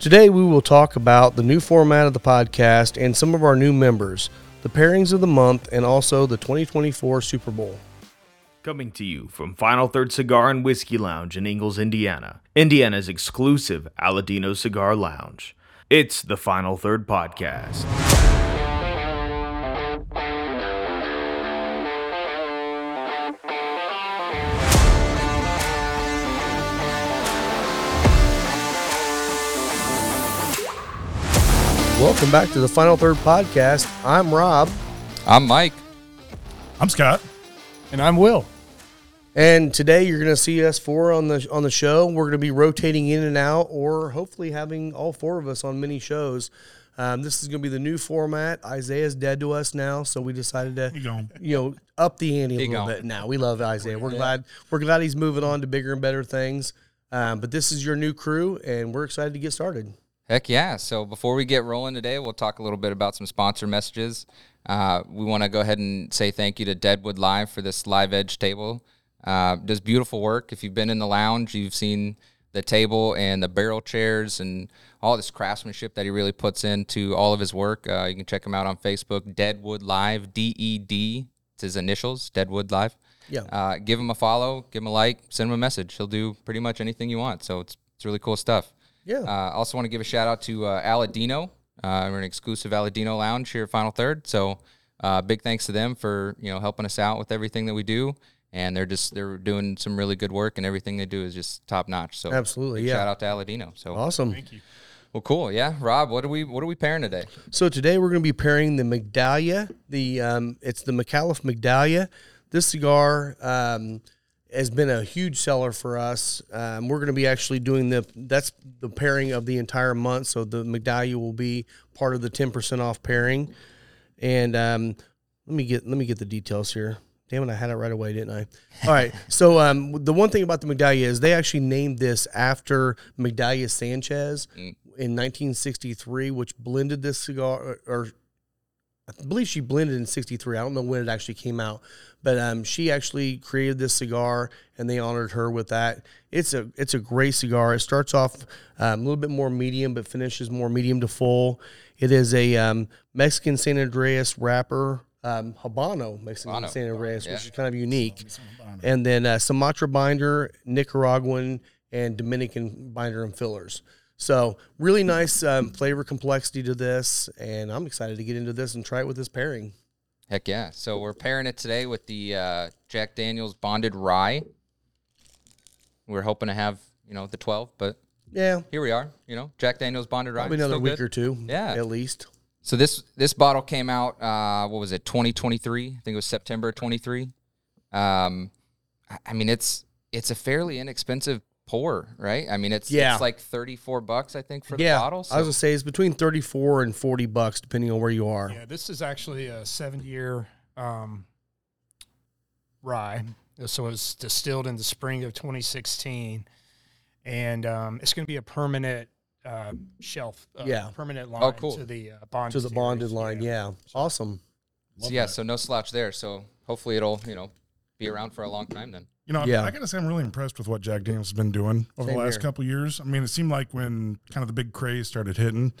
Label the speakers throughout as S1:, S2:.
S1: Today, we will talk about the new format of the podcast and some of our new members, the pairings of the month, and also the 2024 Super Bowl.
S2: Coming to you from Final Third Cigar and Whiskey Lounge in Ingalls, Indiana, Indiana's exclusive Aladino Cigar Lounge. It's the Final Third Podcast.
S1: Welcome back to the Final Third Podcast. I'm Rob,
S3: I'm Mike.
S4: I'm Scott.
S5: And I'm Will.
S1: and today you're going to see us four on the on the show. We're going to be rotating in and out, or hopefully having all four of us on many shows. Um, this is going to be the new format. Isaiah's dead to us now, so we decided to
S4: gone.
S1: you know up the ante a
S3: He
S1: little
S3: gone.
S1: bit now. We love Isaiah. We're glad we're glad he's moving on to bigger and better things. Um, but this is your new crew, and we're excited to get started.
S3: Heck yeah. So before we get rolling today, we'll talk a little bit about some sponsor messages. Uh, we want to go ahead and say thank you to Deadwood Live for this live edge table. Uh, does beautiful work. If you've been in the lounge, you've seen the table and the barrel chairs and all this craftsmanship that he really puts into all of his work. Uh, you can check him out on Facebook, Deadwood Live, D E D. It's his initials, Deadwood Live.
S1: Yeah.
S3: Uh, give him a follow, give him a like, send him a message. He'll do pretty much anything you want. So it's, it's really cool stuff.
S1: Yeah.
S3: Uh, also want to give a shout out to uh, Aladino. Uh, we're an exclusive Aladino lounge here at Final Third. So uh, big thanks to them for you know helping us out with everything that we do. And they're just they're doing some really good work, and everything they do is just top notch. So
S1: Absolutely,
S3: big
S1: yeah. Oh.
S3: Shout out to Aladino. So
S1: Awesome.
S3: well, cool. Yeah, Rob, what are we what are we pairing today?
S1: So today we're going to be pairing the Medallia. The um, it's the McAuliffe Medallia. This cigar um, has been a huge seller for us. Um, we're going to be actually doing the that's the pairing of the entire month. So the Medallia will be part of the ten percent off pairing. And um, let me get let me get the details here. Damn it, I had it right away, didn't I? All right. So um, the one thing about the Medallia is they actually named this after Medallia Sanchez in 1963, which blended this cigar or. or I believe she blended in '63. I don't know when it actually came out, but um, she actually created this cigar, and they honored her with that. It's a it's a great cigar. It starts off um, a little bit more medium, but finishes more medium to full. It is a um, Mexican San Andreas wrapper, um, Habano Mexican
S3: Habano.
S1: San Andreas,
S3: Yeah.
S1: which is kind of unique. And then uh, Sumatra binder, Nicaraguan, and Dominican binder and fillers. So really nice um, flavor complexity to this, and I'm excited to get into this and try it with this pairing.
S3: Heck yeah! So we're pairing it today with the uh, Jack Daniel's Bonded Rye. We are hoping to have you know the twelve, but
S1: Yeah,
S3: here we are. You know Jack Daniel's Bonded Rye.
S1: probably
S3: Still
S1: another week
S3: good.
S1: or two,
S3: Yeah.
S1: at least.
S3: So this this bottle came out. Uh, what was it? Twenty twenty three. I think it was September twenty three. Um, I- I mean it's it's a fairly inexpensive pour, right? I mean it's
S1: Yeah.
S3: it's like thirty four bucks I think for the
S1: Yeah,
S3: bottle.
S1: I was gonna say it's between 34 and 40 bucks depending on where you are.
S5: Yeah, this is actually a seven year um, rye. So it was distilled in the spring of 2016. And um, it's going to be a permanent uh, shelf, uh,
S1: Yeah. Oh,
S5: permanent line
S3: cool.
S5: to the uh, bonded
S1: To the
S5: series.
S1: bonded line, yeah, awesome.
S3: so, yeah, so no slouch there. So hopefully it'll you know be around for a long time then.
S4: You know,
S1: Yeah.
S4: I gotta say, I'm really impressed with what Jack Daniels has been doing over
S1: Same
S4: the last
S1: here.
S4: couple years. I mean, it seemed like when kind of the big craze started hitting,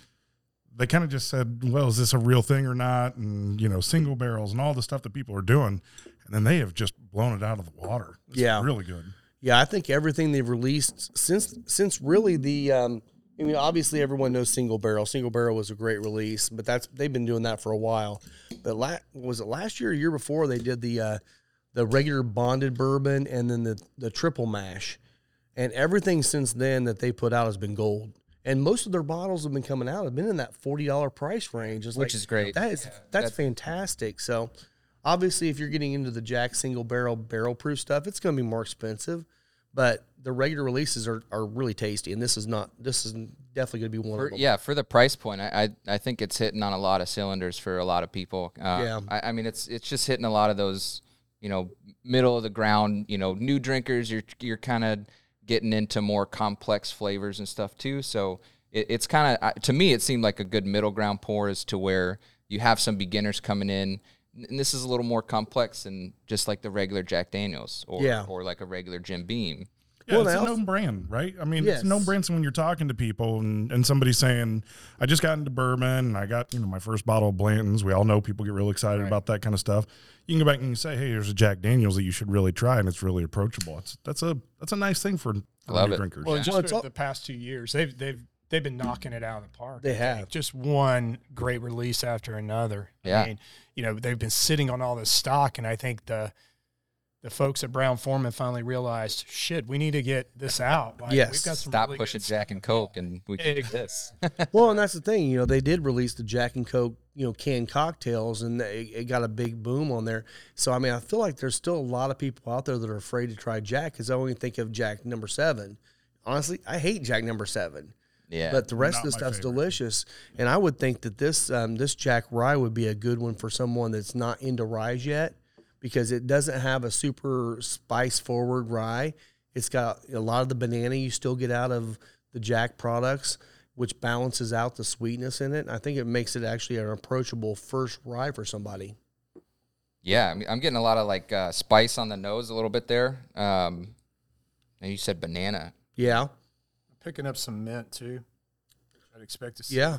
S4: they kind of just said, "Well, is this a real thing or not?" And you know, single barrels and all the stuff that people are doing, and then they have just blown it out of the water. It's
S1: Yeah.
S4: really good.
S1: Yeah, I think everything they've released since since really the um, I mean obviously everyone knows Single Barrel. Single Barrel was a great release, but that's they've been doing that for a while. But la- was it last year or year before they did the uh, the regular bonded bourbon and then the the triple mash, and everything since then that they put out has been gold. And most of their bottles have been coming out have been in that forty dollar price range, It's like,
S3: Which is great.
S1: That is that's fantastic. So obviously if you're getting into the jack single barrel barrel proof stuff it's going to be more expensive but the regular releases are, are really tasty and this is not this is definitely going to be one
S3: For,
S1: of them
S3: yeah, for the price point, I, I I think it's hitting on a lot of cylinders for a lot of people. Uh,
S1: Yeah.
S3: I, I mean it's it's just hitting a lot of those you know middle of the ground you know new drinkers. You're you're kind of getting into more complex flavors and stuff too. So it, it's kind of to me it seemed like a good middle ground pour as to where you have some beginners coming in. And this is a little more complex than just like the regular Jack Daniels or
S1: Yeah.
S3: or like a regular Jim Beam.
S4: Yeah,
S1: Well,
S4: it's a
S1: now-
S4: known brand, right? I mean, it's
S1: Yes.
S4: a known brand. So when you're talking to people and, and somebody's saying, I just got into bourbon and I got, you know, my first bottle of Blanton's. We all know people get real excited about that kind of stuff. You can go back and you say, Hey, there's a Jack Daniels that you should really try. And it's really approachable. It's, that's a, that's a nice thing for
S3: Love
S4: new
S3: it.
S4: drinkers.
S5: Well,
S3: Yeah.
S5: just
S1: Well,
S5: for
S1: it's all-
S5: the past two years, they've they've they've been knocking it out of the park.
S1: They
S5: I think.
S1: have.
S5: just one great release after another.
S3: Yeah.
S5: I mean, you know they've been sitting on all this stock, and I think the the folks at Brown Foreman finally realized, shit, we need to get this out. Like,
S1: Yes.
S5: some
S3: Stop
S5: really good
S3: pushing
S5: stuff.
S3: Jack and Coke, and we can do
S5: Exactly.
S3: this.
S1: Well, and that's the thing, you know, they did release the Jack and Coke, you know, canned cocktails, and they, it got a big boom on there. So, I mean, I feel like there's still a lot of people out there that are afraid to try Jack because I only think of Jack number seven. Honestly, I hate Jack number seven,
S3: yeah,
S1: but the rest
S4: Not
S1: of the
S4: my
S1: stuff's
S4: favorite.
S1: delicious. And I would think that this um, this Jack Rye would be a good one for someone that's not into rye yet because it doesn't have a super spice forward rye. It's got a lot of the banana you still get out of the Jack products, which balances out the sweetness in it. I think it makes it actually an approachable first rye for somebody.
S3: yeah. I'm, I'm getting a lot of like uh, spice on the nose a little bit there. Um, and you said banana.
S1: Yeah.
S5: Picking up some mint too. I'd expect to see
S1: Yeah.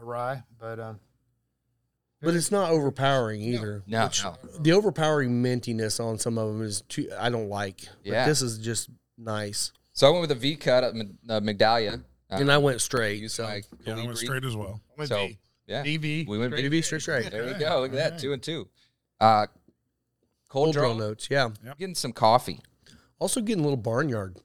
S5: a rye, but um,
S1: But it's not overpowering either.
S3: No, no.
S1: The overpowering mintiness on some of them is too, I don't like. But
S3: Yeah.
S1: This is just nice.
S3: So I went with a V cut at M- uh, Magdalia. Uh,
S1: and I went straight.
S3: used
S1: So,
S3: my
S4: yeah, I went
S3: Calibri.
S4: straight as well.
S5: with
S3: So
S5: the
S3: yeah,
S5: DV,
S3: we went
S1: Ready to be straight straight.
S3: There we
S4: Yeah,
S3: go. Look at that.
S4: alright.
S3: Two and two. Uh, cold,
S1: Old
S3: draw.
S1: drill notes, yeah.
S3: Getting some coffee,
S1: Also getting a little barnyard,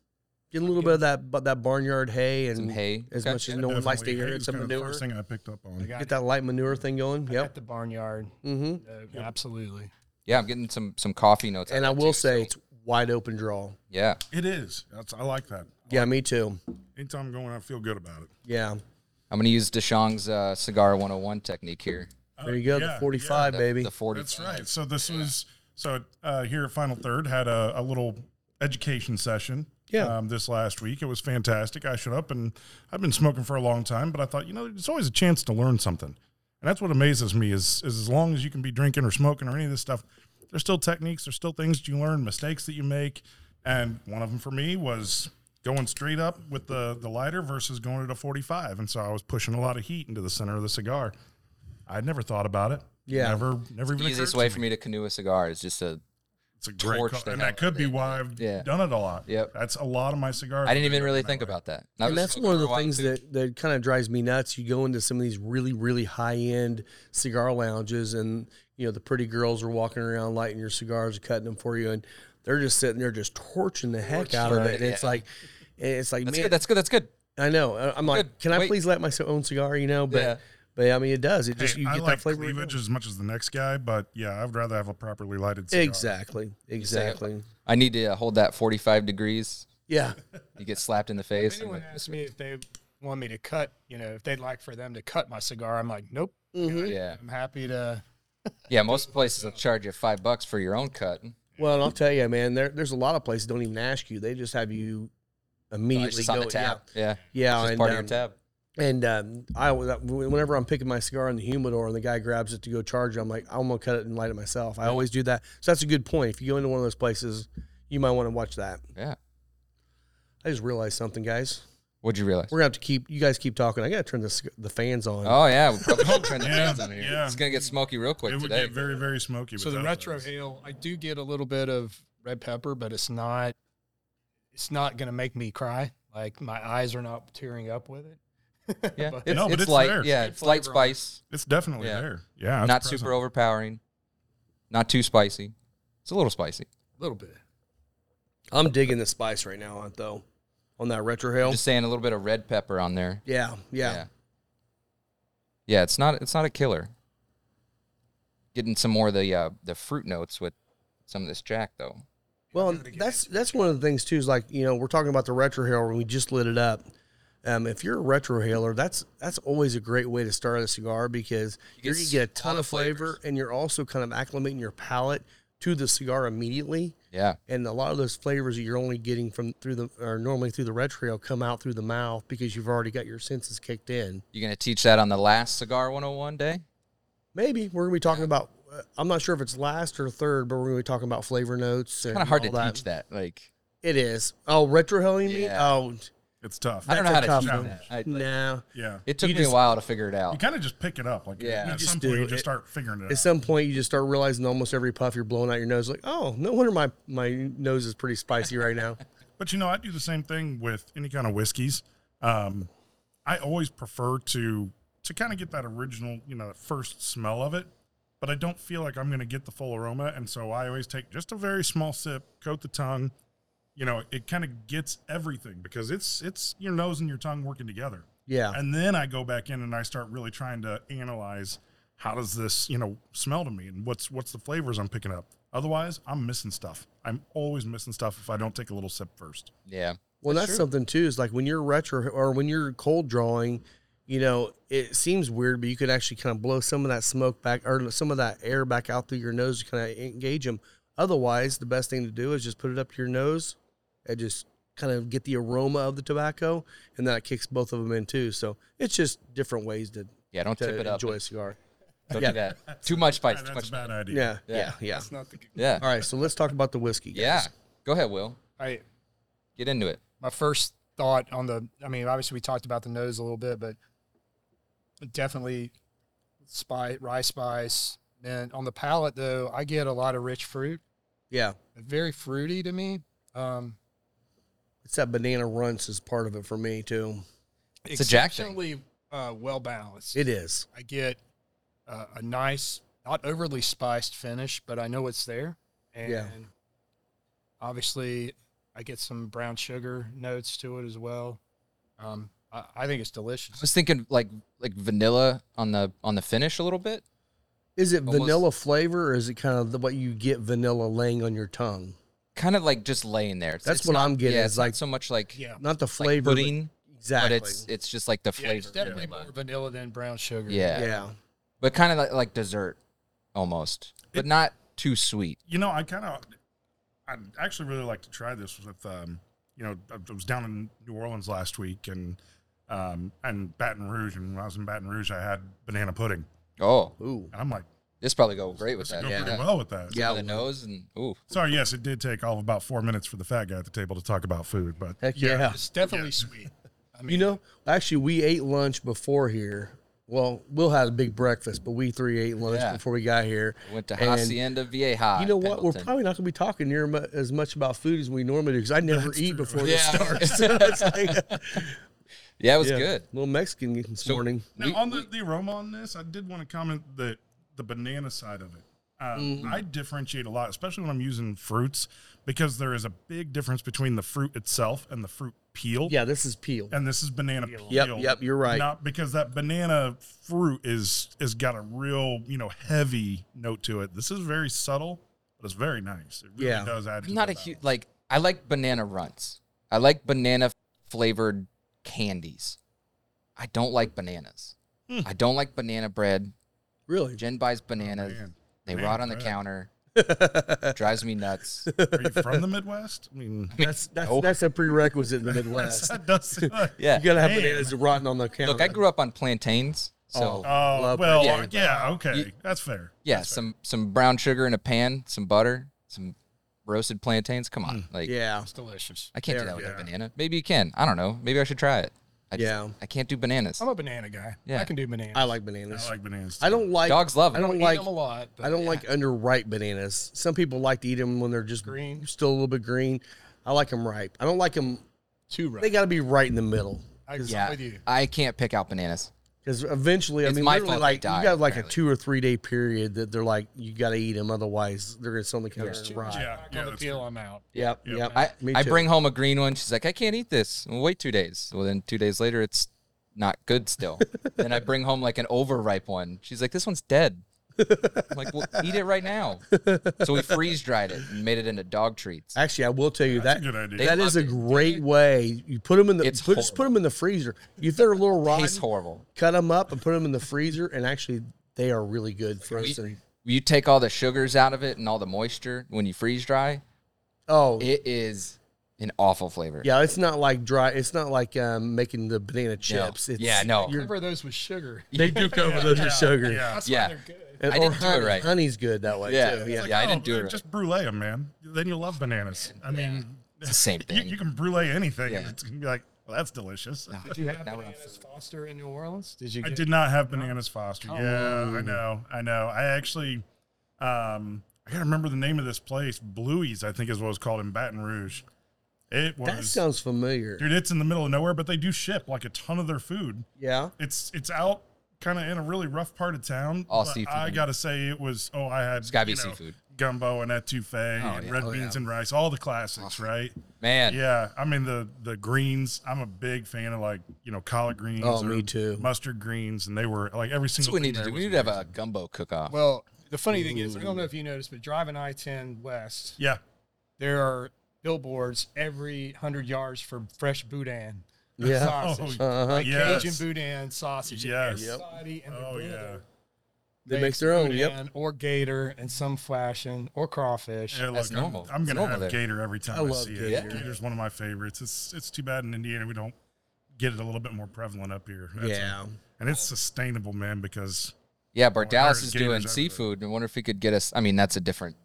S1: getting a little bit of that, but that barnyard hay and
S3: some hay.
S1: as
S3: Okay.
S1: much as no one likes to
S4: Definitely
S1: hear
S4: hay
S1: it,
S4: was
S1: some
S4: kinda the
S1: manure.
S4: first thing I picked up on.
S5: got
S1: Get that light manure thing going.
S5: at
S1: Yep.
S5: the barnyard.
S1: Mm-hmm.
S5: Uh, Absolutely.
S3: yeah, I'm getting some some coffee notes. out
S1: And I
S3: of it
S1: will
S3: too,
S1: say
S3: so-
S1: it's wide open draw.
S3: yeah,
S4: It is. That's, I like that.
S1: Yeah, me too.
S4: Anytime I'm going, I feel good about it.
S1: Yeah.
S3: I'm gonna use Deshong's uh, cigar 101 technique here.
S1: There you go.
S4: Oh, yeah,
S1: the 45,
S3: The,
S1: baby.
S3: the 40.
S4: That's right. So this was so uh, here at Final Third had a, a little education session.
S1: Yeah.
S4: Um, this last week it was fantastic. I showed up and I've been smoking for a long time, but I thought you know there's always a chance to learn something, and that's what amazes me is, is as long as you can be drinking or smoking or any of this stuff, there's still techniques, there's still things that you learn, mistakes that you make, and one of them for me was. Going straight up with the, the lighter versus going at a 45. And so I was pushing a lot of heat into the center of the cigar. I'd never thought about it.
S1: Yeah.
S4: Never, never even
S3: Easiest
S4: occurred to
S3: way for me to canoe a cigar is just a.
S4: it's a great
S3: torch
S4: call.
S3: they
S4: and
S3: have
S4: that could be why I've
S3: Yeah.
S4: done it a lot.
S3: Yep.
S4: That's a lot of my cigars.
S3: I didn't even
S4: are
S3: really
S4: that
S3: think
S4: way.
S3: about that.
S1: and that's one of the things that, that kind of drives me nuts. You go into some of these really, really high end cigar lounges, and you know the pretty girls are walking around lighting your cigars, cutting them for you, and they're just sitting there just torching the heck out of it. And It's like, and it's like,
S3: That's
S1: man,
S3: good. That's good. That's good.
S1: I know. I- I'm like,
S3: Good.
S1: can I
S3: Wait.
S1: please light my so- own cigar? You know, but
S3: Yeah.
S1: but I mean, it does. It just
S4: Hey,
S1: you
S4: I
S1: get
S4: like
S1: that flavor. in
S4: cleavage
S1: it.
S4: as much as the next guy, but yeah, I'd rather have a properly lighted cigar.
S1: Exactly. Exactly.
S3: I need to uh, hold that 45 degrees.
S1: Yeah.
S3: You get slapped in the face. and
S5: anyone
S3: like-
S5: asked me if they want me to cut, you know, if they'd like for them to cut my cigar, I'm like, nope.
S3: Mm-hmm. yeah,
S5: I'm happy to.
S3: yeah. Most places will charge you five bucks for your own cut.
S1: Well, and I'll tell you, man. There, there's a lot of places don't even ask you. They just have you
S3: It's
S1: immediately
S3: just on
S1: go.
S3: the tab.
S1: Yeah.
S3: Yeah,
S1: Yeah,
S3: It's just
S1: and,
S3: part of your
S1: um,
S3: tab.
S1: And um, I, always- whenever I'm picking my cigar in the humidor and the guy grabs it to go charge it, I'm like, I'm gonna cut it and light it myself. I always do that. So that's a good point. If you go into one of those places, you might want to watch that.
S3: Yeah.
S1: I just realized something, guys.
S3: What'd you realize?
S1: We're gonna have to keep you guys keep talking. I gotta turn this, the fans on.
S3: Oh yeah, we probably should turn the
S4: Yeah,
S3: fans on here.
S4: yeah.
S3: It's gonna get smoky real quick
S4: It would
S3: today.
S4: get very, very smoky.
S5: So the
S4: without
S5: retro
S4: those.
S5: hail, I do get a little bit of red pepper, but it's not. It's not gonna make me cry. Like my eyes are not tearing up with it.
S3: yeah,
S5: but-
S3: it's,
S4: No, but
S3: it's
S4: it's
S3: light.
S4: there.
S3: Yeah,
S5: Good
S3: it's light
S5: flavor on it.
S3: spice.
S4: It's definitely
S3: Yeah.
S4: there. Yeah. it's
S3: not
S4: present.
S3: super overpowering. Not too spicy. It's a little spicy.
S5: A little bit.
S1: I'm digging the spice right now, aren't though, on that retro hill.
S3: Just saying, a little bit of red pepper on there.
S1: yeah, yeah,
S3: Yeah. Yeah, it's not it's not a killer. Getting some more of the uh, the fruit notes with some of this Jack though.
S1: Well, and that's that's one of the things too. Is like you know we're talking about the retro hailer when we just lit it up. Um, if you're a retro hailer, that's that's always a great way to start a cigar because you are gonna
S3: s-
S1: get a
S3: all
S1: ton
S3: the
S1: of flavor, and you're also kind of acclimating your palate to the cigar immediately.
S3: Yeah,
S1: And a lot of those flavors that you're only getting from through the or normally through the retro hail come out through the mouth because you've already got your senses kicked in.
S3: you're gonna teach that on the last cigar 101 day.
S1: Maybe we're gonna be talking about. uh, I'm not sure if it's last or third, but we're gonna be talking about flavor notes.
S3: Kind of hard to teach that. Like
S1: It is. Oh, retrohailing me?
S3: Yeah.
S1: Oh,
S4: It's tough.
S3: I don't know
S1: That's
S3: how
S1: a
S3: to
S1: tough
S3: do
S1: one.
S3: that. I, like,
S1: no.
S4: yeah.
S3: it took
S1: You
S3: me
S1: just-
S3: a while to figure it
S4: you
S3: out.
S4: kind of just pick it up. Like
S3: Yeah. You
S4: at
S1: just
S4: some
S1: do
S4: point you
S1: it.
S4: just start figuring it
S1: At
S4: out.
S1: some point, you just start realizing almost every puff you're blowing out your nose, like, oh, no wonder my, my nose is pretty spicy right now.
S4: But you know, I do the same thing with any kind of whiskeys. Um, I always prefer to to kind of get that original, you know, that first smell of it. But I don't feel like I'm going to get the full aroma, and so I always take just a very small sip, coat the tongue. You know, it kind of gets everything because it's it's your nose and your tongue working together.
S1: Yeah.
S4: And then I go back in and I start really trying to analyze how does this, you know, smell to me and what's what's the flavors I'm picking up. Otherwise, I'm missing stuff. I'm always missing stuff if I don't take a little sip first.
S3: Yeah.
S1: Well, that's, something too. Is like when you're retro or when you're cold drawing, you know, it seems weird, but you could actually kind of blow some of that smoke back or some of that air back out through your nose to kind of engage them. Otherwise, the best thing to do is just put it up to your nose and just kind of get the aroma of the tobacco, and that kicks both of them in too. So it's just different ways to,
S3: Yeah. Don't tip it
S1: to
S3: up.
S1: enjoy a cigar.
S3: Don't
S1: Yeah.
S3: do that. Too much spice.
S4: Yeah,
S3: Too
S4: that's
S3: much.
S4: a bad idea.
S1: Yeah,
S3: Yeah.
S1: yeah, yeah.
S3: Yeah.
S1: All right, so let's talk about the whiskey. guys.
S3: Yeah. Go ahead, Will.
S5: I
S3: Get into it.
S5: my first thought on the I mean, obviously we talked about the nose a little bit, but definitely spice, rye spice. And on the palate though, I get a lot of rich fruit.
S1: yeah.
S5: Very fruity to me. Um
S1: It's that banana runts is part of it for me too.
S3: It's a Jack thing.
S5: exceptionally uh, well balanced.
S1: It is.
S5: I get uh, a nice, not overly spiced finish, but I know it's there. And
S1: Yeah.
S5: obviously, I get some brown sugar notes to it as well. Um, I, I think it's
S3: I
S5: delicious.
S3: was thinking like like vanilla on the on the finish a little bit.
S1: Is it
S3: Almost-
S1: vanilla flavor or is it kind of the, what you get vanilla laying on your tongue?
S3: Kind of like just laying there. It's,
S1: That's
S3: it's
S1: what
S3: not-
S1: I'm getting.
S3: Yeah,
S1: is
S3: it's like
S1: like
S3: not so much like
S5: Yeah.
S1: not the
S3: like
S1: flavor, but-
S3: pudding,
S1: exactly.
S3: but it's it's just like the
S5: Yeah,
S3: flavor.
S5: it's definitely
S3: vanilla.
S5: more vanilla than brown sugar.
S3: Yeah.
S1: yeah,
S3: but kind of like, like dessert almost, but
S4: It-
S3: not too sweet.
S4: You know, I kind of, I would actually really like to try this with, um, you know, I I was down in New Orleans last week and, um, and Baton Rouge, and when I was in Baton Rouge, I had banana pudding,
S3: Oh,
S1: ooh,
S4: and I'm like,
S3: this probably go great with
S4: this would
S3: that.
S4: go
S1: yeah.
S4: pretty well with that.
S1: yeah,
S3: the nose and ooh,
S4: Sorry, yes, it did take all of about four minutes for the fat guy at the table to talk about food, but
S1: heck yeah.
S5: It's definitely sweet. I mean,
S1: You know, actually, we ate lunch before here. Well, Will had a big breakfast, but we three ate lunch
S3: Yeah.
S1: before we got here.
S3: went to
S1: And
S3: Hacienda Vieja.
S1: You know
S3: in
S1: what? We're
S3: Pendleton.
S1: probably not going to be talking near mu- as much about food as we normally do because I never eat before this
S3: Yeah.
S1: starts. So it's like-
S3: yeah, it was
S1: yeah.
S3: good.
S1: Little Mexican this
S3: So-
S1: morning.
S4: Now,
S3: We-
S4: on the, the aroma on this, I did want to comment that the banana side of it. Um,
S3: Mm-hmm.
S4: I differentiate a lot, especially when I'm using fruits, because there is a big difference between the fruit itself and the fruit peel.
S1: Yeah, this is peel.
S4: And this is banana peel.
S1: Yep, yep, you're right.
S4: Not because that banana fruit is is got a real, you know, heavy note to it. This is very subtle, but it's very nice. It really
S1: Yeah.
S4: does add.
S3: I'm not a huge like. I like banana runts. I like banana flavored candies. I don't like bananas. I don't like banana bread.
S1: Really?
S3: Jen buys bananas.
S4: man.
S3: they
S4: Banana
S3: rot on the
S4: bread.
S3: counter. drives me nuts.
S4: Are you from the Midwest? I mean,
S1: That's that's, that's a prerequisite in the Midwest.
S4: that does.
S3: Yeah.
S1: You gotta have
S4: Man.
S1: bananas rotting on the counter.
S3: Look, I grew up on plantains,
S1: Oh.
S3: so
S4: Oh
S1: Love
S4: well,
S1: banana.
S4: yeah, okay,
S3: You-
S4: that's fair.
S3: yeah, some some brown sugar in a pan, some butter, some roasted plantains. Come on, like
S1: Yeah.
S5: it's delicious.
S3: I can't do
S1: There
S3: that with
S4: we
S3: a
S4: are.
S3: banana. Maybe you can. I don't know. Maybe I should try it. I just-
S1: Yeah.
S3: I can't do bananas.
S5: I'm a banana guy.
S3: Yeah.
S5: I can do bananas.
S1: I like bananas.
S4: I
S1: I,
S4: like bananas. too.
S1: don't like
S3: Dogs love
S1: I
S3: 'em.
S1: don't
S5: Eat
S1: like
S5: 'em a lot. But
S1: I don't like underripe bananas. Some people like to eat them when they're just
S5: Green.
S1: still a little bit green. I like them ripe. I don't like them.
S5: too
S1: They
S5: right.
S1: got to be right in the middle
S5: I'm
S3: yeah,
S5: with you.
S3: I can't pick out bananas.
S1: because eventually,
S3: It's
S1: I mean,
S3: my
S1: literally,
S3: fault
S1: like
S3: they die,
S1: you got like
S3: apparently.
S1: a two or three day period that they're like you got to eat them, otherwise they're gonna suddenly come out ripe.
S4: Yeah,
S5: Back
S4: yeah,
S5: on the
S4: that's
S5: peel, I'm out.
S1: Yep, yep.
S3: I,
S1: Me
S3: I
S1: too.
S3: bring home a green one. She's like, I can't eat this. Well, wait two days. Well, then two days later, it's not good still. then I bring home like an overripe one. She's like, this one's dead. I'm like, well, eat it right now. So we freeze dried it and made it into dog treats.
S1: Actually, I will tell you
S4: That's
S1: that
S4: a good idea.
S1: that
S3: They
S1: is a
S3: love it.
S1: great way. You put them in the
S3: It's
S1: put, just put
S3: horrible.
S1: them in the freezer. If they're a little rotten,
S3: Tastes horrible.
S1: cut them up and put them in the freezer, and actually they are really good frozen.
S3: You take all the sugars out of it and all the moisture when you freeze dry.
S1: Oh,
S3: It is an awful flavor.
S1: yeah, it's not like dry. It's not like um, making the banana chips. It's,
S3: yeah, no.
S1: you're-
S5: Cover those with sugar.
S1: they do cover those with sugar.
S4: Yeah. It's
S3: yeah.
S5: They're good.
S1: And,
S3: I
S1: or
S3: didn't do it
S1: honey.
S3: right.
S1: Honey's good that way
S3: Yeah.
S1: too. oh, Yeah,
S3: Yeah, I didn't do it right.
S4: Just brulee them, man. Then you'll love bananas. I mean,
S3: It's the same
S4: You,
S3: thing.
S4: you can brulee anything.
S3: Yeah.
S4: It's gonna be like, well, that's delicious.
S5: Did you have
S3: Now we're on
S5: bananas Foster in New Orleans? Did you?
S4: I
S5: Get,
S4: did not have bananas Foster. Yeah, I know, I know. I actually, um, I gotta remember the name of this place. Bluey's, I think, is what it's called in Baton Rouge. It was,
S1: That sounds familiar.
S4: dude. It's in the middle of nowhere, but they do ship like a ton of their food.
S1: Yeah.
S4: It's it's out kind of in a really rough part of town.
S3: All
S4: but
S3: seafood.
S4: I gotta say, it was. Oh, I had it's
S3: gotta be seafood.
S4: gumbo and etouffee and
S3: yeah.
S4: red
S3: Oh,
S4: beans and rice, all the classics, right?
S3: Man,
S4: Yeah, I mean the the greens. I'm a big fan of like you know collard greens.
S1: Oh,
S4: or
S1: me too.
S4: Mustard greens, and they were like every
S3: that's
S4: single.
S3: what we
S4: thing
S3: need to
S4: there
S3: do.
S4: was
S3: We need to have a gumbo cook off.
S5: well, the funny thing is, I don't know if you noticed, but driving I-10 west,
S4: Yeah,
S5: there are billboards every hundred yards for fresh boudin
S1: Yeah.
S5: sausage,
S4: Oh,
S1: Uh-huh.
S5: like
S4: yes.
S5: Cajun boudin sausage. and
S4: Yes. Yep.
S5: everybody and their
S4: Oh yeah,
S5: brother
S1: They make
S5: makes
S1: their own, yep.
S5: boudin or gator in some fashion or crawfish.
S4: yeah. Look,
S3: That's
S4: I'm,
S3: normal.
S4: I'm
S3: It's
S4: gonna
S3: normal
S4: have
S3: there.
S4: gator every time I,
S1: I love
S4: see it.
S1: gator.
S4: Gator's one of my favorites. It's it's too bad in Indiana we don't get it a little bit more prevalent up here. That's
S1: Yeah.
S4: all. and it's sustainable, man, because
S3: yeah, Bart Dallas
S4: there's
S3: is
S4: gators
S3: doing
S4: everywhere.
S3: seafood. I wonder if he could get us. I mean, that's a different,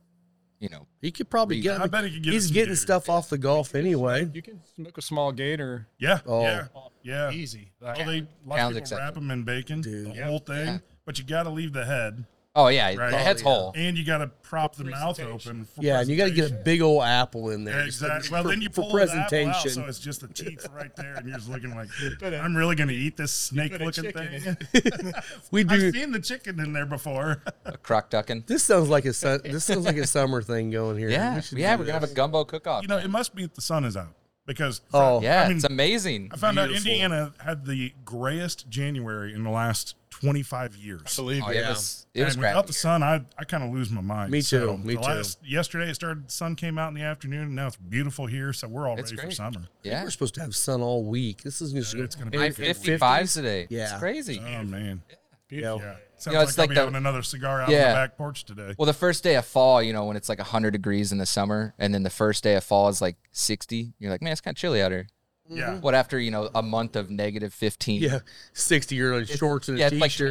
S3: you know.
S1: He could probably get.
S4: I bet he could get
S1: He's
S4: some
S1: getting
S4: gator.
S1: stuff off the golf anyway.
S5: You can smoke a small gator
S4: yeah,
S1: Oh.
S4: yeah, yeah.
S5: easy.
S4: Oh, they a lot of
S3: Pound's
S4: people
S3: acceptable.
S4: wrap them in bacon,
S1: Dude.
S4: the whole thing. But you got to leave the head,
S3: Oh yeah,
S4: Right.
S3: the head's
S4: Oh,
S3: whole.
S4: and you got to prop the mouth open. For
S1: Yeah, and you got to get a
S4: presentation.
S1: big old apple in there.
S4: Yeah,
S1: just for-
S4: exactly. Well,
S1: for-
S4: then you
S1: for
S4: pull presentation. out,
S1: presentation.
S4: so it's just the teeth right there, and you're just looking like,
S5: Put a-
S4: I'm really going to eat this snake-looking
S5: chicken
S4: thing.
S5: in.
S1: we do.
S4: I've seen the chicken in there before.
S3: A crock ducking.
S1: This sounds like a sun, this sounds like a summer thing going here.
S3: Yeah,
S1: We should
S3: yeah,
S1: do
S3: we're gonna have a
S1: this.
S3: gumbo cook off.
S4: you know, it must be that the sun is out because
S1: Oh.
S3: yeah,
S4: I mean,
S3: it's amazing.
S4: I found out
S1: Beautiful.
S4: Indiana had the grayest January in the last 25 years.
S1: believe
S3: Oh, yeah, it was, it was
S4: and without
S3: crappy.
S4: the sun, I, I kind of lose my mind.
S1: Me
S4: So
S1: too, me
S4: the
S1: too.
S4: yesterday, it started. The sun came out in the afternoon, and now it's beautiful here. So we're all
S3: It's
S4: ready for
S3: great.
S4: summer.
S3: yeah,
S1: We're supposed to have sun all week. This is just
S4: It's gonna be
S1: and
S3: high
S1: if it-
S3: 55s today. Yeah,
S1: Yeah.
S3: it's crazy.
S4: Oh man,
S5: Beautiful.
S4: yeah. Sounds
S3: know,
S4: like,
S3: it's
S4: I'll
S3: like
S4: be
S3: the-
S4: having another cigar out on
S3: Yeah.
S4: the back porch today.
S3: Well, the first day of fall, you know, when it's like 100 degrees in the summer, and then the first day of fall is like 60, you're like, man, it's kind of chilly out here.
S4: yeah.
S3: What after, you know, a month of negative 15?
S1: yeah, sixty year old shorts and
S3: Yeah,
S1: a
S3: it's like
S1: t-shirt.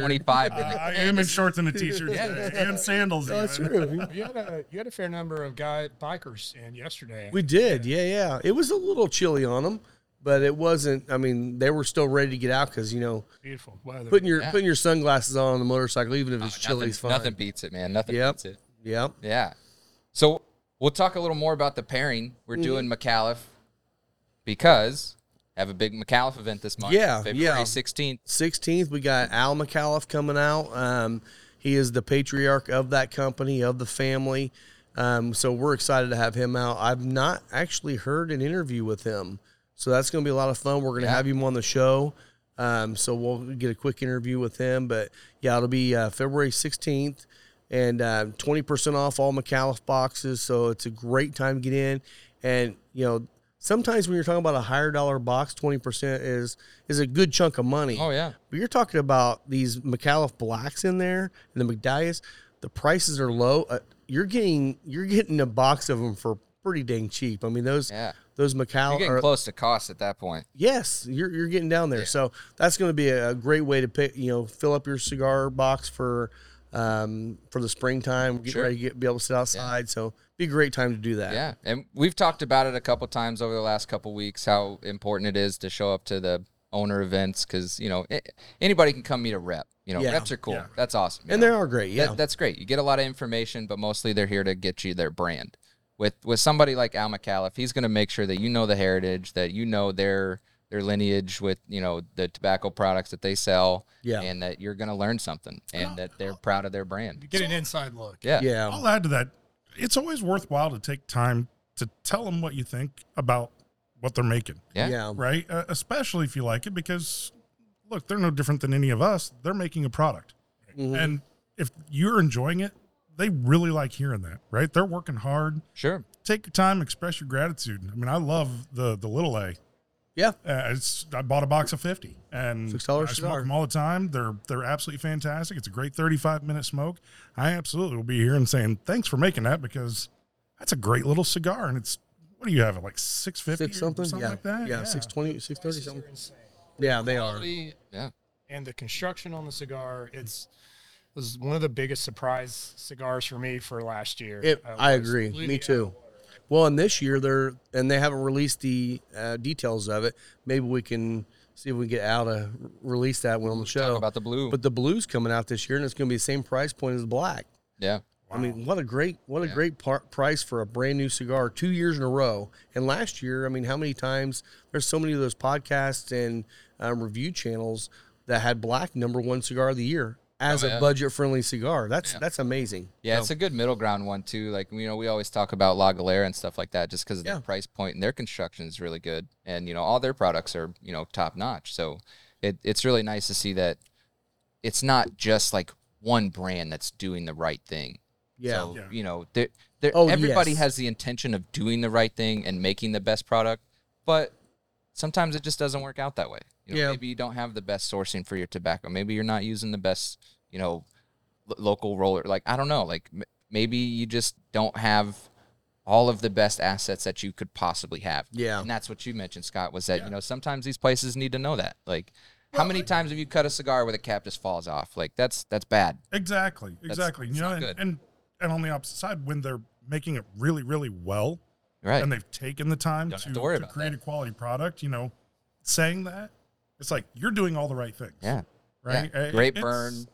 S3: 25.
S4: Uh, I am in shorts and a t-shirt
S3: Yeah.
S4: today, and sandals.
S1: Oh, that's
S4: even.
S1: true.
S5: You had a you had a fair number of guy bikers in yesterday.
S1: We did. Yeah, yeah. It was a little chilly on them, but it wasn't. I mean, they were still ready to get out because you know
S5: Beautiful weather.
S1: putting your putting your sunglasses on on a motorcycle, even if it's chilly,
S3: nothing,
S1: is fine.
S3: Oh, nothing beats it, man. Nothing
S1: Yep.
S3: beats it.
S1: Yep.
S3: Yeah. So we'll talk a little more about the pairing. We're
S1: Mm-hmm.
S3: doing McAuliffe because I have a big McAuliffe event this month.
S1: Yeah,
S3: February
S1: yeah.
S3: 16th.
S1: 16th we got al mcauliffe coming out um, he is the patriarch of that company of the family um, so we're excited to have him out i've not actually heard an interview with him so that's going to be a lot of fun we're going to have him on the show um, so we'll get a quick interview with him but yeah it'll be uh, february 16th and uh, 20% off all mcauliffe boxes so it's a great time to get in and you know sometimes when you're talking about a higher dollar box 20% is is a good chunk of money
S3: Oh, yeah.
S1: but you're talking about these McAuliffe blacks in there and the McDahlias. The prices are low. Uh, you're getting you're getting a box of them for pretty dang cheap. I mean those
S3: Yeah.
S1: those
S3: You're
S1: McAuliffe.
S3: getting
S1: Are,
S3: close to cost at that point.
S1: yes, you're you're getting down there. So that's going to be a, a great way to pick. You know, fill up your cigar box for um, for the springtime. Get ready to get, be able to sit outside. So be a great time to do that.
S3: Yeah, and we've talked about it a couple times over the last couple weeks how important it is to show up to the owner events because you know a- anybody can come meet a rep. You know,
S1: Yeah.
S3: reps are cool. That's awesome. you
S1: And
S3: know.
S1: they are great. Yeah.
S3: That- that's great. You get a lot of information, but mostly they're here to get you their brand. With with somebody like Al McAuliffe, he's going to make sure that you know the heritage, that you know their their lineage with you know the tobacco products that they sell,
S1: Yeah.
S3: and that you're going to learn something, and that they're proud of their brand.
S5: Get an inside look.
S3: Yeah,
S1: yeah.
S4: I'll add to that. It's always worthwhile to take time to tell them what you think about what they're making,
S3: yeah,
S1: Yeah.
S4: right? Uh, especially if you like it, because look, they're no different than any of us. They're making a product, and if you're enjoying it, they really like hearing that, right? They're working hard.
S3: sure.
S4: Take your time, express your gratitude. I mean, I love the the little A.
S1: Yeah.
S4: Uh, it's, I bought a box of fifty, and
S1: Six dollars
S4: I
S1: a
S4: smoke
S1: cigar.
S4: them all the time. They're they're absolutely fantastic. It's a great thirty-five minute smoke. I absolutely will be here and saying thanks for making that because that's a great little cigar, and it's what do you have it like six fifty
S1: Six something. yeah.
S4: like that?
S1: yeah. Six twenty. Six thirty
S5: Prices
S1: something.
S5: are insane.
S1: Yeah, they are.
S3: Yeah,
S5: And the construction on the cigar, it's was one of the biggest surprise cigars for me for last year. Uh,
S1: It, I
S5: was
S1: agree.
S5: completely
S1: Me
S5: out of
S1: too. Well, and this year they're and they haven't released the uh, details of it. Maybe we can see if we can get out to release that one on the show.
S3: Talk about the blue.
S1: but the blue's coming out this year, and it's going to be the same price point as the black.
S3: yeah.
S1: I mean, what a great what a great par- price for a brand new cigar, two years in a row. And last year, I mean, how many times there's so many of those podcasts and um, review channels that had black number one cigar of the year as a budget friendly cigar. That's that's amazing.
S3: Oh, Yeah, it's a good middle ground one too. Like you know, we always talk about La Galera and stuff like that, just because of
S1: Yeah.
S3: their price point and their construction is really good, and you know, all their products are you know top notch. So it, it's really nice to see that it's not just like one brand that's doing the right thing.
S1: Yeah.
S3: So,
S4: Yeah.
S3: you know, they're, they're,
S1: Oh,
S3: everybody
S1: yes.
S3: has the intention of doing the right thing and making the best product, but sometimes it just doesn't work out that way. You know,
S1: Yeah.
S3: Maybe you don't have the best sourcing for your tobacco. Maybe you're not using the best, you know, lo- local roller. Like, I don't know. Like, m- maybe you just don't have all of the best assets that you could possibly have.
S1: Yeah.
S3: And that's what you mentioned, Scott, was that, you know, sometimes these places need to know that. Like, how many times have you cut a cigar where the cap just falls off? Like, that's that's bad.
S4: Exactly. Exactly.
S3: it's
S4: you know,
S3: not
S4: and,
S3: good.
S4: and and on the opposite side, when they're making it really, really well,
S3: Right.
S4: and they've taken the time
S3: Don't have
S4: to,
S3: to worry
S4: to
S3: about
S4: create
S3: that.
S4: a quality product, you know, saying that, it's like you're doing all the right things.
S3: yeah.
S4: Right.
S3: Yeah.
S4: I-
S3: Great
S4: it's-
S3: burn.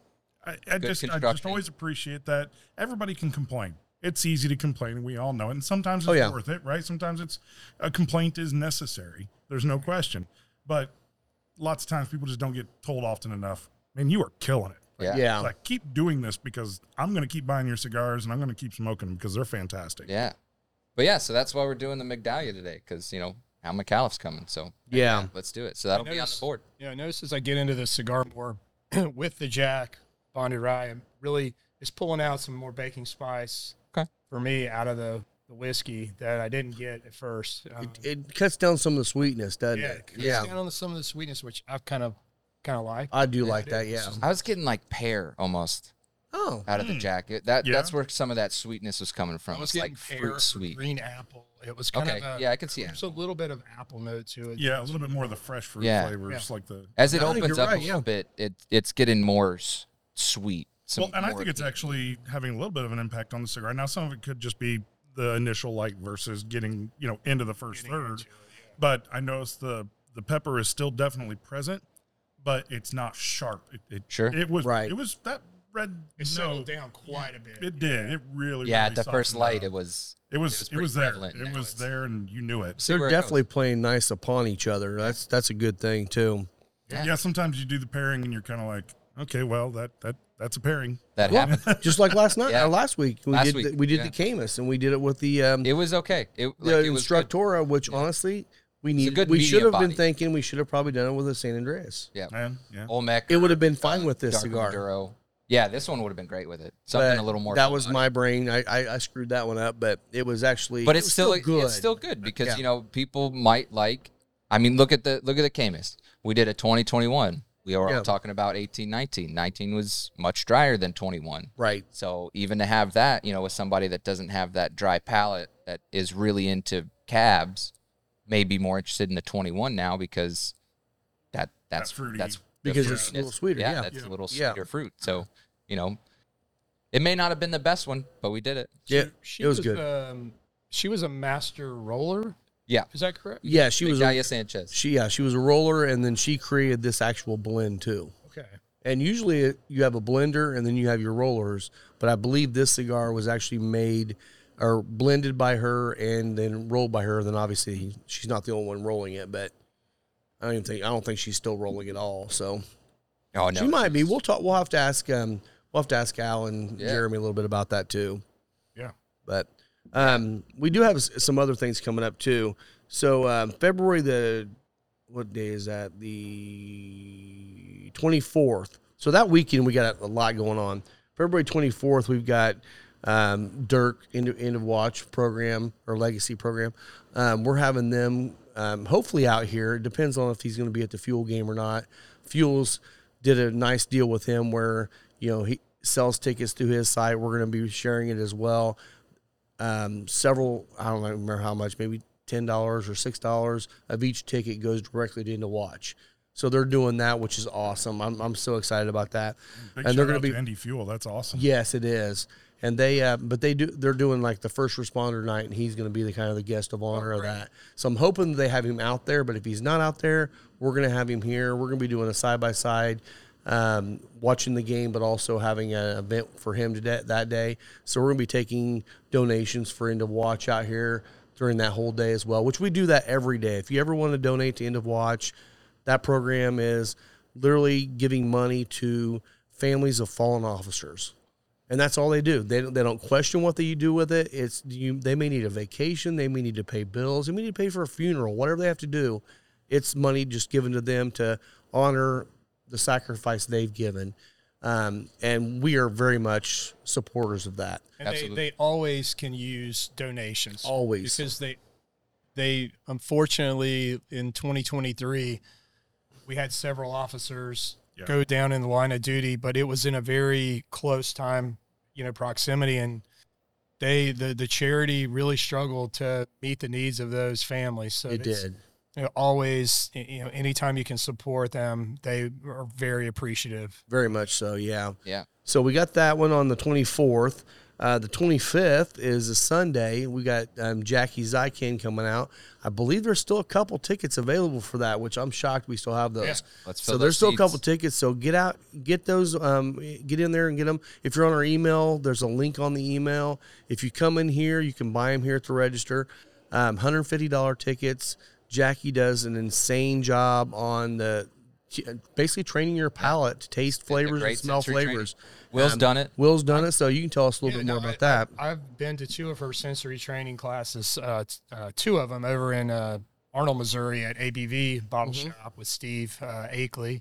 S4: I, I
S3: Good
S4: just I just
S3: construction.
S4: always appreciate that. Everybody can complain. It's easy to complain, and we all know it. And sometimes it's
S1: Oh, yeah.
S4: worth it, right? Sometimes it's a complaint is necessary. There's no question. But lots of times people just don't get told often enough. Man, you are killing it.
S3: Yeah.
S1: Yeah.
S4: It's like keep doing this because I'm going to keep buying your cigars and I'm going to keep smoking them because they're fantastic.
S3: Yeah. But yeah, so that's why we're doing the McDahlia today because, you know, Al McAuliffe's coming. So
S1: Yeah.
S3: let's do it. So that'll be on the
S5: noticed-
S3: board.
S5: Yeah, I notice as I get into the cigar more with the Jack Bonded Rye, I'm really it's pulling out some more baking spice
S3: Okay.
S5: for me out of the, the whiskey that I didn't get at first. Um,
S1: It cuts down some of the sweetness, doesn't
S5: yeah,
S1: it?
S5: it cuts down on some of the sweetness, which I've kind of kind of liked.
S1: I do like that. Yeah.
S3: I was getting like pear almost
S1: Oh,
S3: out of the jacket. That
S4: Yeah.
S3: That's where some of that sweetness was coming from.
S5: I was
S3: Oh, It's
S5: getting
S3: like
S5: pear,
S3: fruit sweet.
S5: green apple. It was kind
S3: Okay.
S6: uh,
S5: of a,
S3: yeah, I can see it.
S5: There's a little bit of apple note to it.
S4: Yeah, a little bit more of the fresh fruit
S3: Yeah.
S4: flavors, like the.
S3: As it
S1: No,
S3: opens
S1: you're
S3: up
S1: right,
S3: a
S1: yeah.
S3: little bit, it it's getting more s- sweet. some
S4: Well, and I
S3: more
S4: think it's
S3: heat.
S4: actually having a little bit of an impact on the cigar. Now, some of it could just be the initial light versus getting you know into the first third. But I noticed the the pepper is still definitely present, but it's not sharp. It, it
S3: Sure.
S4: It was
S1: Right.
S4: It was that red.
S5: It
S4: no,
S5: settled down quite a bit.
S4: it did. It really.
S3: Yeah,
S4: really
S3: at the first
S4: softened
S3: light,
S4: down.
S3: it was.
S4: It was. It
S3: pretty
S4: was, there.
S3: prevalent.
S4: It
S3: Now it's-
S4: was there, and you knew it.
S3: See
S1: they're
S3: where it
S1: definitely playing nice upon each other. That's that's a good thing too.
S4: Yeah. sometimes you do the pairing, and you're kind of like, okay, well, that that that's a pairing.
S3: goes. that happened.
S1: Just like last night,
S3: Yeah.
S1: or last week, we
S3: Last
S1: did
S3: week,
S1: the, we did
S3: yeah.
S1: the Camus and we did it with the um,
S3: It was okay. It, like,
S1: the
S3: it was good.
S1: Instructora, which honestly we
S3: a
S1: need.
S3: good
S1: We
S3: medium
S1: should have
S3: body.
S1: been thinking we should have probably done it with a San Andreas.
S3: Yeah.
S4: Yeah, yeah.
S3: Olmec.
S1: It would have been fine with this
S3: dark
S1: cigar.
S3: Maduro. Yeah, this one would have been great with it. Something
S1: but
S3: a little more.
S1: That was
S3: full-body.
S1: my brain. I, I I screwed that one up, but it was actually.
S3: but
S1: it
S3: it's
S1: was
S3: still, it's still good because
S1: Yeah.
S3: you know people might like. I mean, look at the look at the Camus. We did a 2021. We were
S1: Yeah.
S3: all talking about 18, 19. 19 was much drier than 21.
S1: right.
S3: So even to have that, you know, with somebody that doesn't have that dry palate that is really into cabs, may be more interested in the 21 now because that that's
S4: That fruity-
S3: that's the
S1: Because it's a
S3: fruitiness.
S1: little sweeter, yeah.
S3: that's a little
S1: Yeah.
S3: sweeter fruit. So you know, it may not have been the best one, but we did it.
S1: Yeah,
S5: She
S1: it was, good.
S5: Um, she was a master roller.
S3: Yeah.
S5: Is that correct?
S1: yeah, she was. A,
S3: Migdalia Sanchez.
S1: she yeah, she was a roller, and then she created this actual blend too.
S5: Okay.
S1: And usually you have a blender and then you have your rollers, but I believe this cigar was actually made or blended by her and then rolled by her. Then obviously she's not the only one rolling it, but I don't even think I don't think she's still rolling at all. So
S3: Oh no,
S1: she might be. We'll talk. We'll have to ask. Um, we'll have to ask Al and
S3: Yeah.
S1: Jeremy a little bit about that too.
S4: Yeah.
S1: But um, we do have s- some other things coming up too. So um, February the what day is that? The twenty fourth. So that weekend we got a lot going on. February twenty fourth we've got um, Dirk end of, end of watch program or legacy program. Um, we're having them um, hopefully out here. It depends on if he's going to be at the Fuel game or not. Fuels did a nice deal with him where you know he sells tickets through his site. We're going to be sharing it as well um, several I don't remember how much, maybe ten dollars or six dollars of each ticket goes directly to into watch. So they're doing that, which is awesome. I'm, I'm so excited about that.
S4: Big
S1: and
S4: shout
S1: they're going
S4: out
S1: to be
S4: to Indy Fuel. That's awesome.
S1: Yes, it is. And they, uh, but they do. They're doing like the first responder night, and he's going to be the kind of the guest of honor of that. So I'm hoping they have him out there. But if he's not out there, we're going to have him here. We're going to be doing a side by side, watching the game, but also having an event for him today that day. So we're going to be taking donations for him to watch out here during that whole day as well, which we do that every day. If you ever want to donate to End of Watch, that program is literally giving money to families of fallen officers and that's all they do. They don't, they don't question what they do with it. It's you. They may need a vacation. They may need to pay bills. They may need to pay for a funeral. Whatever they have to do, it's money just given to them to honor the sacrifice they've given. Um, and we are very much supporters of that.
S6: And they,
S3: Absolutely.
S6: they always can use donations.
S1: Always.
S6: Because they they unfortunately in 2023 we had several officers
S4: Yeah.
S6: go down in the line of duty, but it was in a very close time, you know, proximity and they the the charity really struggled to meet the needs of those families. So
S1: It
S6: it's-
S1: did.
S6: you know, always you know anytime you can support them, they are very appreciative.
S1: Very much so, yeah.
S3: Yeah.
S1: So we got that one on the 24th. Uh, the 25th is a Sunday. We got um, Jackie Zykan coming out. I believe there's still a couple tickets available for that, which I'm shocked we still have those.
S6: Yeah.
S3: Let's fill
S1: so there's
S3: those
S1: still a
S3: seats.
S1: couple tickets. So get out, get those, um, get in there and get them. If you're on our email, there's a link on the email. If you come in here, you can buy them here at the register. Um, $150 tickets. Jackie does an insane job on the basically training your palate to taste flavors and
S3: great
S1: smell
S3: sensory training.
S1: flavors.
S3: Will's
S1: Um,
S3: done it.
S1: Will's done it, so you can tell us a little bit more about that.
S6: I've been to two of her sensory training classes, uh, t- uh, two of them over in uh, Arnold, Missouri at ABV Bottle Shop with Steve uh, Akeley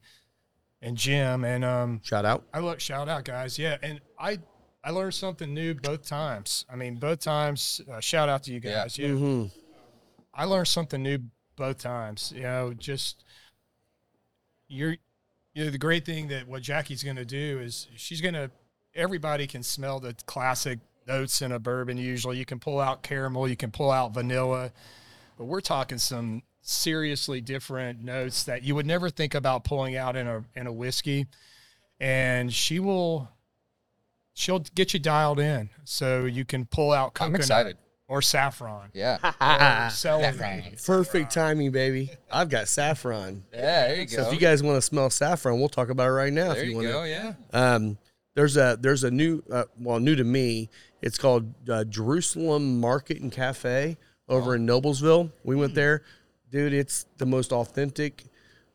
S6: and Jim. And um,
S1: Shout out.
S6: I look, shout out, guys. Yeah. And I, I learned something new both times. I mean, both times, uh, shout out to you
S3: Yeah.
S6: guys. Yeah. I learned something new both times. You know, just you're, you know, the great thing that what Jackie's going to do is she's going to, everybody can smell the classic notes in a bourbon usually. You can pull out caramel, you can pull out vanilla, but we're talking some seriously different notes that you would never think about pulling out in a, in a whiskey. And she will, she'll get you dialed in so you can pull out
S3: I'm
S6: coconut
S3: excited. Ah,
S6: or saffron.
S3: Yeah. yeah.
S6: or celery.
S1: Perfect timing, baby. I've got saffron.
S3: There you
S1: So
S3: go.
S1: if you guys want to smell saffron, we'll talk about it right now.
S3: there
S1: if you,
S3: you,
S1: want
S3: go.
S1: to.
S3: Yeah.
S1: Um, there's a there's a new uh, well new to me. It's called uh, Jerusalem Market and Cafe over in Noblesville. We went there, dude. It's the most authentic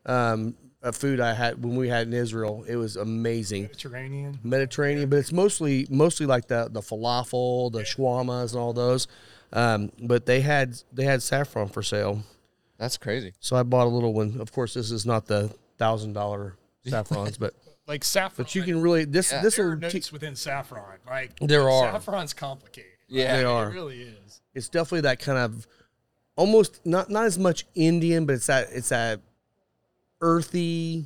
S1: um, uh, food I had when we had in Israel. It was amazing.
S6: Mediterranean.
S1: Mediterranean, but it's mostly mostly like the the falafel, the shawarmas, and all those. Um, but they had they had saffron for sale,
S3: That's crazy.
S1: so I bought a little one. Of course, this is not the thousand dollar saffrons, but
S6: Like saffron.
S1: but you can really this
S3: Yeah.
S1: this
S6: there are
S1: will
S6: notes
S1: te-
S6: within saffron. Like
S1: There are.
S6: saffron's complicated.
S3: Yeah.
S1: they
S6: It
S1: are.
S6: really is.
S1: It's definitely that kind of almost not not as much Indian, but it's that it's that earthy.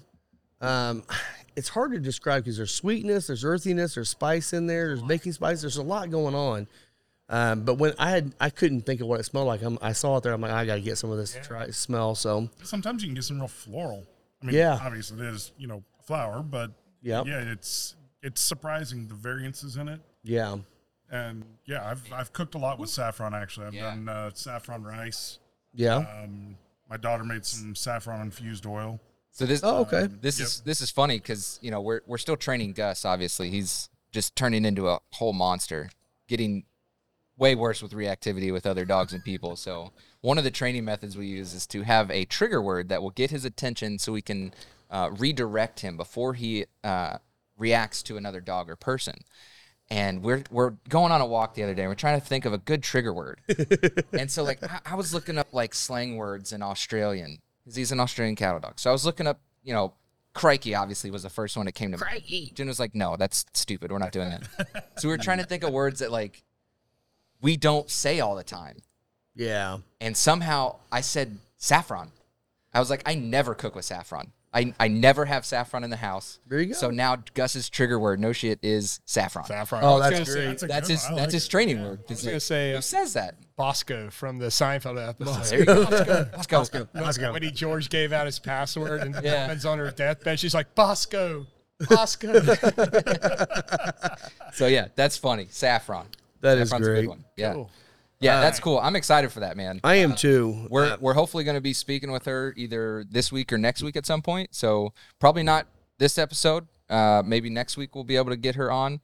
S1: Um, it's hard to describe because there's sweetness, there's earthiness, there's spice in there, there's baking spice, there's a lot going on. Um, but when I had, I couldn't think of what it smelled like. I'm, I saw it there. I'm like, I gotta get some of this to try smell. So
S4: Sometimes you can get some real floral. I mean,
S1: Yeah.
S4: obviously it is, you know, flower, but
S1: Yep.
S4: yeah, it's it's surprising the variances in it.
S1: yeah,
S4: And yeah, I've I've cooked a lot with saffron actually. I've
S3: Yeah.
S4: done uh, saffron rice.
S1: yeah.
S4: Um, my daughter made some saffron infused oil.
S3: So this.
S1: oh, okay.
S3: This
S4: Yep.
S3: is this is funny because you know we're we're still training Gus. Obviously, he's just turning into a whole monster, getting way worse with reactivity with other dogs and people. So one of the training methods we use is to have a trigger word that will get his attention, so we can uh, redirect him before he uh, reacts to another dog or person. And we're we're going on a walk the other day. and We're trying to think of a good trigger word. and so like I, I was looking up like slang words in Australian 'cause he's an Australian cattle dog. So I was looking up, you know, crikey obviously was the first one that came to me. Crikey. Jen was like, no, that's stupid. We're not doing that. so we were trying to think of words that like we don't say all the time.
S1: Yeah.
S3: And somehow I said saffron. I was like, I never cook with saffron. I, I never have saffron in the house.
S1: There you go.
S3: So now Gus's trigger word, no shit, is saffron.
S5: Saffron. I
S1: Oh,
S5: was
S1: that's
S5: gonna say-
S1: great.
S4: a
S3: That's
S4: good
S3: his
S4: one. I
S3: that's
S4: like
S3: his
S4: it.
S3: training word.
S5: I was gonna say
S3: Who
S5: uh,
S3: says that?
S5: Bosco from the Seinfeld episode.
S3: There you go. Let's go.
S5: When- When he George gave out his password and
S3: Yeah.
S5: Norman's on her deathbed, she's like Bosco, Bosco.
S3: So yeah, that's funny. Saffron.
S1: That is
S3: Saffron's a
S1: great.
S3: good one. Yeah. Yeah, that's cool. I'm excited for that, man.
S1: I am too. Uh,
S3: we're we're hopefully going to be speaking with her either this week or next week at some point. So probably not this episode. Uh, maybe next week we'll be able to get her on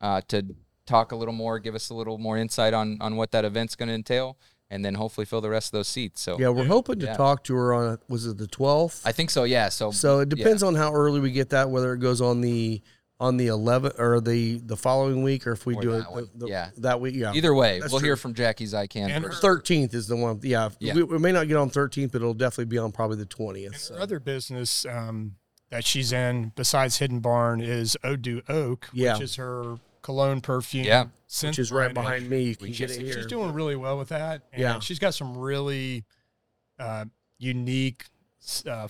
S3: uh, to talk a little more, give us a little more insight on on what that event's going to entail, and then hopefully fill the rest of those seats. So
S1: Yeah, we're hoping to talk to her on was it the twelfth?
S3: I think so. Yeah. So
S1: So it depends on how early we get that, whether it goes on the on the eleventh or the the following week, or if we do
S3: that
S1: it
S3: one.
S1: the-
S3: Yeah.
S1: that week. Yeah,
S3: either way,
S1: That's
S3: we'll hear
S1: true.
S3: from Jackie Zycan.
S5: And
S3: first.
S1: Thirteenth is the one. Yeah,
S3: Yeah.
S1: We, we may not get on thirteenth, but it'll definitely be on probably the twentieth. So.
S5: Her other business um, that she's in besides Hidden Barn is Odu Oak,
S1: Yeah.
S5: which is her cologne perfume.
S3: Yeah.
S5: scent
S1: Which is right
S5: line.
S1: behind me. You can
S5: And
S1: get
S5: she's-
S1: it here.
S5: She's doing really well with that. and
S1: Yeah.
S5: she's got some really uh, unique uh,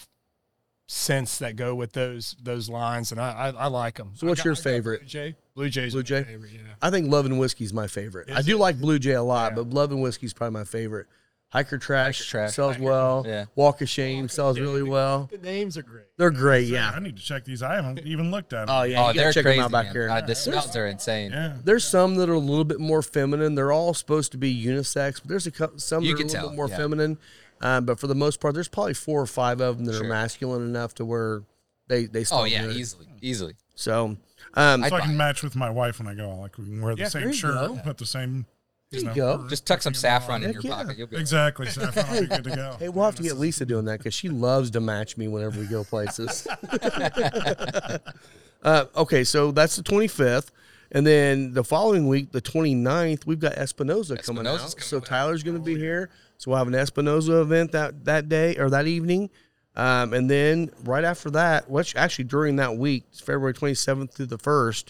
S5: scents that go with those those lines, and I I, I like them.
S1: So what's your favorite?
S5: Blue Jay. Blue Jay's
S1: Blue
S5: my
S1: Jay?
S5: favorite, yeah.
S1: I think Love and Whiskey's my favorite. I
S5: Is
S1: do like Blue Jay a lot,
S5: Yeah.
S1: but Love and Whiskey's probably my favorite. Hiker Trash,
S3: Trash.
S1: sells well.
S3: Yeah.
S1: Walk of Shame sells really well.
S5: The names are great.
S1: They're great.
S4: Yeah, I
S1: Yeah.
S4: need to check these. I haven't even looked at them.
S1: Oh yeah.
S3: Oh,
S1: you gotta
S3: they're
S1: check 'em
S3: crazy.
S1: out back
S3: man.
S1: here.
S3: Uh, the smells are insane.
S4: yeah.
S1: There's some that are a little bit more feminine. They're all supposed to be unisex, but there's a couple, some that
S3: You
S1: are a
S3: can
S1: little
S3: tell,
S1: bit more
S3: yeah.
S1: feminine. Um, but for the most part, there's probably four or five of them that
S3: Sure.
S1: are masculine enough to where they they still
S3: Oh yeah,
S1: do it.
S3: easily, easily.
S1: So um,
S3: I-
S4: So I can match with my wife when I go. Like we can wear the
S5: Yeah,
S4: same shirt, put the same.
S1: there you
S4: know,
S1: go.
S3: Just tuck some saffron in your
S1: yeah.
S3: pocket. You'll be
S4: Exactly. So I'll be good to go.
S1: Hey, we'll have to get Lisa doing that because she loves to match me whenever we go places. uh, okay, so that's the 25th. And then the following week, the 29th, we've got Espinoza coming out.
S3: Espinoza's coming
S1: so
S3: Oh,
S1: Tyler's going to be here. So we'll have an Espinoza event that, that day or that evening. Um, and then right after that, which actually during that week, it's February 27th through the 1st,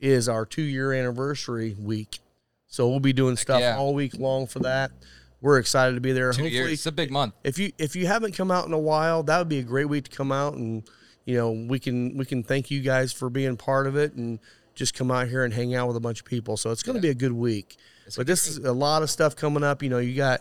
S1: is our two year anniversary week. So we'll be doing stuff
S3: yeah.
S1: all week long for that. We're excited to be there.
S3: two
S1: Hopefully,
S3: years. It's a big month.
S1: if you if you haven't come out in a while, that would be a great week to come out and you know we can we can thank you guys for being part of it and just come out here and hang out with a bunch of people. So it's going to be a good week. but this is a lot of stuff coming up. You know, you got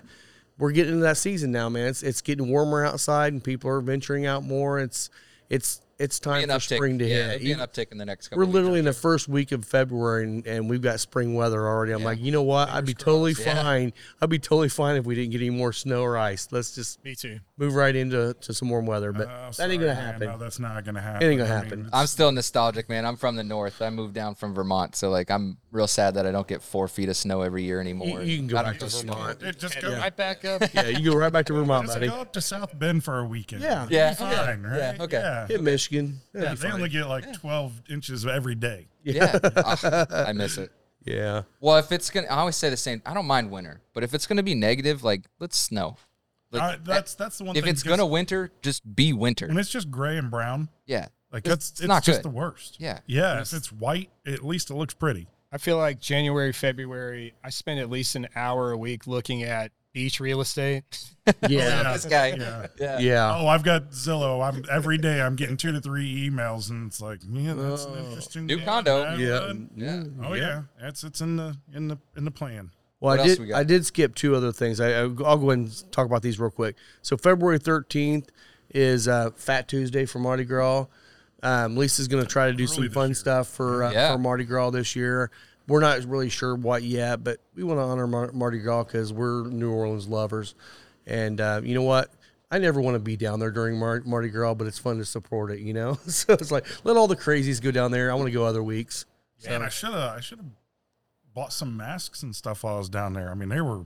S1: we're getting into that season now, man. It's it's getting warmer outside and people are venturing out more. It's it's it's
S3: Be
S1: time
S3: an
S1: for
S3: uptick.
S1: spring to
S3: yeah,
S1: hit.
S3: it'll be an
S1: Even-
S3: uptick in the next couple.
S1: we're
S3: of weeks.
S1: literally in the first week of February and, and we've got spring weather already. I'm like, you know what? I'd be totally fine. I'd be totally fine if we didn't get any more snow or ice. Let's just
S5: Me too.
S1: move right into to some warm weather, but
S4: Oh,
S1: that
S4: sorry,
S1: ain't gonna
S4: man.
S1: happen.
S4: No, that's not gonna happen.
S1: It ain't gonna
S4: I
S1: happen.
S4: mean,
S3: I'm still nostalgic, man. I'm from the north. I moved down from Vermont, so like I'm real sad that I don't get four feet of snow every year anymore.
S1: you can go
S3: I don't
S1: back to
S3: get snow.
S1: Vermont.
S4: it just go,
S5: Right back up.
S1: yeah, you go right back to Vermont,
S4: just
S1: buddy.
S4: go up to South Bend for a weekend.
S1: Yeah.
S4: You'll
S3: Yeah.
S4: be Fine, right?
S3: Yeah, okay.
S4: Yeah.
S1: Hit Michigan. That'd
S4: Yeah,
S1: be
S4: they
S1: fine.
S4: only get like 12 inches every day.
S3: Yeah, Ah, I miss it.
S1: Yeah.
S3: Well, if it's gonna, I always say the same. I don't mind winter, but if it's gonna be negative, like let's snow. Like, eh,
S4: Uh, that's that's the one.
S3: if
S4: thing,
S3: it's
S4: just-
S3: gonna winter, just be winter.
S4: when it's just gray and brown,
S3: Yeah,
S4: like
S3: It's-
S4: that's
S3: it's
S4: it's,
S3: not
S4: just
S3: good.
S4: the worst.
S3: Yeah.
S4: yeah. If it's white, at least it looks pretty.
S5: I feel like January, February, I spend at least an hour a week looking at beach real estate.
S1: Oh, Yeah.
S3: this guy.
S4: Yeah.
S3: Yeah.
S1: Yeah.
S4: Oh, I've got Zillow. I'm every day. I'm getting two to three emails, and it's like, man, that's an interesting
S3: Oh. New
S4: deal.
S3: condo.
S4: That
S1: Yeah.
S4: one.
S3: Yeah.
S4: Oh yeah, that's it's in the in the in the plan.
S1: Well,
S3: What
S1: I
S3: else
S1: did.
S3: we got?
S1: I did skip two other things. I, I'll go ahead and talk about these real quick. So February thirteenth is uh, Fat Tuesday for Mardi Gras. Um, Lisa's going to try to do some fun stuff for uh,
S3: Yeah.
S1: for Mardi Gras this year. We're not really sure what yet, but we want to honor Mar- Mardi Gras because we're New Orleans lovers. And uh, you know what? I never want to be down there during Mar- Mardi Gras, but it's fun to support it. You know, so it's like let all the crazies go down there. I want to go other weeks.
S4: and I should have I should have bought some masks and stuff while I was down there. I mean, they were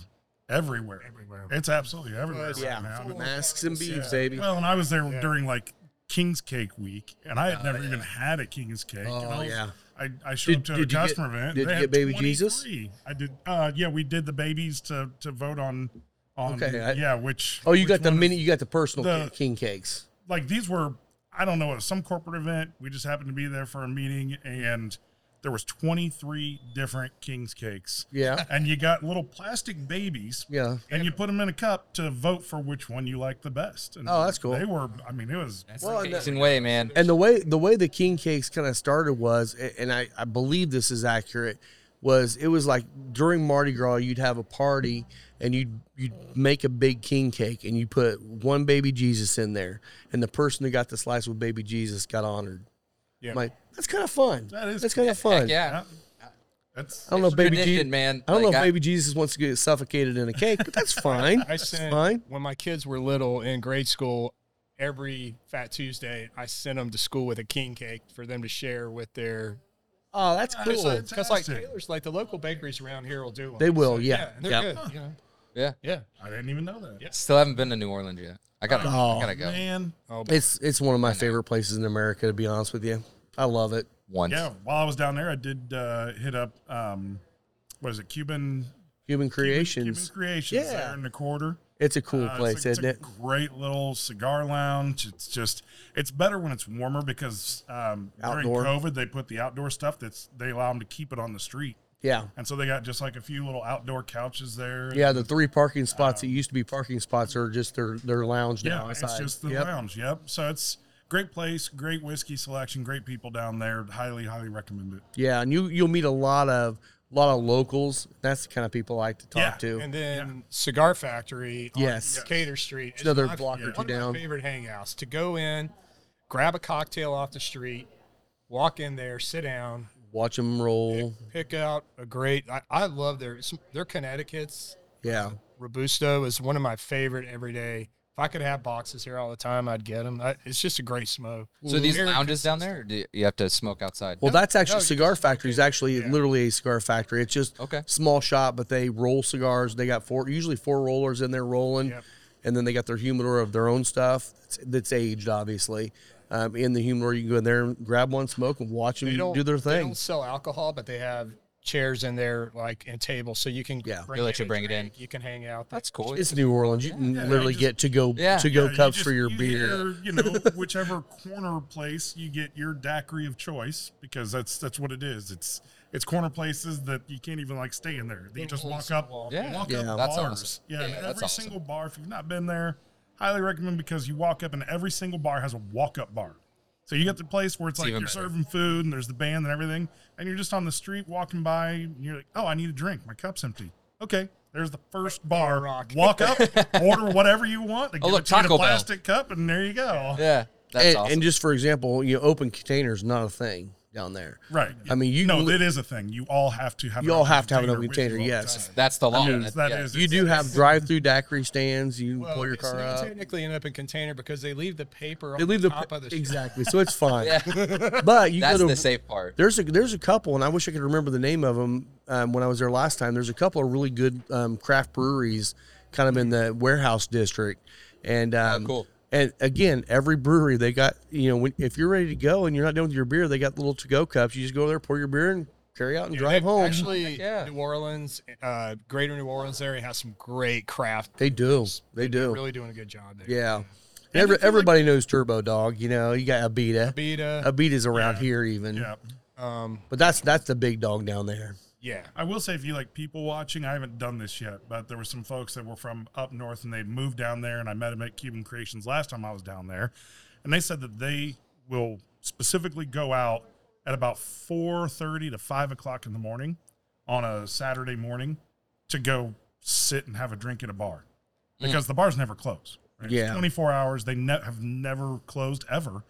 S4: everywhere. Everywhere. It's absolutely everywhere. right now. I mean,
S1: masks and beads, baby.
S4: Well, and I was there during like King's Cake week, and I had never even had a King's Cake. and
S1: Oh,
S4: I was-
S1: yeah.
S4: I, I showed
S1: Did-
S4: up to
S1: did you
S4: a
S1: get-
S4: customer event.
S1: did
S4: They
S1: you
S4: had
S1: get Baby Jesus?
S4: 23. I did. Uh, yeah, we did the babies to to vote on. On
S1: Okay, I-
S4: yeah, which
S1: Oh, you
S4: which
S1: got the
S4: one-
S1: mini. You got the personal
S4: The-
S1: king cakes.
S4: like these were I don't know it was some corporate event. We just happened to be there for a meeting and. there was 23 different king's cakes
S1: Yeah.
S4: and you got little plastic babies
S1: Yeah.
S4: and you put them in a cup to vote for which one you like the best and
S1: Oh, that's cool.
S4: they were i mean it was
S1: Well, and uh,
S3: Amazing way, man.
S1: And the way the way the king cakes kind of started was, a- and I, I believe this is accurate, was it was like during Mardi Gras you'd have a party and you'd you'd make a big king cake and you put one baby Jesus in there, and the person who got the slice with baby Jesus got honored.
S4: Yeah.
S1: like that's kind of fun.
S4: That is
S1: that's kind of
S3: Heck
S1: fun.
S3: yeah.
S4: that's
S1: I don't know,
S3: It's
S1: if baby
S3: tradition,
S1: Jesus,
S3: man.
S1: I don't know
S3: Like,
S1: if
S3: I-
S1: baby Jesus wants to get suffocated in a cake, but that's fine.
S6: I
S1: That's
S6: sent
S1: fine.
S6: when my kids were little in grade school. Every Fat Tuesday, I sent them to school with a king cake for them to share with their
S1: Oh, that's
S6: It's
S1: cool.
S6: like- 'cause like
S4: Fantastic.
S6: Taylor's, like the local bakeries around here will do them.
S1: They will, yeah.
S6: and they're
S1: Yeah.
S6: good. You know?
S3: Yeah.
S6: Yeah.
S4: i didn't even know that
S3: Still haven't been to New Orleans yet. I gotta,
S1: Oh,
S3: I gotta go
S4: man
S6: Oh,
S1: It's it's one of my favorite places in America. To be honest with you, I love it.
S3: once.
S4: yeah while i was down there i did uh, hit up um, what is it cuban
S1: Human
S4: cuban
S1: Creations.
S4: creations
S1: Yeah.
S4: there in the quarter
S1: It's a cool
S4: Uh, it's
S1: place,
S4: a- it's
S1: isn't
S4: a
S1: it?
S4: Great little cigar lounge. It's just it's better when it's warmer because um, during
S1: Outdoor.
S4: COVID they put the outdoor stuff that's they allow them to keep it on the street,
S1: Yeah.
S4: and so they got just like a few little outdoor couches there.
S1: Yeah, the three parking spots that used to be parking spots are just their their lounge
S4: Uh, yeah,
S1: now.
S4: it's
S1: outside.
S4: just the
S1: Yep.
S4: lounge. Yep. So it's great place, great whiskey selection, great people down there. Highly, highly recommend it.
S1: Yeah, and you you'll meet a lot of lot of locals. That's the kind of people I like to talk
S4: Yeah,
S1: to.
S6: and then Cigar Factory on
S1: Yes.
S6: Cater Street. is
S1: another
S6: my-
S1: block or
S6: one
S1: two
S6: of my
S1: down.
S6: favorite hangouts to go in, grab a cocktail off the street, walk in there, sit down,
S1: Watch them roll.
S6: pick out a great. I, I love their some- their Connecticut's
S1: Yeah,
S6: Robusto is one of my favorite everyday. If I could have boxes here all the time, I'd get them. I, it's just a great smoke.
S3: So these
S6: Very
S3: lounges down there, or do you, you have to smoke outside?
S1: Well, that's actually
S6: no, you
S1: cigar factory is actually literally a cigar factory. It's just
S3: Okay.
S1: small shop, but they roll cigars. They got four, usually four rollers in there rolling, and then they got their humidor of their own stuff that's, that's aged, obviously. Um, in the humidor, you can go in there and grab one, smoke, and watch them
S6: They don't
S1: do their
S6: They
S1: thing.
S6: don't sell alcohol, but they have chairs in there, like and tables, so you can
S1: Yeah.
S3: They let you
S6: a
S3: bring it
S6: drink, You can hang out.
S3: That's cool.
S1: It's New Orleans. You can literally
S4: just-
S1: get to go
S3: Yeah.
S1: to go
S4: Yeah, you
S1: cups
S4: just-
S1: for your
S4: you
S1: beer.
S4: either, you know, whichever corner place you get your daiquiri of choice, because that's that's what it is. It's it's corner places that you can't even like stay in there. You just walk up,
S3: Yeah.
S4: walk
S1: Yeah.
S4: up
S3: That's
S4: bars.
S3: awesome.
S4: Yeah,
S3: Yeah,
S4: and
S3: that's
S4: every
S3: awesome.
S4: single bar. If you've not been there, highly recommend because you walk up and every single bar has a walk up bar. So you get the place where it's, like you're
S3: even better.
S4: serving food and there's the band and everything, and you're just on the street walking by and you're like, oh, I need a drink. My cup's empty. Okay, there's the first bar.
S6: rock.
S4: Walk up, order whatever you want. They
S3: Oh,
S4: give
S3: look,
S4: it to you in a
S3: Taco Bell.
S4: plastic cup, and there you go.
S3: yeah, that's
S1: and,
S3: awesome.
S1: and just for example, you know, open containers not a thing down there.
S4: Right.
S1: I mean, you
S4: no,
S1: can li-
S4: it is a thing. You all have to have.
S1: You
S4: an
S1: all
S4: open
S1: have to have an open
S4: with you
S1: container.
S4: all the
S1: Yes,
S4: time.
S3: that's the law.
S4: Yes, that is.
S1: you do have drive-through daiquiri stands. You
S6: Well,
S1: pull your
S6: it's
S1: car
S6: not
S1: up.
S6: technically an open container because they leave the paper.
S1: They
S6: on
S1: leave
S6: the
S1: the
S6: top of the shit.
S1: exactly, so it's fine. But you
S3: That's
S1: go to
S3: the safe part.
S1: there's a there's a couple, and I wish I could remember the name of them um, when I was there last time. There's a couple of really good um, craft breweries, kind of in the warehouse district, and um,
S3: Oh, cool.
S1: And again, every brewery they got you know when, if you're ready to go and you're not done with your beer, they got little to go cups. You just go there, pour your beer, and carry out and drive home.
S6: Actually,
S3: yeah.
S6: New Orleans, uh, Greater New Orleans area has some great craft.
S1: they do, they
S6: They're
S1: do,
S6: really doing a good job there.
S1: yeah. Every, everybody knows Turbo Dog. You know, you got Abita.
S6: Beta,
S1: Abita's around here even,
S4: Yeah.
S6: um,
S1: but that's that's the big dog down there.
S6: yeah,
S4: I will say, if you like people watching, I haven't done this yet, but there were some folks that were from up north and they'd moved down there, and I met them at Cuban Creations last time I was down there, and they said that they will specifically go out at about four thirty to five o'clock in the morning on a Saturday morning to go sit and have a drink at a bar
S6: Hmm.
S4: because the bars never close. right? It's
S1: Yeah.
S4: 24 hours. They ne- have never closed ever,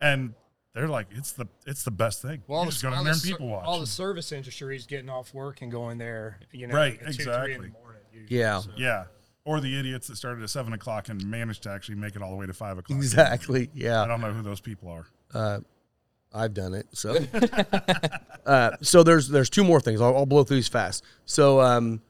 S4: and they're like, it's the it's the best thing.
S6: Well, all
S4: you
S6: the,
S4: just go
S6: all
S4: down there
S6: the
S4: and
S6: ser-
S4: people watch.
S6: all the service industry is getting off work and going there. You know,
S4: Right,
S6: at two, three in the
S4: exactly.
S6: morning, usually.
S1: Yeah,
S4: Yeah. Or the idiots that started at seven o'clock and managed to actually make it all the way to five o'clock.
S1: exactly. Yeah.
S4: I don't know who those people are.
S1: I've done it. So, uh, so there's there's two more things. I'll, I'll blow through these fast. So, um,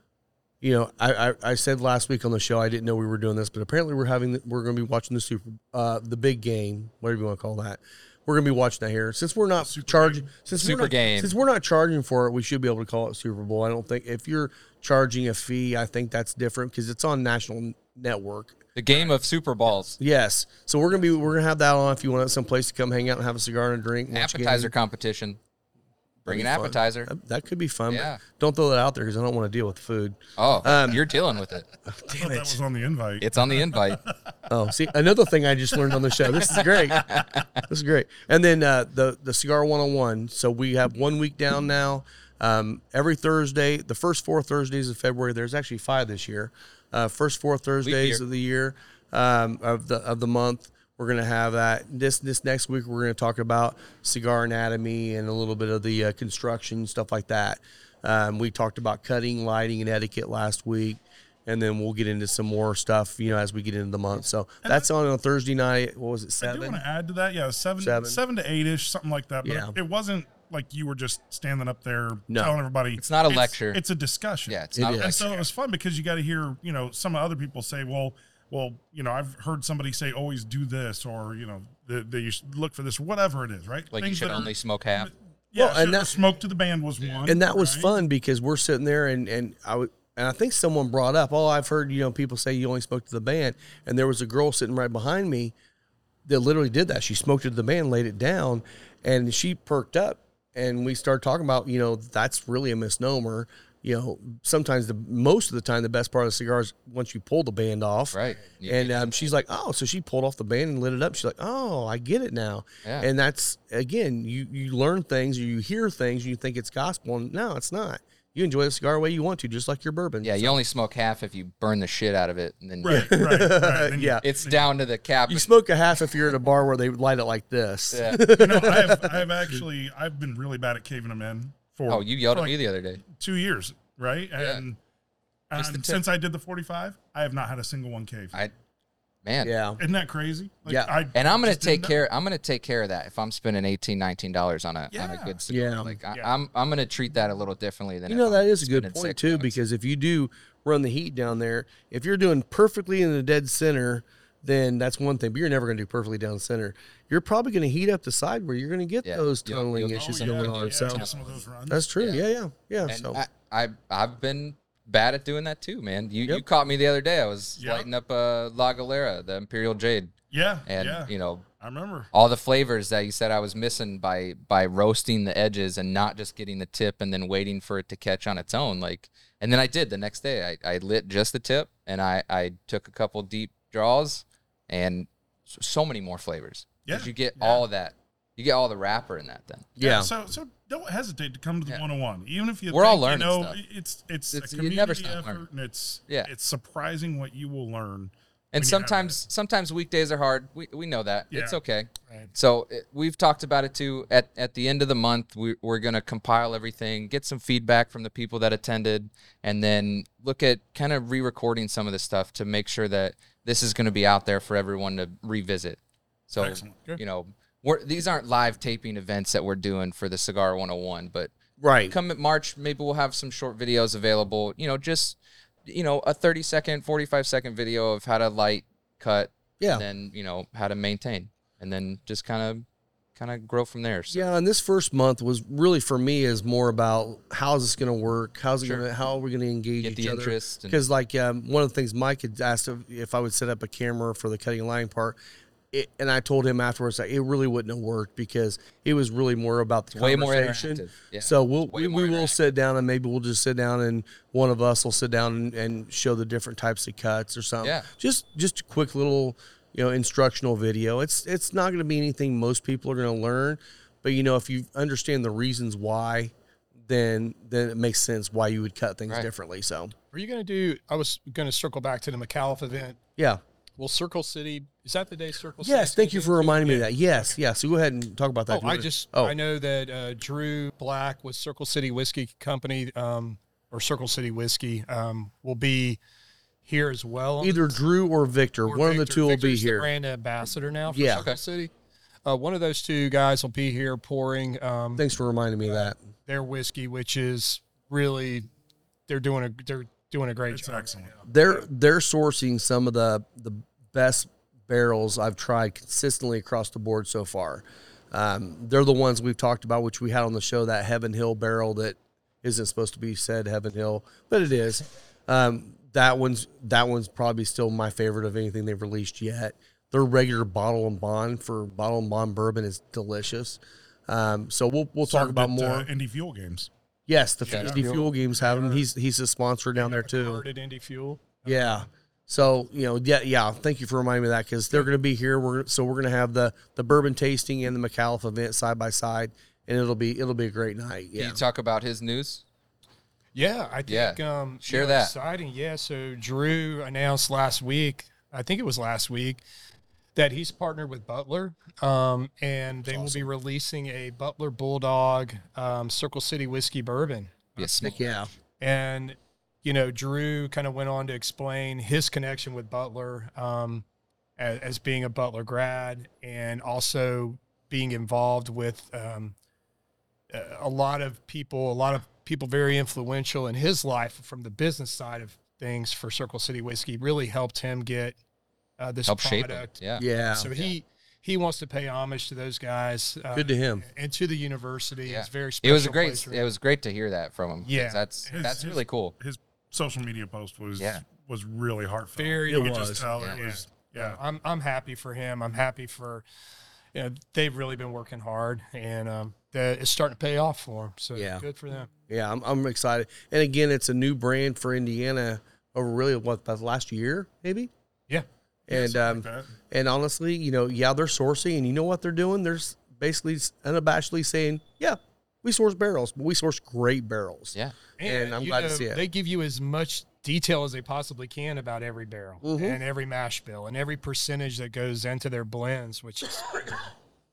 S1: you know, I, I I said last week on the show I didn't know we were doing this, but apparently we're having the, we're going to be watching the super uh, the big game, whatever you want to call that. We're going to be watching that here since we're not charging since
S3: Super
S1: we're not,
S3: game.
S1: since we're not charging for it. We should be able to call it Super Bowl. I don't think if you're charging a fee, I think that's different because it's on national network.
S3: The game of Super Balls,
S1: Yes, so we're gonna be we're gonna have that on. If you want some place to come hang out and have a cigar and a drink, watch a game.
S3: appetizer competition. Bring an
S1: That'd be fun.
S3: appetizer.
S1: That- That could be fun. but
S3: Yeah.
S1: Don't throw that out there because I don't want to deal with food.
S3: Oh,
S1: Um,
S3: you're dealing with it.
S4: I thought that was on the invite.
S3: It's on the invite.
S1: Oh, see, another thing I just learned on the show. This is great. This is great. And then uh, the the cigar one on one. So we have one week down now. Um, every Thursday, the first four Thursdays of February. There's actually five this year. Uh, first four Thursdays
S3: year.
S1: of the year um, of the of the month. We're gonna have that this this next week. We're gonna talk about cigar anatomy and a little bit of the uh, construction stuff like that. Um, we talked about cutting, lighting, and etiquette last week and then we'll get into some more stuff, you know, as we get into the month. So that's on a Thursday night. What was it,
S4: I do want
S1: seven?
S4: to add to that. Yeah, seven,
S1: Seven.
S4: seven, to eight ish, something like that. But
S1: Yeah.
S4: it wasn't like you were just standing up there
S1: No.
S4: telling everybody. It's
S3: not a lecture.
S4: It's a discussion.
S3: Yeah, it's
S1: It
S3: not.
S1: is.
S3: like-
S4: and so it was fun because you got to hear, you know, some other people say, well, well, you know, I've heard somebody say, always do this, or you know, that that you should look for this, whatever it is, right?
S3: Like you
S4: Things
S3: should
S4: that are-
S3: only smoke half.
S4: Yeah,
S1: Well, and
S4: and
S1: that-
S4: smoke to the band was one,
S1: And that was
S4: right?
S1: fun because we're sitting there and and I would and I think someone brought up, oh, I've heard you know people say you only smoke to the band, and there was a girl sitting right behind me that literally did that. She smoked to the band, laid it down, and she perked up, and we started talking about you know that's really a misnomer. You know, sometimes the most of the time the best part of the cigar is once you pull the band off,
S3: Right. You
S1: and um, she's like, oh, so she pulled off the band and lit it up. She's like, oh, I get it now.
S3: Yeah.
S1: And that's again, you you learn things, you hear things, you think it's gospel, and no, it's not. You enjoy the cigar the way you want to, just like your bourbon.
S3: Yeah, you only smoke half if you burn the shit out of it, and then
S4: right? Right, right. And
S1: Uh, yeah.
S3: it's down to the cap.
S1: You smoke a half if you're at a bar where they light it like this.
S3: Yeah.
S4: You know, I have, I have actually, I've been really bad at caving them in for.
S3: Oh, you yelled
S4: for
S3: at
S4: like
S3: me the other day.
S4: two years, right? And,
S3: Just the
S4: and
S3: tip.
S4: since I did the 45, I have not had a single one cave.
S3: I, man.
S1: Yeah.
S4: Isn't that crazy? Like,
S1: Yeah.
S4: I
S3: And I'm gonna
S4: just
S3: take
S4: didn't know.
S3: care. I'm gonna take care of that if I'm spending 18 dollars on a on a
S4: Yeah.
S3: good cigar.
S1: Yeah.
S3: Like I,
S4: Yeah.
S3: I'm I'm gonna treat that a little differently than
S1: You
S3: if
S1: know, that
S3: I'm
S1: is a good
S3: spending
S1: point
S3: six
S1: too,
S3: bucks.
S1: because if you do run the heat down there, if you're doing perfectly in the dead center, then that's one thing. But you're never going to do perfectly down center. You're probably going to heat up the side where you're going to get
S3: Yeah.
S1: those
S3: You'll-
S1: tunneling
S3: you'll-
S1: issues
S4: Oh,
S1: in the
S4: yeah,
S1: winter.
S4: yeah,
S1: so
S4: some of those runs.
S1: that's true. Yeah, yeah, yeah.
S3: And
S1: so
S3: I, I I've been bad at doing that too, man. You you
S1: Yep.
S3: caught me the other day. I was
S4: Yep.
S3: lighting up a La Galera, the Imperial Jade,
S4: yeah,
S3: and
S4: yeah.
S3: you know
S4: I remember.
S3: all the flavors that you said I was missing by by roasting the edges and not just getting the tip and then waiting for it to catch on its own. Like, and then I did the next day. I, I lit just the tip and I I took a couple deep draws and s- so many more flavors. 'Cause
S4: Yeah,
S3: you get
S4: yeah.
S3: all of that. You get all the wrapper in that. Then
S1: yeah.
S4: So, so don't hesitate to come to the
S3: Yeah.
S4: 101, even if you
S3: We're all
S4: think,
S3: learning
S4: You know,
S3: stuff.
S4: it's it's,
S3: It's-
S4: a
S3: you
S4: community
S3: never stop
S4: effort,
S3: learning.
S4: and it's
S3: Yeah.
S4: it's surprising what you will learn.
S3: and
S4: When you have
S3: sometimes sometimes weekdays are hard. We we know that. It's
S4: Yeah.
S3: okay.
S5: Right.
S3: So it, we've talked about it too. At at the end of the month, we, we're going to compile everything, get some feedback from the people that attended, and then look at kind of re-recording some of this stuff to make sure that this is going to be out there for everyone to revisit. So
S4: Excellent. Good.
S3: you know, we're, these aren't live taping events that we're doing for the Cigar 101, but
S1: right.
S3: come at March, maybe we'll have some short videos available. You know, just you know, a 30 second, 45 second video of how to light cut,
S1: Yeah.
S3: and then you know how to maintain, and then just kind of kind of grow from there. So,
S1: Yeah, and this first month was really for me is more about how's this going to work? How's it going to how are we going to engage
S3: Get
S1: each
S3: the
S1: other?
S3: interest and-
S1: Because like um, one of the things Mike had asked if, if I would set up a camera for the cutting and line part, it, and I told him afterwards that it really wouldn't have worked because it was really more about the
S3: way more
S1: conversation.
S3: interactive. Yeah.
S1: So we'll
S3: way
S1: we,
S3: more
S1: we will sit down and maybe we'll just sit down and one of us will sit down and, and show the different types of cuts or something.
S3: Yeah.
S1: Just just a quick little you know instructional video. It's it's not going to be anything most people are going to learn, but you know if you understand the reasons why, then then it makes sense why you would cut things
S3: Right.
S1: differently. So
S6: Were you going to do? I was going to circle back to the McAuliffe event.
S1: yeah.
S6: Will Circle City is that the day Circle? City?
S1: Yes, thank you for reminding me of that. Yes, yeah. So go ahead and talk about that.
S6: Oh,
S1: if you
S6: I
S1: wanna-
S6: just
S1: oh
S6: I know that uh, Drew Black with Circle City Whiskey Company um, or Circle City Whiskey um, will be here as well.
S1: either Drew or Victor,
S6: Or
S1: one of the
S6: Victor-
S1: two will be
S6: Victor's the
S1: here.
S6: brand ambassador now for
S1: Yeah.
S6: Circle
S3: Okay.
S6: City. Uh, one of those two guys will be here pouring um,
S1: Thanks for reminding me of that.
S6: their whiskey, which is really they're doing a they're doing a great
S4: It's
S6: job.
S4: excellent.
S1: they're they're sourcing some of the the best barrels I've tried consistently across the board so far. Um, they're the ones we've talked about, which we had on the show that Heaven Hill barrel that isn't supposed to be said Heaven Hill, but it is. Um, that one's that one's probably still my favorite of anything they've released yet. Their regular bottle and bond for bottle and bond bourbon is delicious. Um, so we'll we'll talk
S4: Served
S1: about
S4: at,
S1: more.
S4: uh, Indy Fuel games.
S1: yes, the
S6: Yeah.
S1: Indy Fuel Games have him. He's he's a sponsor down there too.
S6: Card at Indy Fuel.
S1: Yeah. So you know, yeah, yeah. Thank you for reminding me of that because they're going to be here. We're so we're going to have the the bourbon tasting and the McAuliffe event side by side, and it'll be it'll be a great night.
S3: Can
S1: Yeah.
S3: you talk about his news?
S6: Yeah, I think
S3: Yeah.
S6: um
S3: Share
S6: you know,
S3: that.
S6: exciting. Yeah, so Drew announced last week, I think it was last week, that he's partnered with Butler. Um and they will be releasing a Butler Bulldog um Circle City whiskey bourbon.
S3: Yes.
S1: Heck yeah.
S6: And you know, Drew kind of went on to explain his connection with Butler um as, as being a Butler grad and also being involved with um a- a lot of people, a lot of people very influential in his life from the business side of things for Circle City Whiskey really helped him get uh, this
S3: Help shape it.
S6: product.
S3: Yeah.
S1: Yeah.
S6: So he he wants to pay homage to those guys. Uh,
S1: Good to him.
S6: And to the university.
S3: Yeah.
S6: It's very special.
S3: It was a great.
S6: place for
S3: It was great to hear that from him. 'cause
S6: Yeah.
S3: That's
S4: His-
S3: that's
S4: his-
S3: really cool.
S4: His social media post was
S3: Yeah.
S4: was really heartfelt.
S6: Very-
S4: you
S1: It
S4: could
S1: was.
S4: just tell
S3: Yeah.
S4: it was. Yeah,
S6: Uh, I'm I'm happy for him. I'm happy for you know, they've really been working hard and um that it's starting to pay off for them. So
S1: Yeah.
S6: good for them.
S1: Yeah. I'm I'm excited. And again, it's a new brand for Indiana. Over really what about the last year maybe.
S6: Yeah.
S1: And
S4: something
S1: um
S4: like that.
S1: and honestly, you know, yeah, they're sourcing, and you know what they're doing? They're s- basically s- unabashedly saying, yeah, we source barrels, but we source great barrels.
S3: Yeah.
S1: And I'm
S6: you
S1: glad to see it.
S6: They give you as much detail as they possibly can about every barrel
S1: Mhm.
S6: and every mash bill and every percentage that goes into their blends, which is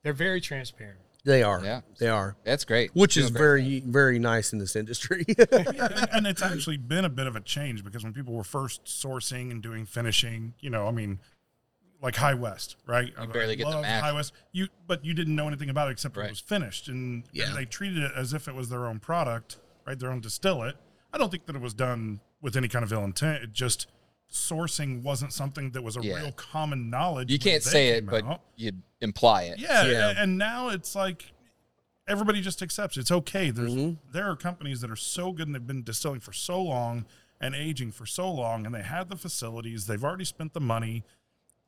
S6: they're very transparent.
S1: They are.
S3: Yeah.
S1: They are.
S3: That's great.
S1: Which
S3: Doing
S1: is
S3: great.
S1: very, very nice in this industry.
S4: and, and it's actually been a bit of a change because when people were first sourcing and doing finishing, you know, I mean, like High West, right? You
S3: barely get the mash.
S4: High West, you but you didn't know anything about it except
S3: Right.
S4: it was finished, and, and
S1: Yeah.
S4: they treated it as if it was their own product, right? Their own distillate. I don't think that it was done with any kind of ill intent. It just sourcing wasn't something that was a
S3: Yeah.
S4: real common knowledge.
S3: You
S4: when
S3: can't
S4: they
S3: say it,
S4: came
S3: but
S4: out.
S3: you imply it.
S4: Yeah,
S1: Yeah.
S4: a- and now it's like everybody just accepts it's okay. There's
S3: Mm-hmm.
S4: there are companies that are so good and they've been distilling for so long and aging for so long, and they have the facilities. They've already spent the money,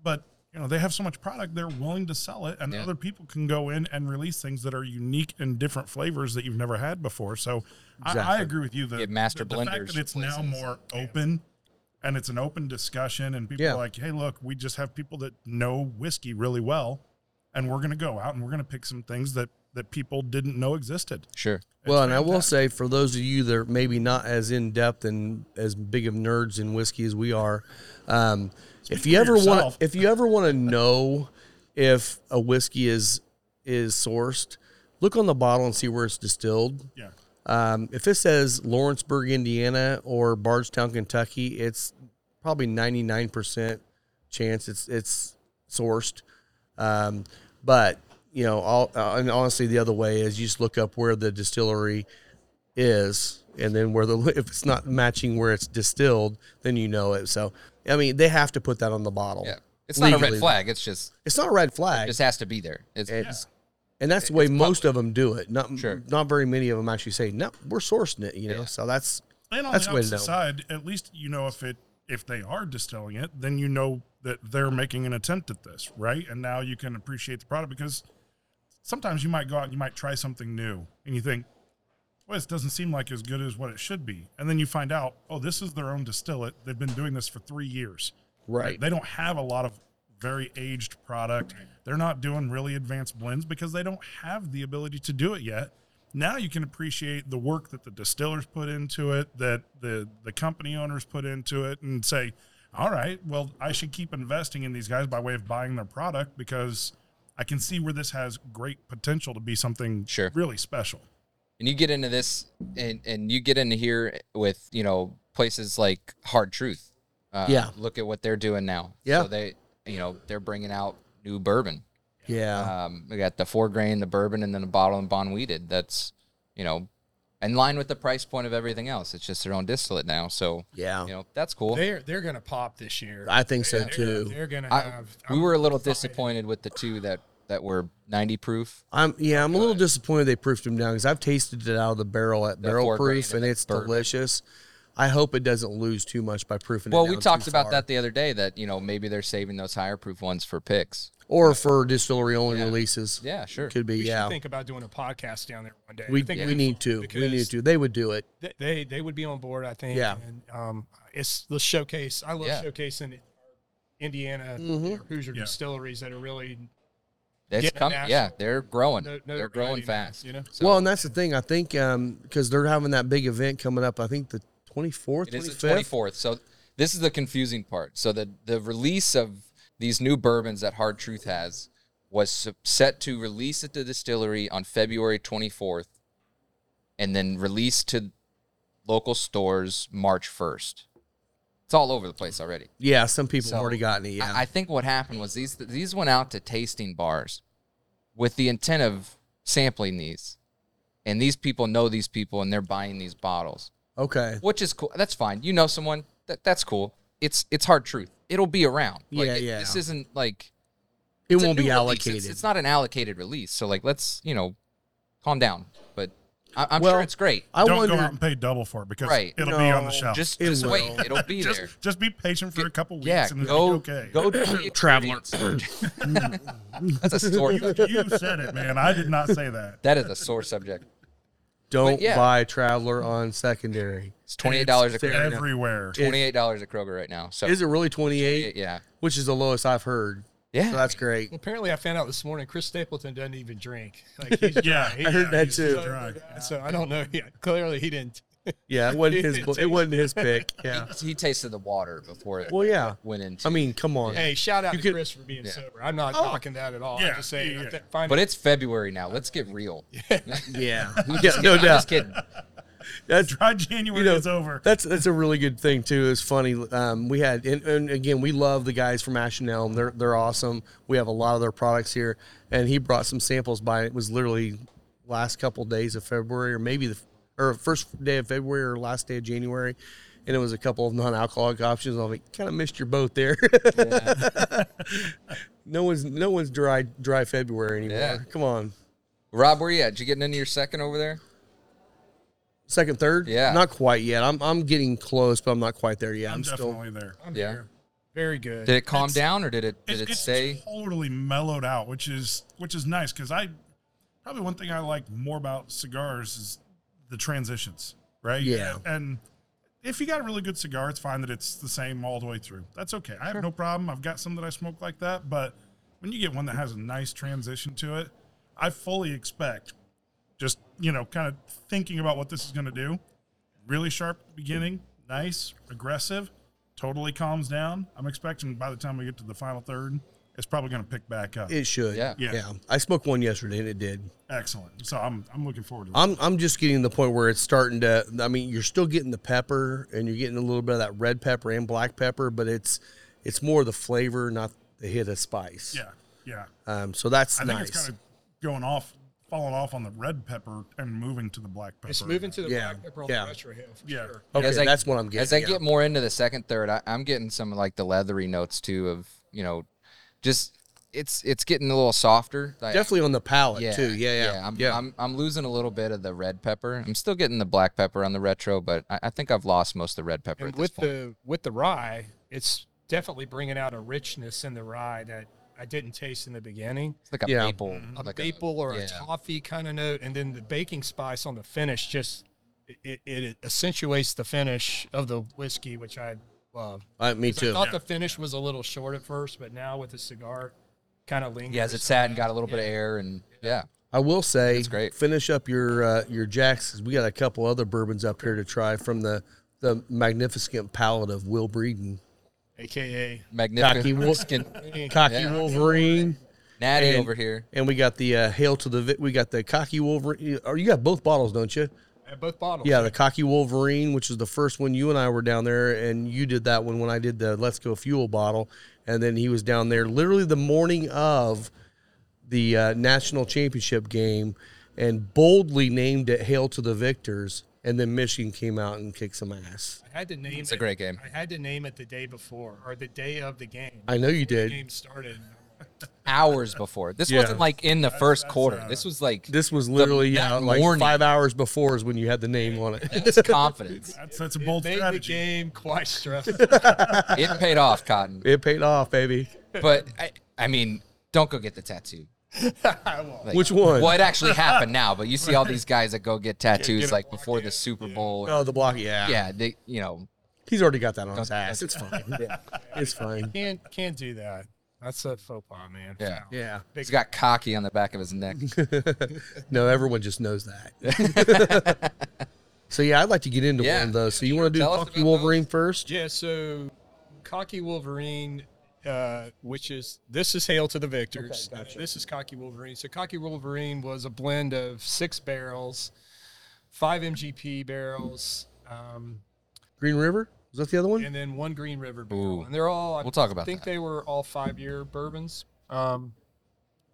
S4: but you know they have so much product they're willing to sell it, and
S3: Yeah.
S4: other people can go in and release things that are unique and different flavors that you've never had before. So I, I
S1: Exactly.
S4: agree with you. The,
S3: Get master
S4: the, the fact
S3: blenders
S4: that it's now
S3: places.
S4: more open and it's an open discussion and people
S1: Yeah.
S4: are like hey look we just have people that know whiskey really well and we're going to go out and we're going to pick some things that that people didn't know existed
S3: Sure.
S1: well, and I will say for those of you that are maybe not as in depth and as big of nerds in whiskey as we are, um, if you
S4: for
S1: ever want,
S4: yourself.
S1: if you ever want to know if a whiskey is is sourced, look on the bottle and see where it's distilled.
S4: yeah
S1: Um, if it says Lawrenceburg, Indiana, or Bardstown, Kentucky, it's probably ninety nine percent chance it's it's sourced. Um, but you know, all, uh, and honestly, the other way is you just look up where the distillery is, and then where the if it's not matching where it's distilled, then you know it. So I mean, they have to put that on the bottle.
S3: Yeah. It's not a
S1: Legally.
S3: red flag. It's just
S1: It's not a red flag.
S3: just has to be there. It's
S1: It's- And that's the way most of them do it. Not
S3: Sure.
S1: not very many of them actually say, "No, we're sourcing it." You know, so that's
S4: and on
S1: That's
S4: the
S1: the way to
S4: opposite
S1: know.
S4: side at least you know if it if they are distilling it then you know that they're making an attempt at this right and now you can appreciate the product because sometimes you might go out and you might try something new and you think well this doesn't seem like as good as what it should be and then you find out oh this is their own distillate they've been doing this for three years
S1: right.
S4: They don't have a lot of very aged product. They're not doing really advanced blends because they don't have the ability to do it yet. Now you can appreciate the work that the distillers put into it, that the the company owners put into it, and say, "All right, well, I should keep investing in these guys by way of buying their product because I can see where this has great potential to be something
S3: Sure.
S4: really special."
S3: and you get into this and and you get into here with you know places like hard truth uh,
S1: Yeah.
S3: look at what they're doing now
S1: Yeah.
S3: so they you know they're bringing out new bourbon
S1: Yeah.
S3: um, we got the four grain the bourbon and then a bottle and bond weeded that's you know in line with the price point of everything else it's just their own distillate now so
S1: yeah.
S3: you know that's cool
S6: They're they're gonna pop this year.
S1: I think so
S6: They're-
S1: too.
S6: They're gonna
S3: I,
S6: have
S3: we were a little disappointed with the two that that were 90 proof
S1: I'm yeah, I'm a little disappointed they proofed them down because I've tasted it out of the barrel at barrel
S3: four grain
S1: proof
S3: and
S1: and
S3: the
S1: it's
S3: bourbon.
S1: delicious. I hope it doesn't lose too much by proofing.
S3: well
S1: it
S3: we
S1: down
S3: talked
S1: too
S3: about
S1: far.
S3: that the other day that you know maybe they're saving those higher proof ones for picks
S1: or for distillery only releases.
S3: Yeah, sure.
S1: Could be,
S6: We
S1: yeah.
S6: should think about doing a podcast down there one day.
S1: We,
S6: I think
S1: we need to. We
S6: because-
S1: need to. They would do it.
S6: th- they they would be on board. I think.
S1: Yeah.
S6: And, um, it's the showcase. I love
S3: Yeah. Mm-hmm.
S6: showcasing Indiana
S1: Mhm.
S6: Hoosier
S4: Yeah.
S6: distilleries that are really
S3: It's
S6: getting
S3: coming.
S6: national-
S3: Yeah, they're growing.
S6: no, no
S3: they're growing
S6: variety now,
S3: fast.
S6: You know.
S3: So
S1: well, and that's the thing. I think because they're having that big event coming up. I think the twenty fourth,
S3: it
S1: twenty
S3: is the 24th. So this is the confusing part. So the the release of these new bourbons that Hard Truth has was su- set to release at the distillery on February 24th, and then released to local stores March 1st. It's all over the place already.
S1: Yeah, some people
S3: So,
S1: have already gotten it. Yeah,
S3: I, I think what happened was these these went out to tasting bars with the intent of sampling these. And these people know these people and they're buying these bottles,
S1: okay.
S3: which is cool. That's fine. You know someone, that, that's cool. It's it's hard truth. It'll be around. Like,
S1: Yeah,
S3: it-
S1: yeah.
S3: This isn't like
S1: It
S3: it's a
S1: won't
S3: new
S1: be
S3: release.
S1: allocated.
S3: It's, it's not an allocated release. So like let's, you know, calm down. But I, I'm
S1: Well,
S3: sure it's great.
S1: I
S4: Don't
S1: wonder.
S4: go out and pay double for it because
S3: Right.
S4: it'll be on
S1: No,
S4: the shelf.
S3: Just
S1: it
S3: just
S1: will.
S3: wait. It'll be
S4: just,
S3: there.
S4: just be patient for a couple weeks
S3: Yeah,
S4: and
S3: go
S4: it'll be okay.
S3: go do the
S1: Traveler.
S3: experience. That's a story.
S4: You said it, man. I did not say that.
S3: That is a sore subject.
S1: don't
S3: yeah.
S1: buy Traveler on secondary.
S3: It's twenty eight dollars a
S4: It's
S3: Kroger.
S4: everywhere.
S3: Twenty eight dollars at Kroger right now. So
S1: Is it really twenty eight?
S3: yeah,
S1: Which is the lowest I've heard.
S3: yeah.
S1: So that's great.
S6: Apparently, I found out this morning Chris Stapleton doesn't even drink. Like he's
S4: Yeah,
S6: dry.
S4: I
S1: heard that
S4: he's
S1: too.
S4: so dry.
S6: So I don't know. Yeah, clearly he didn't.
S1: Yeah, it wasn't his. It wasn't his pick. Yeah.
S3: he tasted the water before it
S1: Well, yeah.
S3: went into.
S1: I mean, come on.
S6: Hey, shout out
S1: You
S6: to
S1: could-
S6: Chris for being
S3: Yeah. Oh.
S6: sober. I'm not knocking that at all.
S4: Yeah,
S6: I'm just saying.
S4: yeah,
S6: I
S4: yeah.
S6: th- find
S3: but it's February now. Let's get real.
S1: Yeah.
S3: I'm
S1: yeah. No
S3: just kidding. I'm
S1: doubt.
S3: just kidding.
S1: That's
S4: Dry January
S1: You know,
S4: is over.
S1: That's that's a really good thing too. It's funny. Um, we had and, and again, we love the guys from Ash and Elm. They're they're awesome. We have a lot of their products here, and he brought some samples by. and It was literally last couple days of February, or maybe the or first day of February or last day of January, and it was a couple of non-alcoholic options. I'm like, kind of missed your boat there. no one's no one's dry dry February anymore.
S3: Yeah.
S1: Come on.
S3: Rob, where you at? Did you get into your second over there?
S1: Second, third,
S3: Yeah.
S1: not quite yet. I'm I'm getting close, but I'm not quite there yet.
S4: I'm,
S1: I'm, still
S4: definitely there.
S3: yeah.
S6: very good.
S3: Did it calm down or did it
S4: It's-
S3: did it
S4: it's
S3: stay?
S4: totally mellowed out, which is which is nice because I probably one thing I like more about cigars is the transitions, right?
S1: Yeah.
S4: And if you got a really good cigar, it's fine that it's the same all the way through. That's okay. I have no problem. I've got some that I smoke like that, but when you get one that has a nice transition to it, I fully expect just you know kind of thinking about what this is going to do. Really sharp beginning, nice, aggressive, totally calms down. I'm expecting by the time we get to the final third, it's probably going to pick back up.
S1: It should.
S3: Yeah.
S1: yeah.
S4: Yeah.
S1: I smoked one yesterday and it did.
S4: Excellent. So I'm I'm looking forward to that.
S1: I'm I'm just getting to the point where it's starting to I mean, you're still getting the pepper and you're getting a little bit of that red pepper and black pepper, but it's it's more the flavor, not the hit of spice.
S4: yeah, yeah.
S1: Um so that's
S4: I think
S1: nice.
S4: it's kind of going off, falling off on the red pepper and moving to the black pepper.
S6: It's moving to the
S1: Yeah,
S6: black pepper on
S1: yeah.
S6: the retro hill for
S4: Yeah.
S6: sure.
S1: okay,
S3: As I-
S1: that's what I'm getting.
S3: As I
S1: yeah.
S3: get more into the second, third, I, I'm getting some like the leathery notes too of you know, just it's it's getting a little softer. Like,
S1: definitely on the palate
S3: yeah,
S1: too. Yeah, yeah.
S3: I'm, I'm, I'm losing a little bit of the red pepper. I'm still getting the black pepper on the retro, but I, I think I've lost most of the red pepper
S6: And
S3: at this
S6: with
S3: point.
S6: the with the rye, it's definitely bringing out a richness in the rye that I didn't taste in the beginning.
S3: it's like a
S1: yeah.
S3: maple,
S6: A
S3: Mm-hmm. like
S6: Mm-hmm. maple or
S3: yeah.
S6: a toffee kind of note, and then the baking spice on the finish just it, it, it accentuates the finish of the whiskey, which I love.
S1: Uh, me
S6: 'Cause I
S1: too.
S6: thought the finish was a little short at first, but now with the cigar, kind of lingers.
S3: yeah, as it sat and got a little bit of air and yeah,
S1: I will say,
S3: great.
S1: finish up your uh, your jacks. 'cause We got a couple other bourbons up here to try from the the magnificent palate of Will Breeden,
S6: AKA
S1: Cocky Wolf-
S3: magnificent
S1: cocky
S3: Yeah.
S1: Wolverine.
S3: natty
S1: And-
S3: over here.
S1: and we got the uh, hail to the Vi- we got the cocky wolverine. Or you got both bottles, don't you?
S6: at both bottles.
S1: Yeah, the cocky wolverine, which is the first one you and I were down there, and you did that one when I did the let's go fuel bottle, and then he was down there literally the morning of the uh, national championship game, and boldly named it hail to the victors, and then Michigan came out and kicked some ass.
S6: I had to name
S3: It's
S6: it.
S3: a great game.
S6: I had to name it the day before or the day of the game.
S1: I know you
S6: the
S1: did.
S6: game started.
S3: Hours before this wasn't like in the first quarter. this was like
S1: This was literally
S3: that
S1: yeah, like
S3: morning.
S1: five hours before is when you had the name on it.
S3: it's confidence.
S4: That's that's a bold
S6: Made the
S4: strategy.
S6: game quite stressful.
S3: It paid off, Cotton.
S1: it paid off, baby.
S3: But I, I mean, Don't go get the tattoo. Like,
S1: Which one?
S3: Well, it actually happened now, but you see all these guys that go get tattoos like before the Super Bowl.
S1: Oh, the block. Yeah.
S3: Yeah, they, you know,
S1: He's already got that on his ass. It's fine. Yeah. It's fine.
S6: Can't can't do that. That's a faux pas, man.
S3: Yeah.
S1: Yeah.
S3: he's got cocky on the back of his neck.
S1: No, everyone just knows that. so yeah, I'd like to get into
S3: Yeah.
S1: one of those. So you want to do
S3: Tell us
S1: Cocky
S3: about
S1: Wolverine first?
S6: Yeah, so Cocky Wolverine, uh, which is this is Hail to the Victors. Uh, This is Cocky Wolverine. So Cocky Wolverine was a blend of six barrels, five MGP barrels, um,
S1: Green River was that the other one?
S6: and then one Green River
S3: Ooh.
S6: barrel. And they're all I
S3: We'll talk about
S6: think
S3: that.
S6: they were all five year bourbons. Um,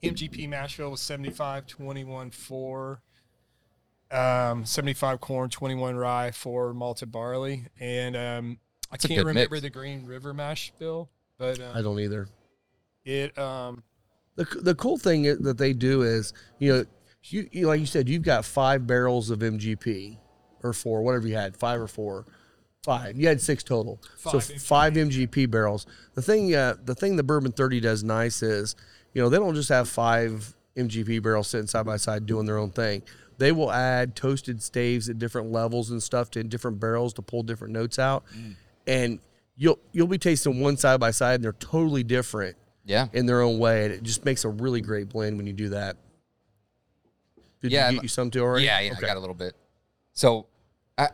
S6: MGP Nashville was 75, 21, 4. Um, 75 corn, 21 rye, 4 malted barley. And um, I
S3: a
S6: can't
S3: good
S6: remember
S3: mix.
S6: the Green River mash bill, but um,
S1: I don't either.
S6: it um,
S1: The the cool thing i- that they do is you know you, you like you said you've got five barrels of MGP or four whatever you had five or four. Five. You had six total. so five MGP barrels. The thing, uh, the thing the Bourbon Thirty does nice is, you know, they don't just have five MGP barrels sitting side by side doing their own thing. They will add toasted staves at different levels and stuff to different barrels to pull different notes out, and you'll you'll be tasting one side by side and they're totally different
S3: Yeah.
S1: in their own way, and it just makes a really great blend when you do that. Did
S3: Yeah,
S1: you
S3: and-
S1: get you some too already?
S3: Yeah, yeah, I got a little bit. So, I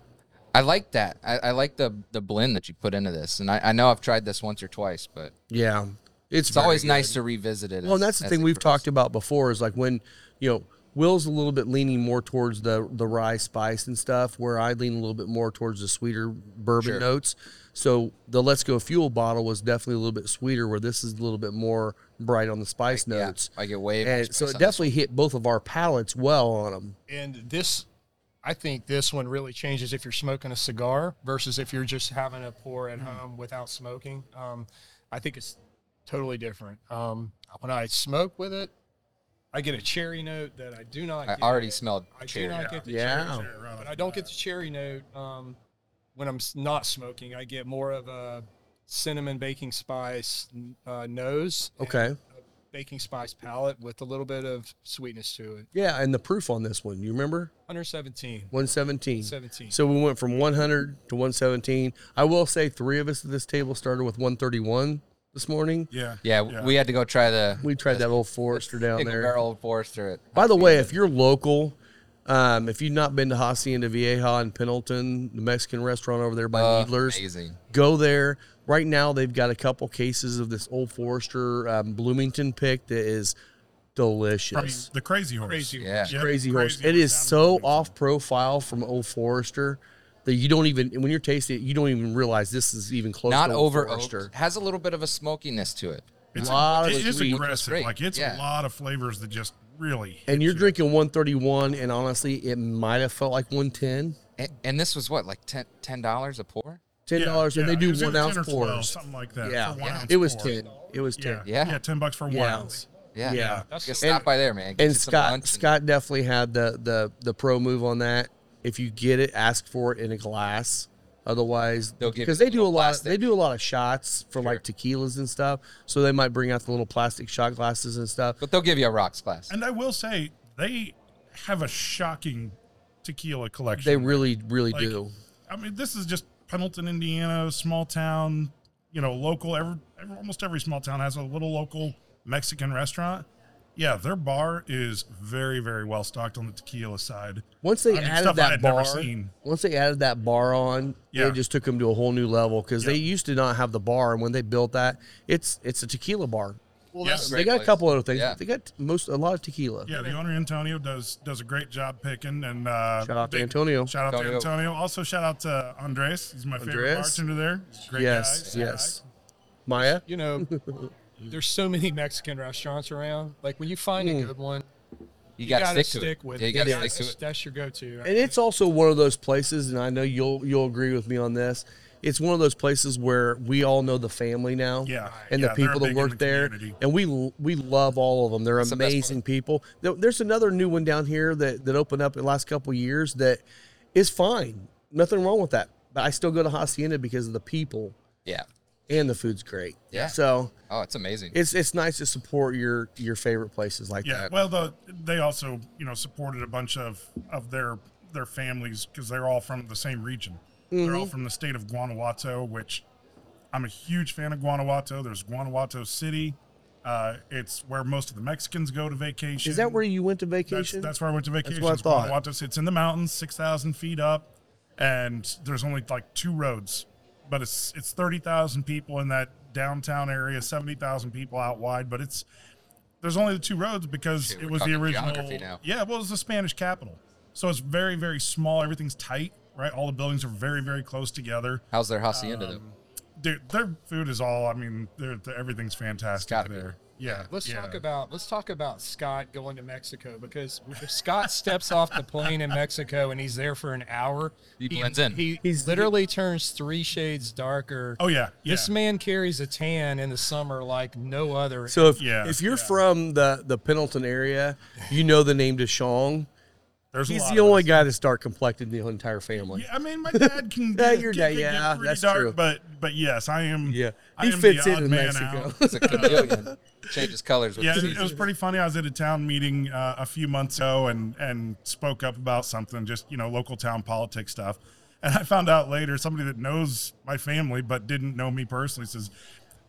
S3: I like that. I, I like the the blend that you put into this, and I, I know I've tried this once or twice, but
S1: Yeah, it's,
S3: it's
S1: very
S3: always
S1: good.
S3: nice to revisit it.
S1: Well, and that's the thing we've
S3: talked.
S1: talked about before is like when you know Will's a little bit leaning more towards the the rye spice and stuff, where I lean a little bit more towards the sweeter bourbon notes. So the Let's Go Fuel bottle was definitely a little bit sweeter, where this is a little bit more bright on the spice
S3: yeah,
S1: notes.
S3: I get way more
S1: and so
S3: spice
S1: it
S3: on this
S1: definitely hit both of our palates well on them.
S6: and this, I think this one really changes if you're smoking a cigar versus if you're just having a pour at home without smoking. Um, I think it's totally different. Um, when I smoke with it, I get a cherry note that I do not.
S3: I
S6: get-
S3: already smelled
S6: I
S3: cherry.
S6: do not get the cherry
S1: Yeah,
S4: Right off
S6: but
S4: the
S6: I don't
S4: bat.
S6: get the cherry note um, when I'm s- not smoking. I get more of a cinnamon baking spice uh, nose, and
S1: Okay.
S6: baking spice palate with a little bit of sweetness to it.
S1: yeah, and the proof on this one, you remember
S6: 117.
S1: 117.
S6: 17.
S1: So we went from 100 to 117. I will say three of us at this table started with 131 this morning.
S4: Yeah.
S3: Yeah, we had to go try the
S1: We tried that old Forester down
S3: single
S1: there.
S3: barrel Forester. At,
S1: By the way, if you're local, um, if you've not been to Hacienda Vieja in Pendleton, the Mexican restaurant over there by Needlers,
S3: Uh, amazing.
S1: go there. Right now, they've got a couple cases of this old Forester um, Bloomington pick that is
S4: Probably
S1: delicious.
S4: the crazy horse.
S6: Crazy Horse.
S3: Yeah.
S4: Yep,
S1: Crazy horse. It is
S4: Horse down in
S1: so
S4: Bloomington.
S1: off profile from old Forester that you don't even when you're tasting it, you don't even realize this is even close.
S3: Not
S1: to old
S3: over
S1: Forester.
S3: oaked. Has a little bit of a smokiness to it.
S4: It's
S1: lot of
S4: it is
S1: sweet.
S4: aggressive.
S3: Great.
S4: Like it's
S3: Yeah.
S4: a lot of flavors that just really.
S1: And you're drinking 131, and honestly, it might have felt like 110.
S3: And, and this was what, like ten dollars a pour?
S1: Ten
S4: Yeah,
S1: dollars, and
S4: yeah,
S1: they do
S4: it was either
S1: one ounce
S4: 10 or 12,
S1: pours.
S4: something like that.
S1: Yeah,
S4: for one ounce
S1: it was
S4: pour.
S1: ten. It was
S4: Yeah.
S1: ten.
S3: Yeah.
S4: yeah, ten bucks for one
S1: Yeah.
S4: ounce.
S3: Yeah.
S1: Yeah.
S6: That's
S3: Just
S6: the-
S3: stop by there, man. Get
S1: And
S3: you some
S1: Scott
S3: lunch
S1: Scott definitely had the the the pro move on that. If you get it, ask for it in a glass. Otherwise,
S3: They'll give
S1: because
S3: you
S1: they
S3: the
S1: do a
S3: little
S1: lot,
S3: plastic.
S1: they do a lot of shots for like tequilas and stuff. So they might bring out the little plastic shot glasses and stuff.
S3: But they'll give you a rocks glass.
S4: And I will say they have a shocking tequila collection.
S1: They really, really
S4: Like,
S1: do.
S4: I mean, this is just Pendleton, Indiana, small town, you know, local. Every, every almost every small town has a little local Mexican restaurant. Yeah, their bar is very, very well stocked on the tequila side.
S1: Once they
S4: I mean,
S1: added
S4: stuff I
S1: that
S4: had never
S1: bar,
S4: seen.
S1: once they added that bar on,
S4: Yeah.
S1: they just took them to a whole new level because they used to not have the bar, and when they built that, it's it's a tequila bar.
S6: Well,
S4: Yeah.
S6: that's,
S1: they
S3: Great
S1: got
S3: place.
S1: a couple other things.
S3: Yeah.
S1: They got most a lot of tequila.
S4: Yeah, the owner Antonio does does a great job picking and uh,
S1: Shout out to
S4: big-
S1: Antonio.
S4: Shout out
S3: Antonio.
S4: to Antonio. Also, shout out to Andres. He's my favorite
S1: Andres?
S4: bartender there. He's a great
S1: yes,
S4: guy.
S1: yes. Maya,
S6: you know, there's so many Mexican restaurants around. Like when you find a good one,
S3: you,
S6: you,
S3: gotta,
S6: gotta
S3: stick, to it.
S6: with
S3: Mm. Yeah, you
S6: it.
S3: gotta
S6: Yeah,
S3: stick to
S6: that's-
S3: it.
S6: That's your go-to.
S1: and it's also one of those places, and I know you'll you'll agree with me on this. It's one of those places where we all know the family now,
S4: Yeah,
S1: and
S4: yeah,
S1: the
S4: they're
S1: people that
S4: big in
S1: work
S4: the
S1: there,
S4: community.
S1: and we we love all of them. They're
S3: the best
S1: amazing people. There- There's another new one down here that that opened up in the last couple of years that is fine, nothing wrong with that. But I still go to Hacienda because of the people.
S3: Yeah.
S1: and the food's great.
S3: Yeah.
S1: So
S3: Oh, it's amazing.
S1: it's it's nice to support your your favorite places like
S4: Yeah.
S1: that.
S4: Well, the, they also, you know, supported a bunch of, of their their families because they're all from the same region. They're
S1: Mm-hmm.
S4: all from the state of Guanajuato, which I'm a huge fan of Guanajuato. There's Guanajuato City. Uh, it's where most of the Mexicans go to vacation.
S1: Is that where you went to
S4: That's,
S1: vacation?
S4: that's where I went to vacation.
S1: what I
S4: It's
S1: thought.
S4: Guanajuato. It's in the mountains, six thousand feet up, and there's only like two roads, but it's it's thirty thousand people in that downtown area, seventy thousand people out wide, but it's there's only the two roads because
S3: Shit,
S4: it
S3: we're
S4: was the
S3: talking
S4: original.
S3: geography now.
S4: Yeah, well, it was the Spanish capital, so it's very very small. Everything's tight, right? All the buildings are very very close together.
S3: How's their hacienda though?
S1: Um,
S4: Dude, their food is all. I mean, their their- everything's
S3: gotta
S4: fantastic
S3: be.
S4: there. Yeah,
S6: Let's
S4: yeah.
S6: talk about let's talk about Scott going to Mexico because if Scott steps off the plane in Mexico and he's there for an hour,
S3: He blends in.
S6: He
S1: He's-
S6: literally turns three shades darker.
S4: Oh yeah, yeah.
S6: This man carries a tan in the summer like no other.
S1: so if
S4: Yeah,
S1: if you're
S4: yeah.
S1: from the the Pendleton area, you know the name Deshong.
S4: There's a
S1: He's
S4: lot
S1: the
S4: of
S1: only
S4: us.
S1: guy that's dark complected in the entire family.
S4: Yeah, I mean, my dad can.
S1: Yeah,
S4: get-
S1: your
S4: can-
S1: dad-
S4: can get
S1: yeah,
S4: pretty
S1: that's
S4: dark,
S1: true.
S4: But but yes, I am.
S1: Yeah.
S4: I
S1: He
S4: am
S1: fits
S4: the
S1: in
S4: odd
S1: in
S4: man
S1: Mexico.
S4: out.
S3: It's a chameleon. Changes colors with
S4: Yeah,
S3: the
S4: it, it
S3: season.
S4: was pretty funny. I was at a town meeting uh, a few months ago and and spoke up about something, just you know, local town politics stuff. And I found out later somebody that knows my family but didn't know me personally says.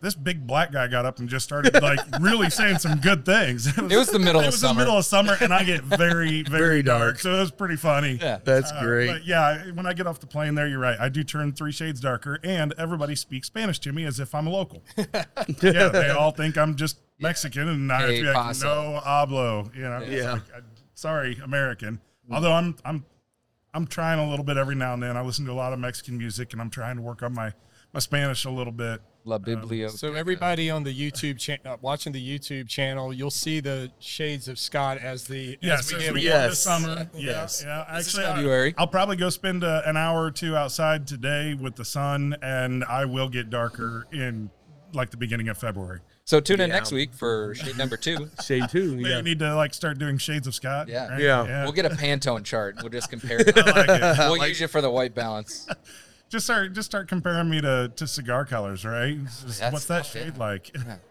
S4: This big black guy got up and just started like really saying some good things. It was,
S3: It was the middle
S4: it
S3: of
S4: was
S3: summer.
S4: the middle of summer, and I get very, very, dark. So it was pretty funny.
S3: Yeah.
S1: That's
S4: Uh,
S1: great.
S4: But yeah, when I get off the plane there, you're right. I do turn three shades darker, and everybody speaks Spanish to me as if I'm a local. yeah, they all think I'm just Mexican, and I
S3: Hey,
S4: be like,
S3: paso.
S4: no hablo. You know, It's
S1: Yeah.
S4: like, I- sorry, American. Although I'm I'm I'm trying a little bit every now and then. I listen to a lot of Mexican music, and I'm trying to work on my my Spanish a little bit.
S3: La Biblio.
S6: So everybody on the YouTube channel, watching the YouTube channel, you'll see the shades of Scott as the
S4: Yes,
S6: as we
S4: as
S6: get
S4: we
S1: get
S4: go into
S1: Yes.
S4: summer. Yeah,
S1: Yes.
S4: yeah.
S3: This is
S4: Actually, I-
S3: February.
S4: I'll probably go spend uh an hour or two outside today with the sun, and I will get darker in like the beginning of February.
S3: So tune in next week for shade number two.
S1: Shade too.
S4: We
S1: Yeah.
S4: need to like start doing shades of Scott.
S3: Yeah.
S4: right?
S1: Yeah.
S3: We'll get a Pantone chart. We'll just compare. It.
S4: I like it.
S3: We'll use it for the white balance.
S4: Just start, just start comparing me to, to cigar colors, right? It's just,
S3: That's
S4: what's that
S3: tough, yeah.
S4: shade like?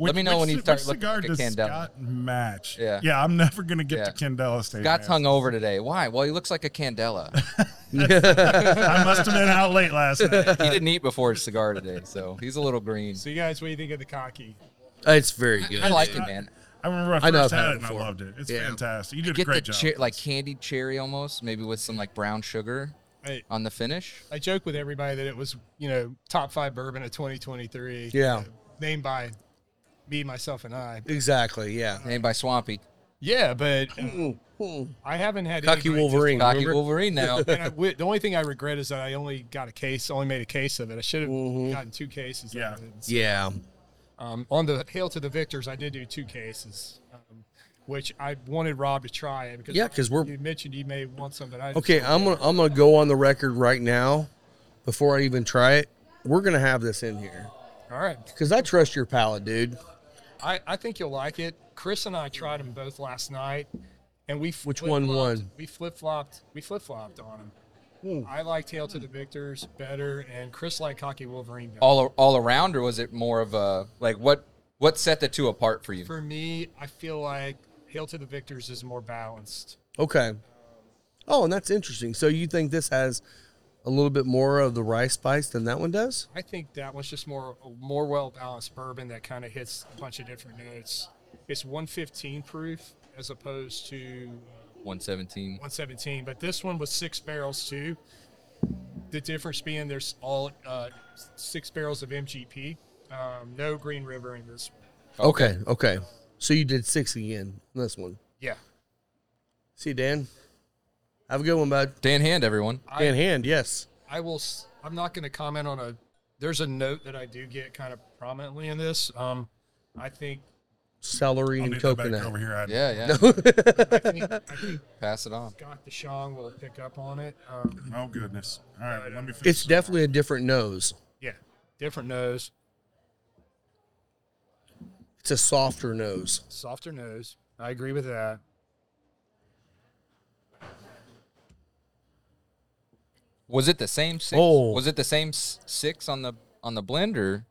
S3: Let me know when you
S4: ci-
S3: start
S4: which
S3: looking
S4: cigar
S3: like a
S4: does
S3: Candela.
S4: Scott match.
S3: Yeah.
S4: yeah. I'm never gonna get
S3: Yeah.
S4: to Candela State.
S3: Scott's
S4: man.
S3: hung over today. Why? Well, he looks like a Candela.
S4: I must have been out late last night.
S3: He didn't eat before his cigar today, so he's a little green.
S6: So you guys, what do you think of the cocky?
S1: It's very good.
S3: I like it, man.
S4: I remember when I
S1: I know
S4: first
S1: I've
S4: had
S1: had
S4: it
S1: it
S4: and I
S1: before.
S4: loved it. It's
S1: Yeah.
S4: fantastic. You did a
S3: Get the
S4: great job.
S3: cher- like candied cherry almost, maybe with some like brown sugar
S6: I,
S3: on the finish.
S6: I joke with everybody that it was you know top five bourbon of 2023.
S1: Yeah.
S6: named by me, myself, and I.
S1: Exactly. Yeah.
S3: Named by Swampy.
S6: Yeah, but uh, I haven't had
S1: Cocky
S6: anybody just-
S1: Wolverine.
S3: Cocky
S1: remember?
S3: Wolverine now.
S6: and I wi- the only thing I regret is that I only got a case, only made a case of it. I should have
S1: Mhm.
S6: gotten two cases.
S4: Yeah.
S6: Of it.
S1: Yeah.
S6: Um, on the hail to the victors, I did do two cases, um, which I wanted Rob to try it because
S1: Yeah, 'cause we're-
S6: you mentioned you may want some, but I
S1: Okay. I'm gonna I'm gonna go on the record right now, before I even try it. We're gonna have this in here
S6: all right.
S1: because I trust your palate, dude.
S6: I, I think you'll like it. Chris and I tried them both last night, and we
S1: Which one
S6: flip-flopped-
S1: won? Hmm.
S6: We flip flopped. We flip flopped on them. I liked Hail to the Victors better, and Chris liked Cocky Wolverine better.
S3: all all around, or was it more of a like what what set the two apart for you?
S6: For me, I feel like Hail to the Victors is more balanced.
S1: Okay. Oh, and that's interesting. So you think this has a little bit more of the rice spice than that one does?
S6: I think that one's just more more well balanced bourbon that kind of hits a bunch of different notes. It's 115 proof as opposed to
S3: 117.
S6: 117, but this one was six barrels too. The difference being there's all uh, six barrels of MGP, um, no Green River in this. one.
S1: Okay. Okay. So you did six again on this one.
S6: Yeah,
S1: See, Dan. Have a good one, bud.
S3: Dan Hand, everyone.
S6: I-
S1: Dan Hand. Yes.
S6: I will. s- I'm not going to comment on a. There's a note that I do get kind of prominently in this. Um, I think
S1: Celery
S4: I'll
S1: and
S4: need to back
S1: coconut.
S4: over here. I,
S3: Yeah, yeah.
S6: I think, I think
S3: Pass it on.
S6: Scott DeShong will pick up on it. Um,
S4: Oh goodness. All right. Let me. Finish
S1: It's definitely a different nose.
S6: Yeah, different nose,
S1: It's a softer nose.
S6: softer nose. I agree with that.
S3: Was it the same six?
S1: Oh.
S3: Was it the same s- six on the on the blender?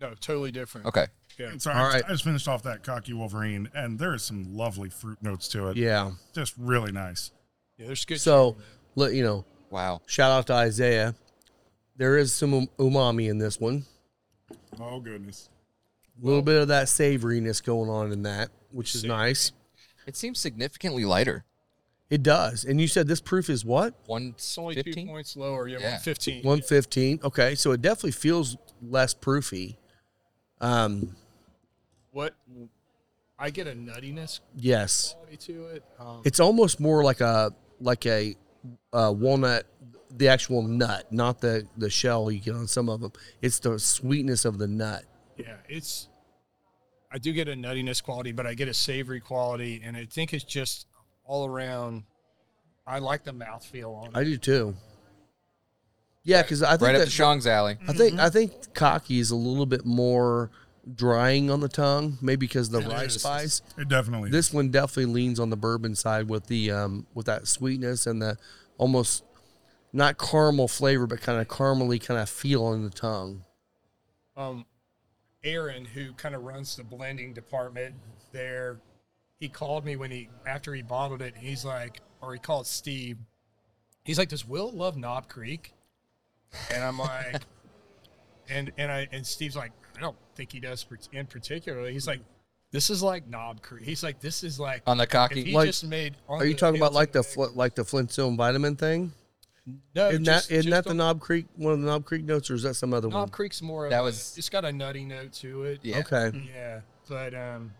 S6: No, totally different.
S3: Okay.
S4: Sorry,
S1: All
S4: I,
S1: right.
S4: just, I just finished off that cocky Wolverine, and there is some lovely fruit notes to it.
S1: Yeah.
S4: Just really nice.
S6: Yeah, there's good.
S1: So, let you know,
S3: Wow.
S1: shout out to Isaiah. There is some um- umami in this one.
S4: Oh, goodness.
S1: A little bit of that savoriness going on in that, which is nice.
S3: It seems significantly lighter.
S1: It does. And you said this proof is what?
S3: One
S6: it's only two
S3: fifteen.
S6: points lower. Yeah,
S3: Yeah.
S6: 115.
S1: 115. Okay. So it definitely feels less proofy. Um,
S6: What I get a nuttiness
S1: yes.
S6: quality to it. Um,
S1: It's almost more like a like a uh, walnut the actual nut, not the the shell you get on some of them. It's the sweetness of the nut.
S6: yeah, it's. I do get a nuttiness quality, but I get a savory quality, and I think it's just all around. I like the mouthfeel on it.
S1: I do too. Yeah, cuz I think
S3: Right up
S1: that
S3: to Sean's alley.
S6: Mm.
S1: I think I think cocky is a little bit more drying on the tongue, maybe because the rye
S6: is.
S1: spice.
S4: It definitely
S1: This one definitely leans on the bourbon side with the um, with that sweetness and the almost not caramel flavor, but kind of caramely kind of feel on the tongue.
S6: um, Aaron, who kind of runs the blending department there, he called me when he after he bottled it. He's like, or he called Steve. He's like, "Does Will love Knob Creek?" And I'm like, and and I and Steve's like, I don't think he does par- in particular. He's like, this is like Knob Creek. He's like, this is like
S3: On the cocky-
S6: If he
S1: Uh, Like-
S6: just made. on
S1: Are you
S6: the
S1: talking about
S6: Hilton
S1: like the
S6: Egg-
S1: fl- like the Flintstone vitamin thing?
S6: No,
S1: Isn't
S6: just-
S1: that isn't
S6: just
S1: that the
S6: on-
S1: Knob Creek one of the Knob Creek notes, or is that some other
S6: Knob Creek's more. Of
S3: That
S6: a-
S3: was-
S6: it's got a nutty note to it.
S3: Yeah.
S1: one? Okay,
S6: Yeah, Mm-hmm. but um,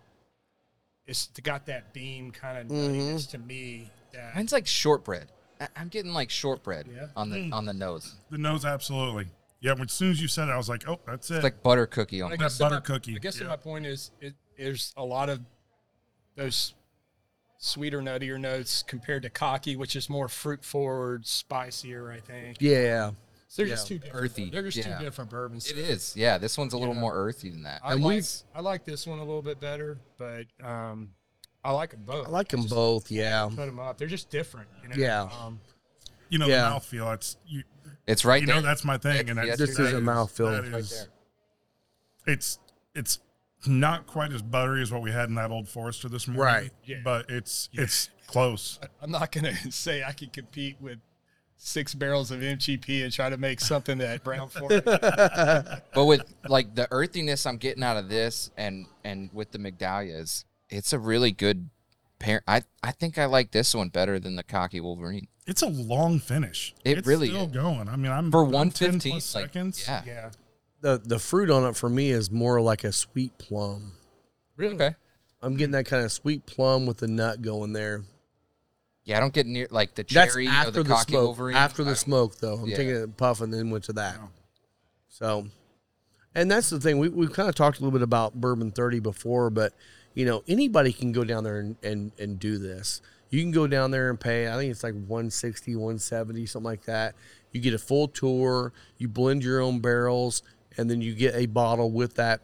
S6: it's got that beam kind of nuttiness to me. That
S3: Mine's like shortbread. I- I'm getting like shortbread
S6: Yeah.
S3: on the on the nose.
S4: The nose, absolutely. Yeah, when- as soon as you said it, I was like, oh, that's it.
S3: It's like butter cookie on.
S6: I
S3: it.
S6: guess
S4: butter
S6: my,
S4: cookie,
S6: I guess
S4: yeah.
S6: my point is, it, there's a lot of those sweeter, nuttier notes compared to cocky, which is more fruit forward, spicier. I think
S1: yeah.
S6: so they're just
S1: yeah.
S6: two different,
S3: Earthy,
S6: They're just
S3: yeah.
S6: two different bourbons.
S3: It is. Yeah, this one's a little more earthy than that.
S6: I
S1: And
S6: like,
S1: we've-
S6: I like this one a little bit better, but um, I like them both.
S1: I like them both. Yeah,
S6: Put them up. They're just different. You know?
S1: Yeah.
S6: Um,
S4: you know,
S1: yeah.
S4: the mouthfeel. That's, you,
S3: It's right
S4: you
S3: there.
S4: know, that's my thing. And that's,
S1: This is a mouthfeel.
S4: That
S1: Right
S4: is, it's, it's not quite as buttery as what we had in that old Forester this morning.
S1: Right.
S6: Yeah.
S4: But it's, it's close.
S6: I'm not going to say I could compete with six barrels of MGP and try to make something that Brown Fork.
S3: but with like the earthiness I'm getting out of this, and and with the medallias, it's a really good pair. I I think I like this one better than the cocky Wolverine
S4: It's a long finish.
S3: It
S4: it's
S3: really
S4: still
S3: is.
S4: going. I mean, I'm
S3: for
S4: I'm 10
S3: one fifteen.
S4: plus
S3: Like,
S4: seconds.
S3: yeah.
S6: yeah.
S1: the the fruit on it for me is more like a sweet plum.
S6: Really?
S3: Okay.
S1: I'm getting that kind of sweet plum with the nut going there.
S3: Yeah, I don't get near like the
S1: That's
S3: cherry or
S1: after
S3: the,
S1: the,
S3: cocky
S1: smoke.
S3: Wolverine.
S1: After
S3: I
S1: the
S3: don't-
S1: smoke, though, I'm
S3: Yeah.
S1: taking a puff and then went to that. So, and that's the thing. We we've kind of talked a little bit about bourbon thirty before, but you know anybody can go down there and and, and do this. You can go down there and pay. I think it's like 160, 170, something like that. You get a full tour. You blend your own barrels, and then you get a bottle with that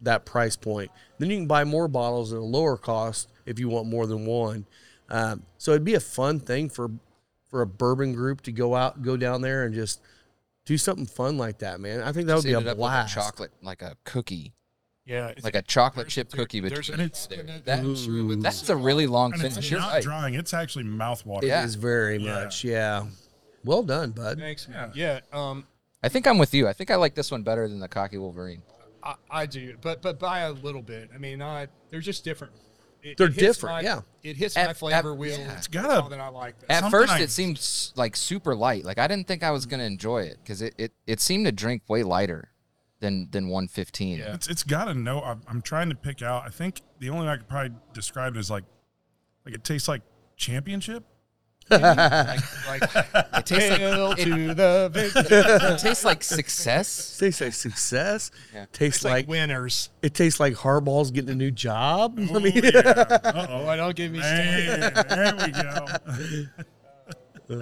S1: that price point. Then you can buy more bottles at a lower cost if you want more than one. Um, so it'd be a fun thing for for a bourbon group to go out, go down there, and just do something fun like that, man. I think that would
S3: Just
S1: be a
S3: ended up with
S1: blast.
S3: chocolate, like a cookie,
S6: Yeah. it's-
S3: like a chocolate chip cookie.
S6: there's
S3: Between
S6: an
S3: us there.
S6: infinite
S3: That-
S6: chemistry with
S3: that's a really long
S4: And
S3: sentence.
S4: it's
S3: You're
S4: not
S3: right.
S4: drying. It's actually mouthwatering.
S1: It
S3: Yeah.
S1: is very much, yeah. Well done, bud.
S6: Thanks, man. Yeah. Um,
S3: I think I'm with you. I think I like this one better than the cocky Wolverine.
S6: I, I do, but but by a little bit. I mean, I they're just different. It,
S1: They're
S6: it hits
S1: different,
S6: my-
S1: yeah.
S6: It hits
S3: At-
S6: my flavor
S3: at-
S6: wheel.
S3: yeah.
S6: It's
S4: got a-
S6: that I like. That.
S3: At
S4: Something
S3: first,
S4: I-
S3: it seemed s- like super light. Like I didn't think I was gonna enjoy it because it, it, it seemed to drink way lighter than than 115.
S6: Yeah.
S4: It's it's got to know. I'm, I'm trying to pick out. I think the only way I could probably describe it is like, like it tastes like championship.
S6: like, like it
S3: tastes like-
S6: to the victor.
S3: It tastes like success.
S1: Tastes like success.
S3: Yeah.
S1: Tastes
S6: It's
S1: like,
S6: like winners.
S1: it tastes like Harbaugh's getting a new job. I mean,
S6: Oh, I don't give me. started.
S4: Man, there we go.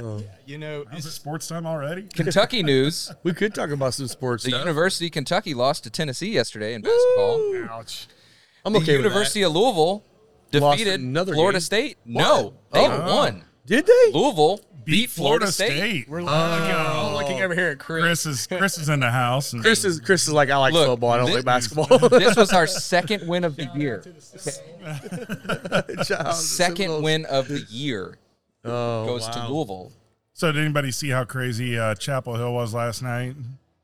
S6: You know,
S4: Is it
S6: it's,
S4: sports time already?
S3: Kentucky news:
S1: we could talk about some sports
S3: The
S1: stuff.
S3: University of Kentucky lost to Tennessee yesterday in basketball.
S6: ouch.
S1: I'm
S3: The
S1: okay with that.
S3: University of Louisville
S1: Lost
S3: defeated
S1: another
S3: Florida
S1: game?
S3: State. No, they
S1: Oh.
S3: won.
S1: Did they?
S3: Louisville beat Florida, State.
S4: We're
S1: Oh,
S3: Oh.
S6: We're looking, at, looking over here at Chris.
S4: Chris is Chris is in the house. And
S1: Chris is Chris is like I like
S3: Look,
S1: football. I don't
S3: thi-
S1: like basketball.
S3: this was our second win of the year.
S1: Child,
S3: Second win of the year
S1: Oh,
S3: goes
S1: wow.
S3: to Louisville.
S4: So did anybody see how crazy uh, Chapel Hill was last night?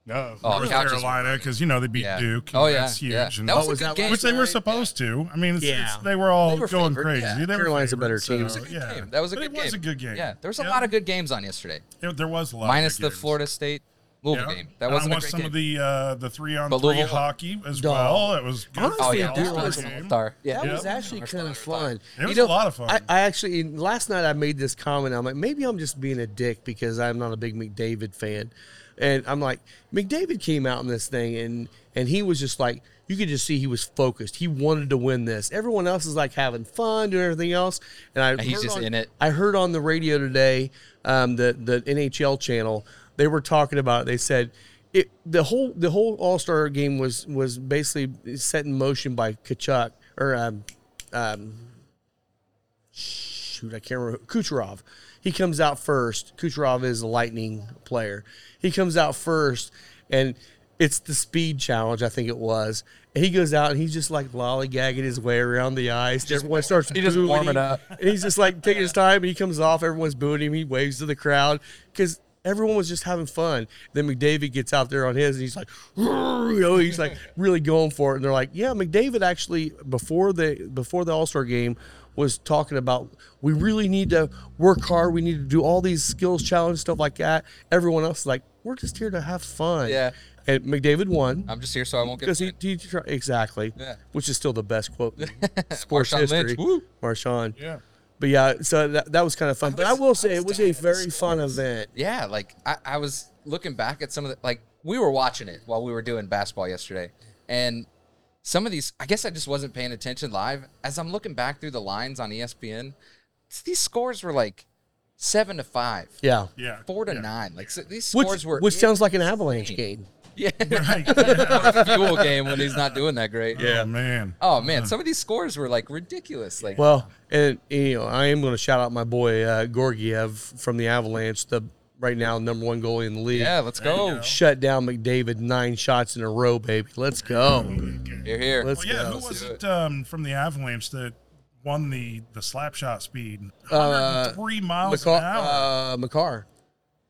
S6: No.
S3: Oh,
S4: North
S3: couches-
S4: Carolina, because you know they beat
S3: yeah.
S4: Duke. and
S3: Oh yeah,
S4: that's huge.
S3: yeah.
S4: and-
S3: That was,
S1: Oh, was
S3: a good
S1: that
S3: game.
S4: which they were supposed to. I mean, it's,
S1: Yeah.
S4: it's- they were all
S3: They were
S4: going
S3: favored,
S4: crazy.
S3: yeah.
S4: They were
S1: Carolina's a better
S4: favored,
S1: team. It was
S4: so,
S1: a
S4: yeah.
S3: Game. That was a
S4: But
S3: good
S4: it was
S3: game.
S4: a good game.
S3: Yeah, there was a
S4: Yeah.
S3: lot of good games on yesterday,
S4: There- there was a lot. of
S3: minus
S4: good
S3: the
S4: games.
S3: Florida State Louisville game. That
S4: And
S3: wasn't
S4: I
S3: a
S4: watched
S3: great
S4: some
S3: game.
S4: of the uh, the three on
S3: But
S4: three
S3: Louisville-
S4: hockey as
S1: Duh.
S4: well. It was good.
S3: Oh,
S1: Honestly,
S4: Yeah,
S1: I do
S4: it was
S1: like
S4: a
S1: some
S4: game.
S3: Yeah.
S1: That
S4: Yeah.
S1: was actually kind of fun.
S4: It was a lot of fun.
S1: I, I actually last night I made this comment. I'm like, maybe I'm just being a dick because I'm not a big McDavid fan, and I'm like, McDavid came out in this thing and and he was just like, you could just see he was focused. He wanted to win this. Everyone else is like having fun, doing everything else, and I
S3: he's
S1: heard
S3: just
S1: on-
S3: in it.
S1: I heard on the radio today, um, the the NHL channel, they were talking about it. They said it the whole the whole All Star game was was basically set in motion by Kachuk or um, um, shoot I can't remember Kucherov. He comes out first. Kucherov is a Lightning player. He comes out first, and it's the speed challenge. I think it was. And he goes out and he's just like lollygagging his way around the ice. Everyone starts
S3: he just
S1: booing
S3: warming
S1: him.
S3: up.
S1: And he's just like taking his time. He comes off. Everyone's booing him. He waves to the crowd because everyone was just having fun. Then McDavid gets out there on his and he's like, "Rrr," you know, he's like really going for it. And they're like, yeah, McDavid actually before the before the All Star game was talking about we really need to work hard. We need to do all these skills challenge stuff like that. Everyone else is like, we're just here to have fun.
S3: Yeah.
S1: And McDavid won.
S3: I'm just here so I won't get.
S1: Because he,
S3: fined.
S1: he try- exactly,
S3: Yeah.
S1: which is still the best quote in sports
S3: Marshawn Lynch,
S1: history.
S3: woo.
S1: Marshawn,
S6: Yeah.
S1: but yeah, so that, that was kind of fun. But I will say it was a
S3: down at
S1: very fun event.
S3: yeah, like I, I was looking back at some of the like we were watching it while we were doing basketball yesterday, and some of these I guess I just wasn't paying attention live. As I'm looking back through the lines on E ESPN, these scores were like seven to five,
S1: Yeah.
S4: Yeah.
S3: four to nine. Like so these
S1: Which,
S3: scores were
S1: which sounds like an avalanche game.
S3: yeah
S4: Right. Yeah.
S3: fuel game when he's not doing that great.
S4: Oh, man.
S3: Oh man, some of these scores were like ridiculous. Like
S1: Well, and you know, I am going to shout out my boy uh, Gorgiev from the Avalanche, the right now number one goalie in the league.
S3: yeah, let's go.
S1: Shut down McDavid nine shots in a row, baby. Let's
S4: Oh,
S1: go.
S3: You're here.
S1: Let's
S4: Well, yeah.
S1: go.
S4: Who was it um, from the Avalanche that won the the slap shot speed?
S1: Uh,
S4: Three miles an hour.
S1: McCar, uh, McCarr.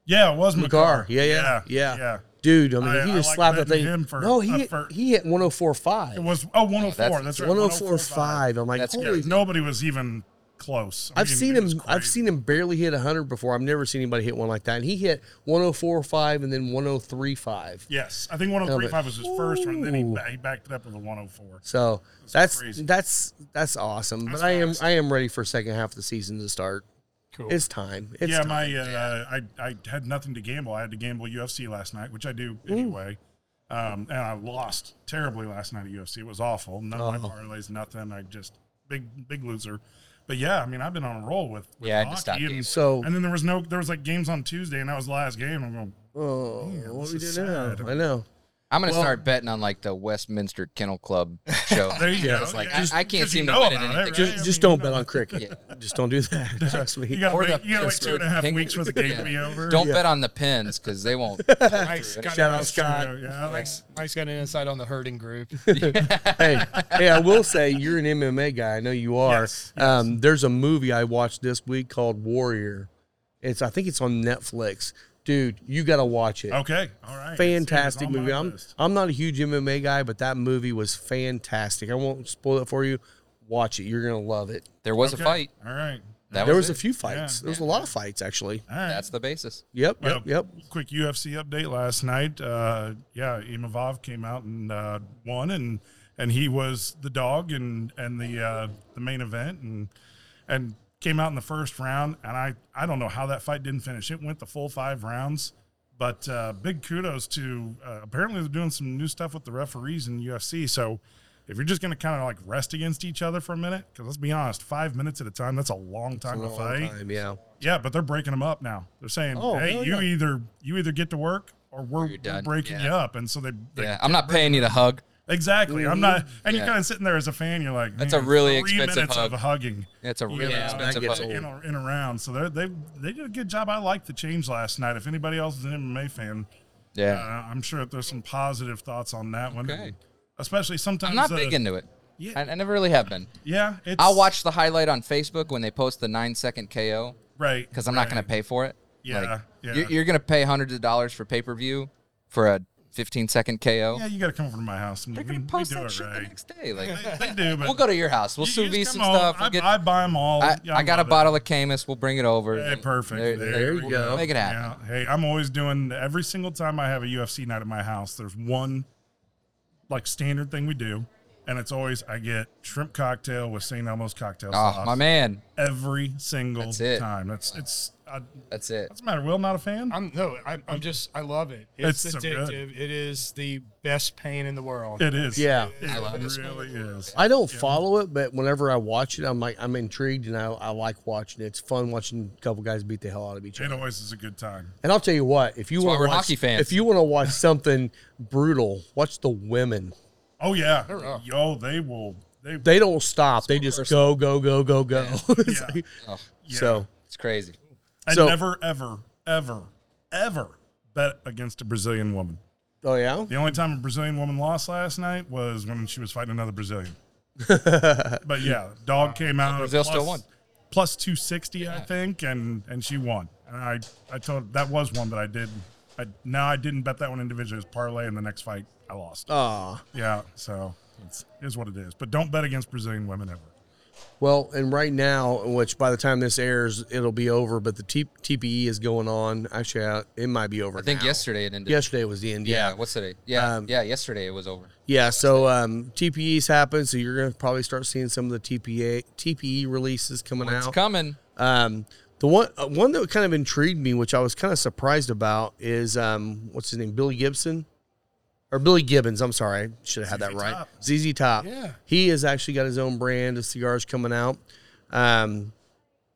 S4: yeah, it was McCarr.
S1: McCarr. Yeah, yeah, yeah,
S4: Yeah. yeah.
S1: Dude, I mean,
S4: I-
S1: he
S4: I
S1: just
S4: like
S1: slapped that
S4: betting
S1: thing.
S4: him for-
S1: no, he
S4: uh,
S1: hit,
S4: for-
S1: he hit 104.5.
S4: It was oh 104.
S3: Oh,
S4: that's, right. 104.5.
S1: 104.5. I'm like,
S3: That's
S1: holy
S4: Yeah, nobody was even close. I
S1: I've
S4: mean,
S1: seen
S4: it was
S1: him. I've
S4: crazy.
S1: seen him barely hit 100 before. I've never seen anybody hit one like that. And he hit 104.5 and then 103.5.
S4: Yes, I think 103.5 was his first one. Then he,
S1: Ooh.
S4: ba- he backed it up with a 104.
S1: So that's that's
S4: crazy.
S1: that's, awesome. but I am I am ready for second half of the season to start.
S6: Cool.
S1: It's time. It's
S4: yeah,
S1: time.
S4: my uh, I I had nothing to gamble. I had to gamble UFC last night, which I do anyway. Um, and I lost terribly last night at UFC. It was awful. None of my parlays, nothing. I just big big loser. But yeah, I mean, I've been on a roll with, with
S3: Yeah, I had to stop
S4: hockey,
S3: gaming.
S4: and,
S1: so
S4: and then there was no there was like games on Tuesday, and that was the last game. I'm going,
S1: oh, what
S4: this
S1: we
S4: is
S1: do now?
S4: sad.
S1: I know.
S3: I'm gonna start betting on like the Westminster Kennel Club show.
S4: there you go.
S3: It's like,
S4: Yeah,
S3: I-
S4: just-
S3: I can't
S4: 'cause you
S3: seem to
S4: know
S3: win at
S4: about
S3: anything.
S4: right?
S1: Just
S4: I
S1: just
S4: mean,
S1: don't
S4: you
S1: bet
S4: know,
S1: on cricket. Just don't do that. Trust me.
S4: You got to
S3: Or
S4: wait,
S3: the-
S4: you gotta
S3: the
S4: wait two and a half
S3: pink-
S4: weeks for the game to be over.
S3: Don't bet on the pins because they won't.
S6: Mike's got
S1: Shout out
S6: an-
S1: Scott.
S4: Yeah, like,
S6: Mike's, Mike's got an insight on the herding group.
S1: hey, hey, I will say you're an MMA guy. I know you are.
S4: Yes,
S1: Um, there's a movie I watched this week called Warrior. It's I think it's on Netflix. Dude, you got to watch it.
S4: okay, all right.
S1: Fantastic
S4: It's on my
S1: movie. I'm
S4: list.
S1: I'm not a huge MMA guy, but that movie was fantastic. I won't spoil it for you. Watch it. You're gonna love it.
S3: There was
S4: Okay,
S3: a fight.
S4: All right.
S3: That
S1: there
S3: was,
S1: was a
S3: it.
S1: few fights. There was a lot of fights actually.
S4: All right.
S3: That's the basis.
S1: Yep.
S4: Well,
S1: Yep. Yep.
S4: Quick UFC update last night. Uh, yeah, Imavov came out and uh, won, and and he was the dog and and the uh, the main event, and and came out in the first round. And I I don't know how that fight didn't finish. It went the full five rounds. But uh, big kudos to uh, apparently they're doing some new stuff with the referees in UFC. So if you're just going to kind of like rest against each other for a minute, because let's be honest, five minutes at a time that's a long time to
S1: Long
S4: fight.
S1: time, yeah.
S4: Yeah, but they're breaking them up now. They're saying,
S1: Oh,
S4: "Hey,
S1: hell
S4: you
S1: yeah.
S4: either you either get to work or we're, we're
S3: done."
S4: breaking
S3: Yeah.
S4: you up." And so they, they
S3: Yeah, I'm not paying you to hug.
S4: Exactly. I'm not, and you're kind of sitting there as a fan. You're like,
S3: That's a
S4: "Man,
S3: really
S4: three
S3: expensive
S4: minutes
S3: hug." Oh.
S4: of hugging.
S3: It's a really
S4: Yeah, that
S3: expensive
S1: gets
S3: hug.
S1: old.
S4: in a, in a round. So they're- they they did a good job. I like the change last night. If anybody else is an MMA fan, uh,
S3: Yeah.
S4: I'm sure that there's some positive thoughts on that one.
S3: Okay.
S4: Especially sometimes.
S3: I'm not
S4: uh,
S3: big into it.
S4: yeah.
S3: I, I never really have been.
S4: Yeah, it's,
S3: I'll watch the highlight on Facebook when they post the nine second KO
S4: right
S3: because I'm not going
S4: right.
S3: to pay for it.
S4: Yeah,
S3: Like,
S4: yeah.
S3: You're, you're going to pay hundreds of dollars for pay per view for a 15 second KO.
S4: Yeah, you got to come over to my house. And
S3: They're
S4: we,
S3: going
S4: we
S3: to post
S4: do
S3: that
S4: it
S3: shit the
S4: right.
S3: next day. Like,
S4: They do, but
S3: we'll go to your house. We'll
S4: you-
S3: sous
S4: you
S3: vide
S4: just
S3: some
S4: come
S3: stuff.
S4: over.
S3: We'll
S4: I,
S3: get.
S4: I buy them all.
S3: I,
S4: Yeah,
S3: I got a
S4: love it.
S3: bottle of Camus. We'll bring it over.
S4: Hey, perfect.
S3: There-
S4: There,
S1: there
S4: we
S1: you go.
S3: Make it happen.
S4: Yeah. Hey, I'm always doing every single time I have a UFC night at my house. There's one like standard thing we do, and it's always I get shrimp cocktail with St. Elmo's cocktail
S3: Oh,
S4: sauce
S3: my man.
S4: every single
S3: That's it.
S4: time. That's it's. I,
S3: That's it.
S4: what's the matter? Will not a fan.
S6: I'm no, I'm, I'm just I love it. It's,
S4: It's so good.
S6: addictive. it is the best pain in the world.
S4: it is.
S1: Yeah.
S4: It really is.
S1: I don't follow it, but whenever I watch it, I'm like I'm intrigued and I, I like watching it. It's fun watching a couple guys beat the hell out of each other.
S4: It always is a good time.
S1: And I'll tell you what, if you
S3: why
S1: want
S3: we're
S1: to watch,
S3: hockey fans.
S1: if you want to watch something brutal, watch the women.
S4: Oh yeah. Yo, they will. They.
S1: They don't stop. They just go, go, go, go, go. It's
S4: Yeah.
S1: like-
S4: yeah.
S1: So
S3: It's crazy.
S4: I
S1: So-
S4: never, ever, ever, ever bet against a Brazilian woman.
S1: oh yeah,
S4: The only time a Brazilian woman lost last night was when she was fighting another Brazilian. but yeah, dog came out.
S3: Brazil
S4: plus-
S3: still won.
S4: Plus 260, I think, and and she won. And I I told that was one that I did. I no, I didn't bet that one individually. It was parlay, and the next fight I lost.
S1: ah
S4: Yeah, so it's, it is what it is. But don't bet against Brazilian women ever.
S1: well. And right now, which by the time this airs, it'll be over. But the T- TPE is going on. Actually, I, it might be over.
S3: I think
S1: now.
S3: yesterday it ended.
S1: Yesterday was the end.
S3: Yeah.
S1: Yeah,
S3: What's today? Yeah.
S1: Um,
S3: yeah. Yesterday it was over.
S1: yeah. So um, TPEs happen. So you're gonna probably start seeing some of the TPA TPE E releases coming
S3: It's
S1: out.
S3: coming.
S1: Um, the one uh, one that kind of intrigued me, which I was kind of surprised about, is um, what's his name, Billy Gibson, or Billy Gibbons. I'm sorry, should have had that
S4: ZZ
S1: right.
S4: Top.
S1: ZZ Top.
S6: Yeah.
S1: he has actually got his own brand of cigars coming out. Um,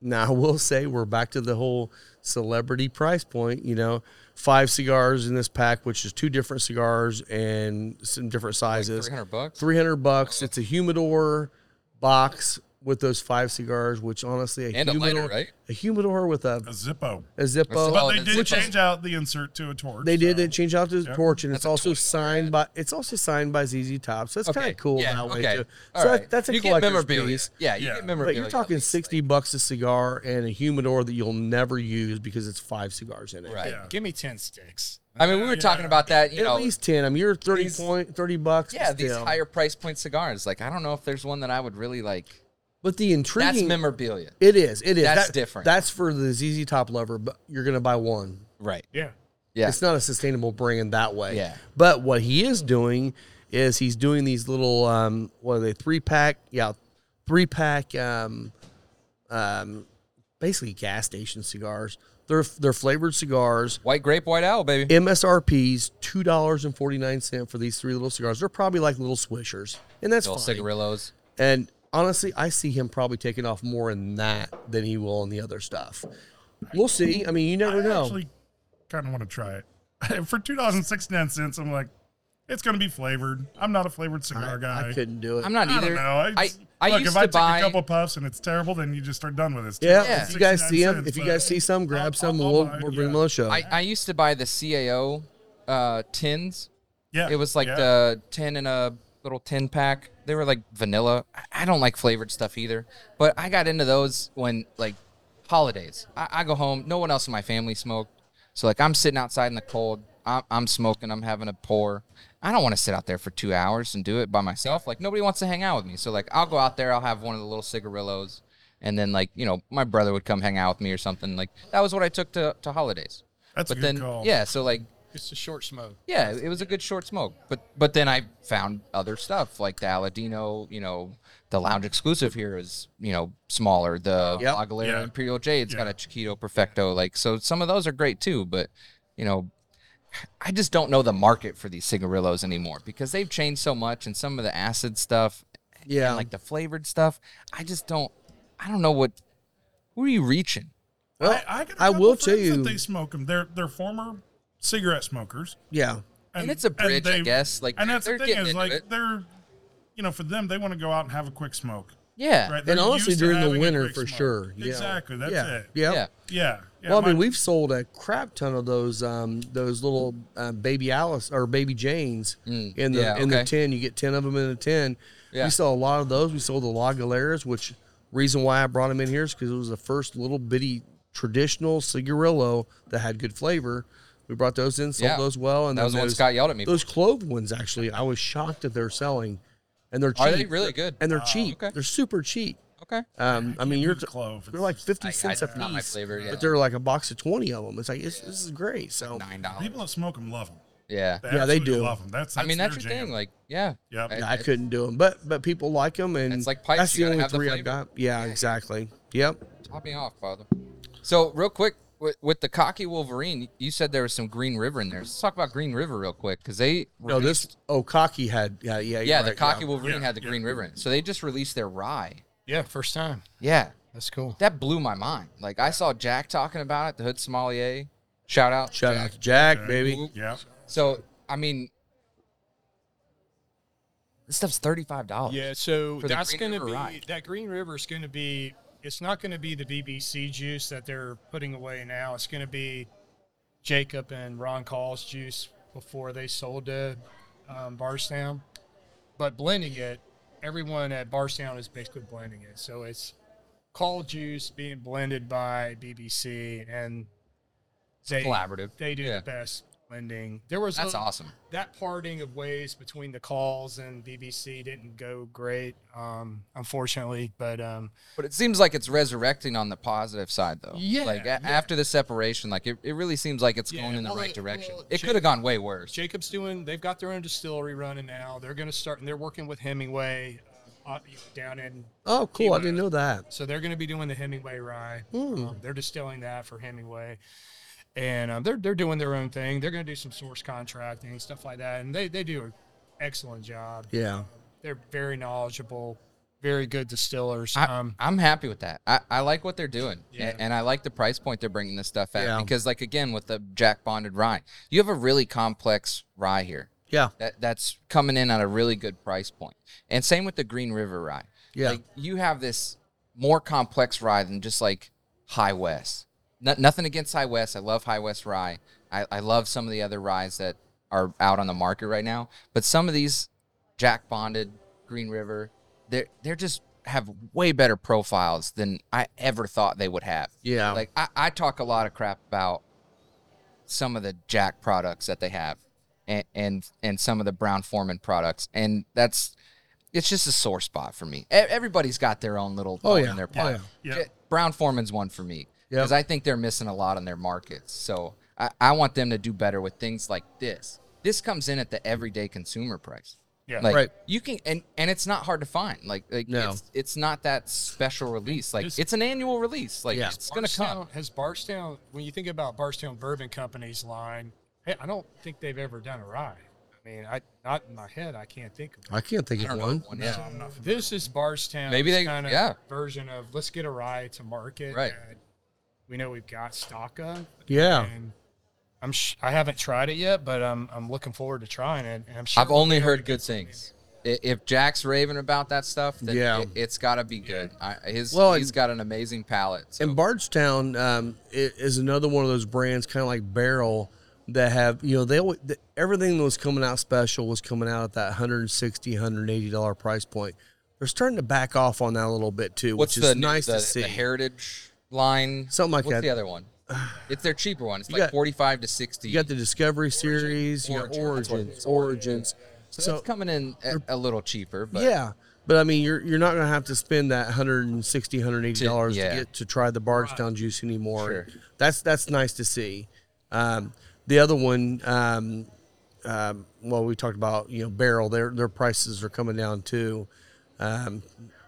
S1: now I will say we're back to the whole celebrity price point. You know, five cigars in this pack, which is two different cigars and some different sizes.
S3: 300 bucks.
S1: Three hundred bucks. It's a humidor box with those five cigars, which honestly, a
S3: And a
S1: humidor,
S3: lighter, right?
S1: a humidor with
S4: A
S1: a,
S4: Zippo.
S1: a Zippo.
S3: Well,
S4: But they
S3: that's Zippo.
S4: did change out the insert to a torch.
S1: they did
S4: so-
S1: they change out the torch, and it's
S3: a
S1: also signed by it's also signed by ZZ Top, so it's kind of cool
S3: Yeah.
S1: that way
S3: okay.
S1: too.
S3: All
S1: so that-
S3: right.
S1: that's a
S3: you get
S1: collector's
S3: memorabilia.
S1: piece.
S3: Yeah. You
S4: Yeah.
S3: get
S4: But
S1: But
S3: memorabilia.
S1: you're talking sixty bucks a cigar and a humidor that you'll never use because it's five cigars in it.
S3: Right.
S4: Yeah.
S6: Give me ten sticks.
S3: I mean, we were talking about that. You
S1: At
S3: know,
S1: least ten. I mean, you're thirty
S3: These-
S1: point thirty bucks.
S3: yeah, these
S1: still.
S3: higher price point cigars. Like, I don't know if there's one that I would really like.
S1: But the intriguing
S3: That's memorabilia.
S1: It is. It is.
S3: That's different.
S1: That's for the ZZ Top lover, but you're going to buy one.
S3: Right.
S6: Yeah.
S3: Yeah.
S1: It's not a sustainable brand that way.
S3: Yeah.
S1: But what he is doing is he's doing these little, um, what are they, three pack? Yeah, three pack, um, um, basically gas station cigars. They're, they're flavored cigars.
S3: White grape, white owl, baby.
S1: MSRP's two dollars and forty nine cent for these three little cigars. They're probably like little swishers, and that's
S3: Little
S1: fine.
S3: cigarillos.
S1: And honestly, I see him probably taking off more in that than he will in the other stuff. We'll see. I mean, you never
S4: I
S1: know.
S4: actually kind of want to try it. For two dollars and sixty nine cents, I'm like, it's going to be flavored. I'm not a flavored cigar guy.
S1: I couldn't do it.
S3: I'm not
S4: I
S3: either.
S4: don't know.
S3: I,
S4: It's-
S3: I
S4: look,
S3: used
S4: if I
S3: to
S4: take
S3: buy.
S4: a couple puffs and it's terrible, then you just are done with it. It's
S1: yeah,
S3: Yeah.
S1: if you guys see him,
S4: $2.69,
S1: if you
S4: but
S1: guys see some, grab
S4: I'll-
S1: some.
S4: I'll
S1: we'll
S4: buy it,
S1: we'll
S4: yeah.
S1: bring them on the show.
S3: I, I used to buy the CAO uh, tins.
S4: Yeah,
S3: It was like
S4: yeah.
S3: the tin in a little tin pack. They were like vanilla. I- I don't like flavored stuff either, but I got into those when like holidays. I, I go home. No one else in my family smoked, so like I'm sitting outside in the cold. I'm, I'm smoking. I'm having a pour. I don't want to sit out there for two hours and do it by myself. Like nobody wants to hang out with me. So like I'll go out there. I'll have one of the little cigarillos, and then like you know my brother would come hang out with me or something. Like that was what I took to to holidays.
S4: That's a
S3: but
S4: good
S3: then
S4: call.
S3: yeah, so like
S6: It's a short smoke.
S3: yeah, it was a good short smoke. But but then I found other stuff like the Aladino, you know, the lounge exclusive here is, you know, smaller. The
S1: Yep.
S3: Aguilera
S4: Yeah.
S3: Imperial J, it's got
S4: Yeah.
S3: a Chiquito Perfecto. Like so some of those are great too, but you know, I just don't know the market for these cigarillos anymore because they've changed so much and some of the acid stuff
S1: yeah,
S3: and like the flavored stuff, I just don't I don't know what who are you reaching?
S1: well,
S4: I, I, got a
S1: I
S4: couple
S1: will tell
S4: friends that
S1: you.
S4: they smoke them. They're they're former cigarette smokers,
S1: yeah,
S3: And it's a bridge, I guess, like,
S4: and that's
S3: they're
S4: the thing
S3: getting
S4: is,
S3: into
S4: like,
S3: it.
S4: they're, you know, for them, they want to go out and have a quick smoke.
S3: Yeah.
S4: Right?
S1: and
S4: They're
S1: honestly,
S4: used to
S1: during the
S4: having a
S1: winter
S4: quick
S1: for
S4: smoke.
S1: sure. Yeah.
S4: Exactly. That's
S1: yeah.
S4: it.
S1: Yeah.
S3: Yeah.
S4: Yeah. yeah,
S1: Well, I mean,
S4: my-
S1: we've sold a crap ton of those um, those little uh, baby Alice or baby Janes in the
S3: Mm. yeah,
S1: in the
S3: okay.
S1: tin. You get ten of them in a tin.
S3: Yeah.
S1: We saw a lot of those. We sold the Lagaleras, which reason why I brought them in here is because it was the first little bitty traditional cigarillo that had good flavor. We brought those in, sold
S3: Yeah.
S1: those well, and
S3: That
S1: then
S3: was the one
S1: those-
S3: Scott yelled at me for.
S1: Those clove ones, actually, I was shocked that they're selling, and they're cheap.
S3: Are they really good?
S1: And they're cheap.
S3: okay.
S1: They're super cheap.
S3: Okay.
S1: Um, I mean, you're
S4: the clove.
S1: They're like fifty
S3: I-
S1: cents a
S3: that's
S1: piece.
S3: not my flavor, yeah.
S1: But they're like a box of twenty of them. It's like it's, this is great. So
S3: Nine dollars.
S4: people that smoke them love them.
S3: Yeah.
S1: Yeah, they do.
S4: Love them. That's,
S3: I mean,
S4: their
S3: that's your
S4: jam.
S3: thing. Like, yeah.
S4: Yep.
S1: I couldn't do them, but but people like them, and
S3: It's like pipes,
S1: that's
S3: you
S1: the
S3: gotta
S1: only
S3: have the
S1: three I've
S3: flavor.
S1: got. Yeah, exactly. Yep.
S3: Top me off, father. So real quick with, with the cocky Wolverine, you said there was some Green River in there. Let's talk about Green River real quick because they
S1: No, this
S3: released-
S1: oh cocky had yeah yeah you're
S3: yeah
S1: right,
S3: the cocky Wolverine
S4: Yeah,
S3: had the
S4: yeah.
S3: Green River in, it. so they just released their rye.
S6: Yeah, first time.
S3: Yeah,
S6: That's cool.
S3: that blew my mind. Like I saw Jack talking about it, the Hood Sommelier. Shout out,
S1: Shout out to Jack, baby.
S4: Yeah.
S3: So I mean, this stuff's thirty five dollars.
S6: Yeah, so
S3: For the
S6: that's
S3: Green
S6: going to
S3: River
S6: be
S3: Rye.
S6: that Green River is going to be. It's not going to be the BBC juice that they're putting away now. It's going to be Jacob and Ron Call's juice before they sold to um, Barstown. But blending it, everyone at Barstown is basically blending it. So it's Call juice being blended by BBC, and they
S3: collaborative.
S6: they do
S3: Yeah.
S6: the best blending. There was
S3: That's
S6: a-
S3: awesome.
S6: that parting of ways between the calls and BBC didn't go great, um, unfortunately. But um,
S3: But it seems like it's resurrecting on the positive side, though.
S6: Yeah,
S3: Like a-
S6: yeah.
S3: after the separation, like it, it really seems like it's
S6: Yeah,
S3: going in the
S6: well,
S3: right
S6: it-
S3: direction.
S6: well,
S3: it
S6: Jake-
S3: could have gone way worse.
S6: Jacob's doing; they've got their own distillery running now. They're going to start, and they're working with Hemingway uh, down in.
S1: Oh, cool! I didn't know that.
S6: So they're going to be doing the Hemingway rye. Um, they're distilling that for Hemingway, and um, they're they're doing their own thing. They're going to do some source contracting stuff like that, and they they do an excellent job.
S1: Yeah,
S6: They're very knowledgeable, very good distillers.
S3: I,
S6: um,
S3: I'm happy with that. I, I like what they're doing, a- and, I like the price point they're bringing this stuff at.
S1: Yeah.
S3: Because, like again, with the Jack Bonded rye, you have a really complex rye here
S1: yeah,
S3: that that's coming in at a really good price point. And same with the Green River rye.
S1: Yeah.
S3: like, you have this more complex rye than just like High West. No, nothing against High West. I love High West rye. I, I love some of the other ryes that are out on the market right now. But some of these Jack Bonded, Green River, they're they're just have way better profiles than I ever thought they would have.
S1: Yeah.
S3: Like I, I talk a lot of crap about some of the Jack products that they have, and and, and some of the Brown Foreman products, and that's it's just a sore spot for me. E- Everybody's got their own little
S1: Oh,
S3: oh,
S1: yeah.
S3: in their
S1: Yeah,
S3: pot.
S4: yeah.
S3: J- Brown Foreman's one for me
S1: Yep.
S3: because I think they're missing a lot in their markets. So I, I want them to do better with things like this. This comes in at the everyday consumer price.
S6: Yeah.
S3: like
S1: Right.
S3: you can, and and it's not hard to find. Like, like
S1: No.
S3: it's, it's not that special release. Like
S6: This-
S3: it's an annual release. Like
S1: Yeah.
S3: it's gonna come.
S6: Has Barstown, when you think about Barstown Bourbon Company's line, hey, I don't think they've ever done a rye. I mean, I not in my head, I can't think of it.
S1: I can't think
S3: I
S1: of
S3: don't know
S1: one.
S3: what one is.
S6: This is Barstown.
S3: Maybe they-
S6: kind of
S3: yeah.
S6: version of let's get a rye to market.
S3: Right. Oh.
S6: that We know we've got stock of.
S1: Yeah.
S6: And I'm sh- I haven't tried it yet, but I'm I'm looking forward to trying it. And I'm sure
S3: I've
S6: we'll
S3: only
S6: be able to
S3: heard
S6: get
S3: good things. I- If Jack's raving about that stuff, then
S1: Yeah.
S3: it, it's got to be good. I, his
S1: Well,
S3: he's
S1: and-
S3: got an amazing palate. so-
S1: And Bardstown um, i- is another one of those brands, kind of like Barrel, that have you know they always, the, everything that was coming out special was coming out at that 160 180 dollar price point. They're starting to back off on that a little bit too,
S3: What's
S1: which is
S3: the
S1: nice
S3: the,
S1: to
S3: the
S1: see.
S3: heritage line?
S1: Something like
S3: What's
S1: that.
S3: the other one? It's their cheaper one. It's
S1: You
S3: like
S1: got-
S3: forty-five to sixty.
S1: you got the Discovery series, you got
S3: Origin, that's what it
S1: Origins, Origins.
S3: so,
S1: so-
S3: it's coming in a, a little cheaper, but
S1: yeah, but I mean, you're you're not going to have to spend that 160 180 dollars to,
S3: yeah.
S1: get to try the Bardstown juice anymore.
S3: Sure.
S1: That's that's nice to see. Um, the other one, um, um, well, we talked about you know barrel. Their their prices are coming down too. Um,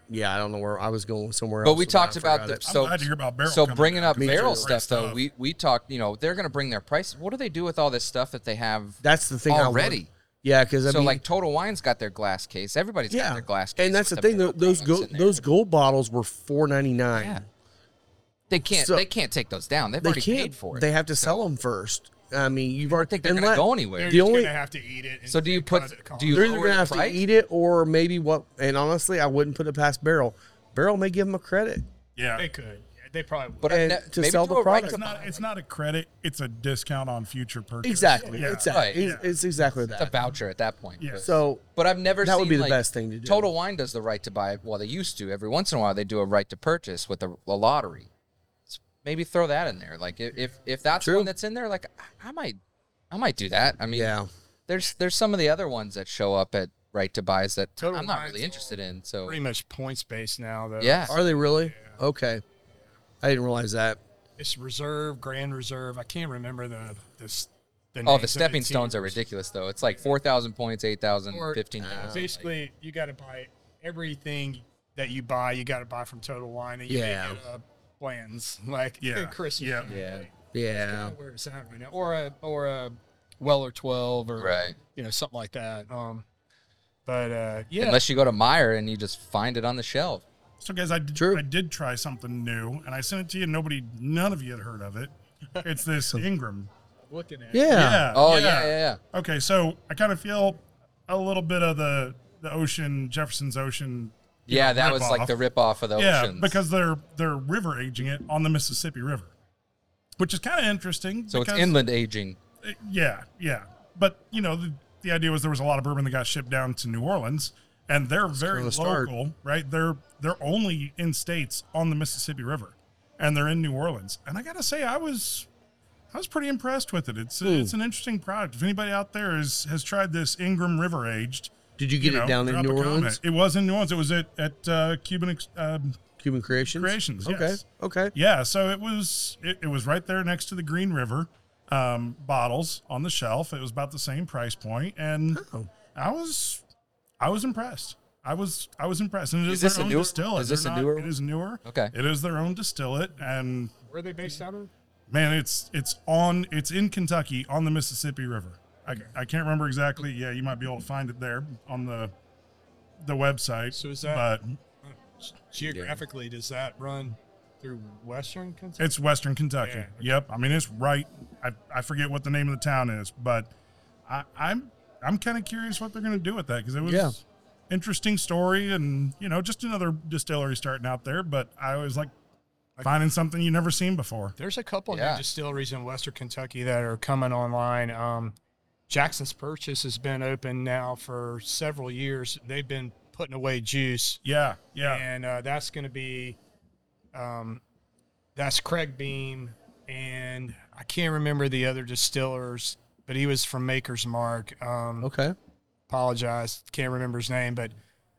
S1: yeah, I don't know where I was going somewhere
S3: But
S1: else.
S3: we
S1: with that.
S3: talked
S1: I
S3: about
S1: forgot
S3: the
S1: it.
S3: so
S4: glad to hear about barrel
S3: so
S4: coming
S3: bringing
S4: down,
S3: up
S4: 'cause that's
S3: barrel
S4: great
S3: stuff though.
S4: stuff.
S3: We we talked. You know they're going to bring their price. What do they do with all this stuff that they have?
S1: That's the thing I want-
S3: already.
S1: yeah, because I
S3: so
S1: mean,
S3: like Total Wine's got their glass case. Everybody's got
S1: yeah,
S3: their glass case.
S1: and that's the
S3: with
S1: thing. tho-
S3: barrel
S1: Those
S3: products
S1: gold,
S3: in there.
S1: those gold bottles were four ninety nine.
S3: Yeah. They can't.
S1: So-
S3: they can't take those down. They've
S1: they
S3: already
S1: can't.
S3: paid for it.
S1: They have to sell them first. I mean, you've already
S3: think they're going to go anywhere.
S6: They're
S1: The
S6: just
S1: only-
S6: gonna have to eat it. and
S3: So do you
S6: cut
S3: put-
S6: it cost.
S3: do you-
S1: They're either
S3: lower
S1: going to
S3: the
S1: have to
S3: price?
S1: eat it or maybe what. And honestly, I wouldn't put it past Barrel. Barrel may give them a credit.
S4: Yeah.
S6: They could. They probably would.
S3: But I've
S1: and
S3: ne-
S1: to
S3: maybe
S1: sell
S3: do
S1: the
S3: a right
S1: product.
S4: It's not it's not a credit, it's a discount on future purchase.
S1: Exactly.
S4: Yeah.
S1: Exactly.
S3: Right.
S1: It's, it's exactly
S3: It's a
S1: that.
S3: voucher at that point.
S4: Yeah.
S1: So
S3: But I've never
S1: That
S3: seen
S1: would be the
S3: like,
S1: best thing to do.
S3: Total Wine does the right to buy. Well, they used to. Every once in a while, they do a right to purchase with a, a lottery. So maybe throw that in there. Like if if, if that's
S1: True.
S3: one that's in there, like I, I might I might do that. I mean,
S1: yeah,
S3: There's there's some of the other ones that show up at right to buys that
S6: Total
S3: I'm not
S6: Wine's
S3: really interested in. So
S6: pretty much points based now though.
S3: yeah,
S1: are they really okay? I didn't realize that.
S6: It's reserve, grand reserve. I can't remember the this the
S3: Oh,
S6: names of
S3: the stepping
S6: teams.
S3: stones are ridiculous, though. It's like 4,000 points, 8,000,
S6: Or-
S3: 15,000.
S6: Basically, you got to buy everything that you buy. You got to buy from Total Wine, and you
S1: Yeah.
S6: can't get a Bland's like
S4: Yeah.
S6: Chris.
S4: Yeah.
S3: Yeah.
S1: Yeah,
S6: where it's at right now, or a or a Weller twelve, or
S3: Right.
S6: you know something like that. Um, but uh, yeah,
S3: Unless you go to Meyer and you just find it on the shelf.
S4: So guys, I did,
S1: True.
S4: I did try something new and I sent it to you and nobody none of you had heard of it. It's this Ingram.
S6: looking at it,
S1: yeah.
S3: Oh, yeah, yeah, yeah.
S4: Okay, so I kind of feel a little bit of the the ocean Jefferson's ocean. you
S3: Yeah,
S4: know,
S3: that was like
S4: ripoff.
S3: the ripoff of the
S4: yeah
S3: oceans.
S4: because they're they're river aging it on the Mississippi River, which is kind of interesting.
S3: so it's
S4: because-
S3: inland aging.
S4: uh, yeah, yeah. But you know, the, the idea was there was a lot of bourbon that got shipped down to New Orleans, and they're very
S1: kinda the start.
S4: local, right? They're they're only in states on the Mississippi River, and they're in New Orleans. And I gotta say, I was I was pretty impressed with it. It's
S1: Hmm.
S4: it's an interesting product. If anybody out there is has tried this Ingram River aged,
S1: Did you get
S4: you know,
S1: it down in
S4: drop
S1: New
S4: a comment.
S1: Orleans?
S4: It was in New Orleans. It was at at uh, Cuban. Ex- Um,
S1: Cuban Creations.
S4: Creations,
S1: Okay.
S4: yes.
S1: Okay.
S4: yeah, so it was it, it was right there next to the Green River um, bottles on the shelf. It was about the same price point, and
S1: Oh.
S4: I was I was impressed. I was I was impressed. And it is,
S3: Is this
S4: their
S3: a
S4: own
S3: newer-
S4: distillate.
S3: is this
S4: They're
S3: a
S4: not-
S3: newer
S4: It
S3: one?
S4: is newer.
S3: Okay.
S4: It is their own distillate, and
S6: where are they based out of?
S4: man, it's it's on it's in Kentucky on the Mississippi River. I, I can't remember exactly. Yeah, you might be able to find it there on the the website.
S6: So is that-
S4: But
S6: Geographically, does that run through Western Kentucky?
S4: It's Western Kentucky.
S6: Yeah.
S4: Yep. I mean, it's right. I, I forget what the name of the town is, but I, I'm I'm kind of curious what they're going to do with that because it was
S1: Yeah.
S4: interesting story and you know just another distillery starting out there. But I always like finding something you never seen before.
S6: There's a couple
S3: Yeah.
S6: new distilleries in Western Kentucky that are coming online. Um, Jackson's Purchase has been open now for several years. They've been putting away juice,
S4: Yeah. Yeah.
S6: and uh, that's going to be, um, that's Craig Beam, and I can't remember the other distillers, but he was from Maker's Mark. Um,
S1: Okay.
S6: Apologize, can't remember his name, but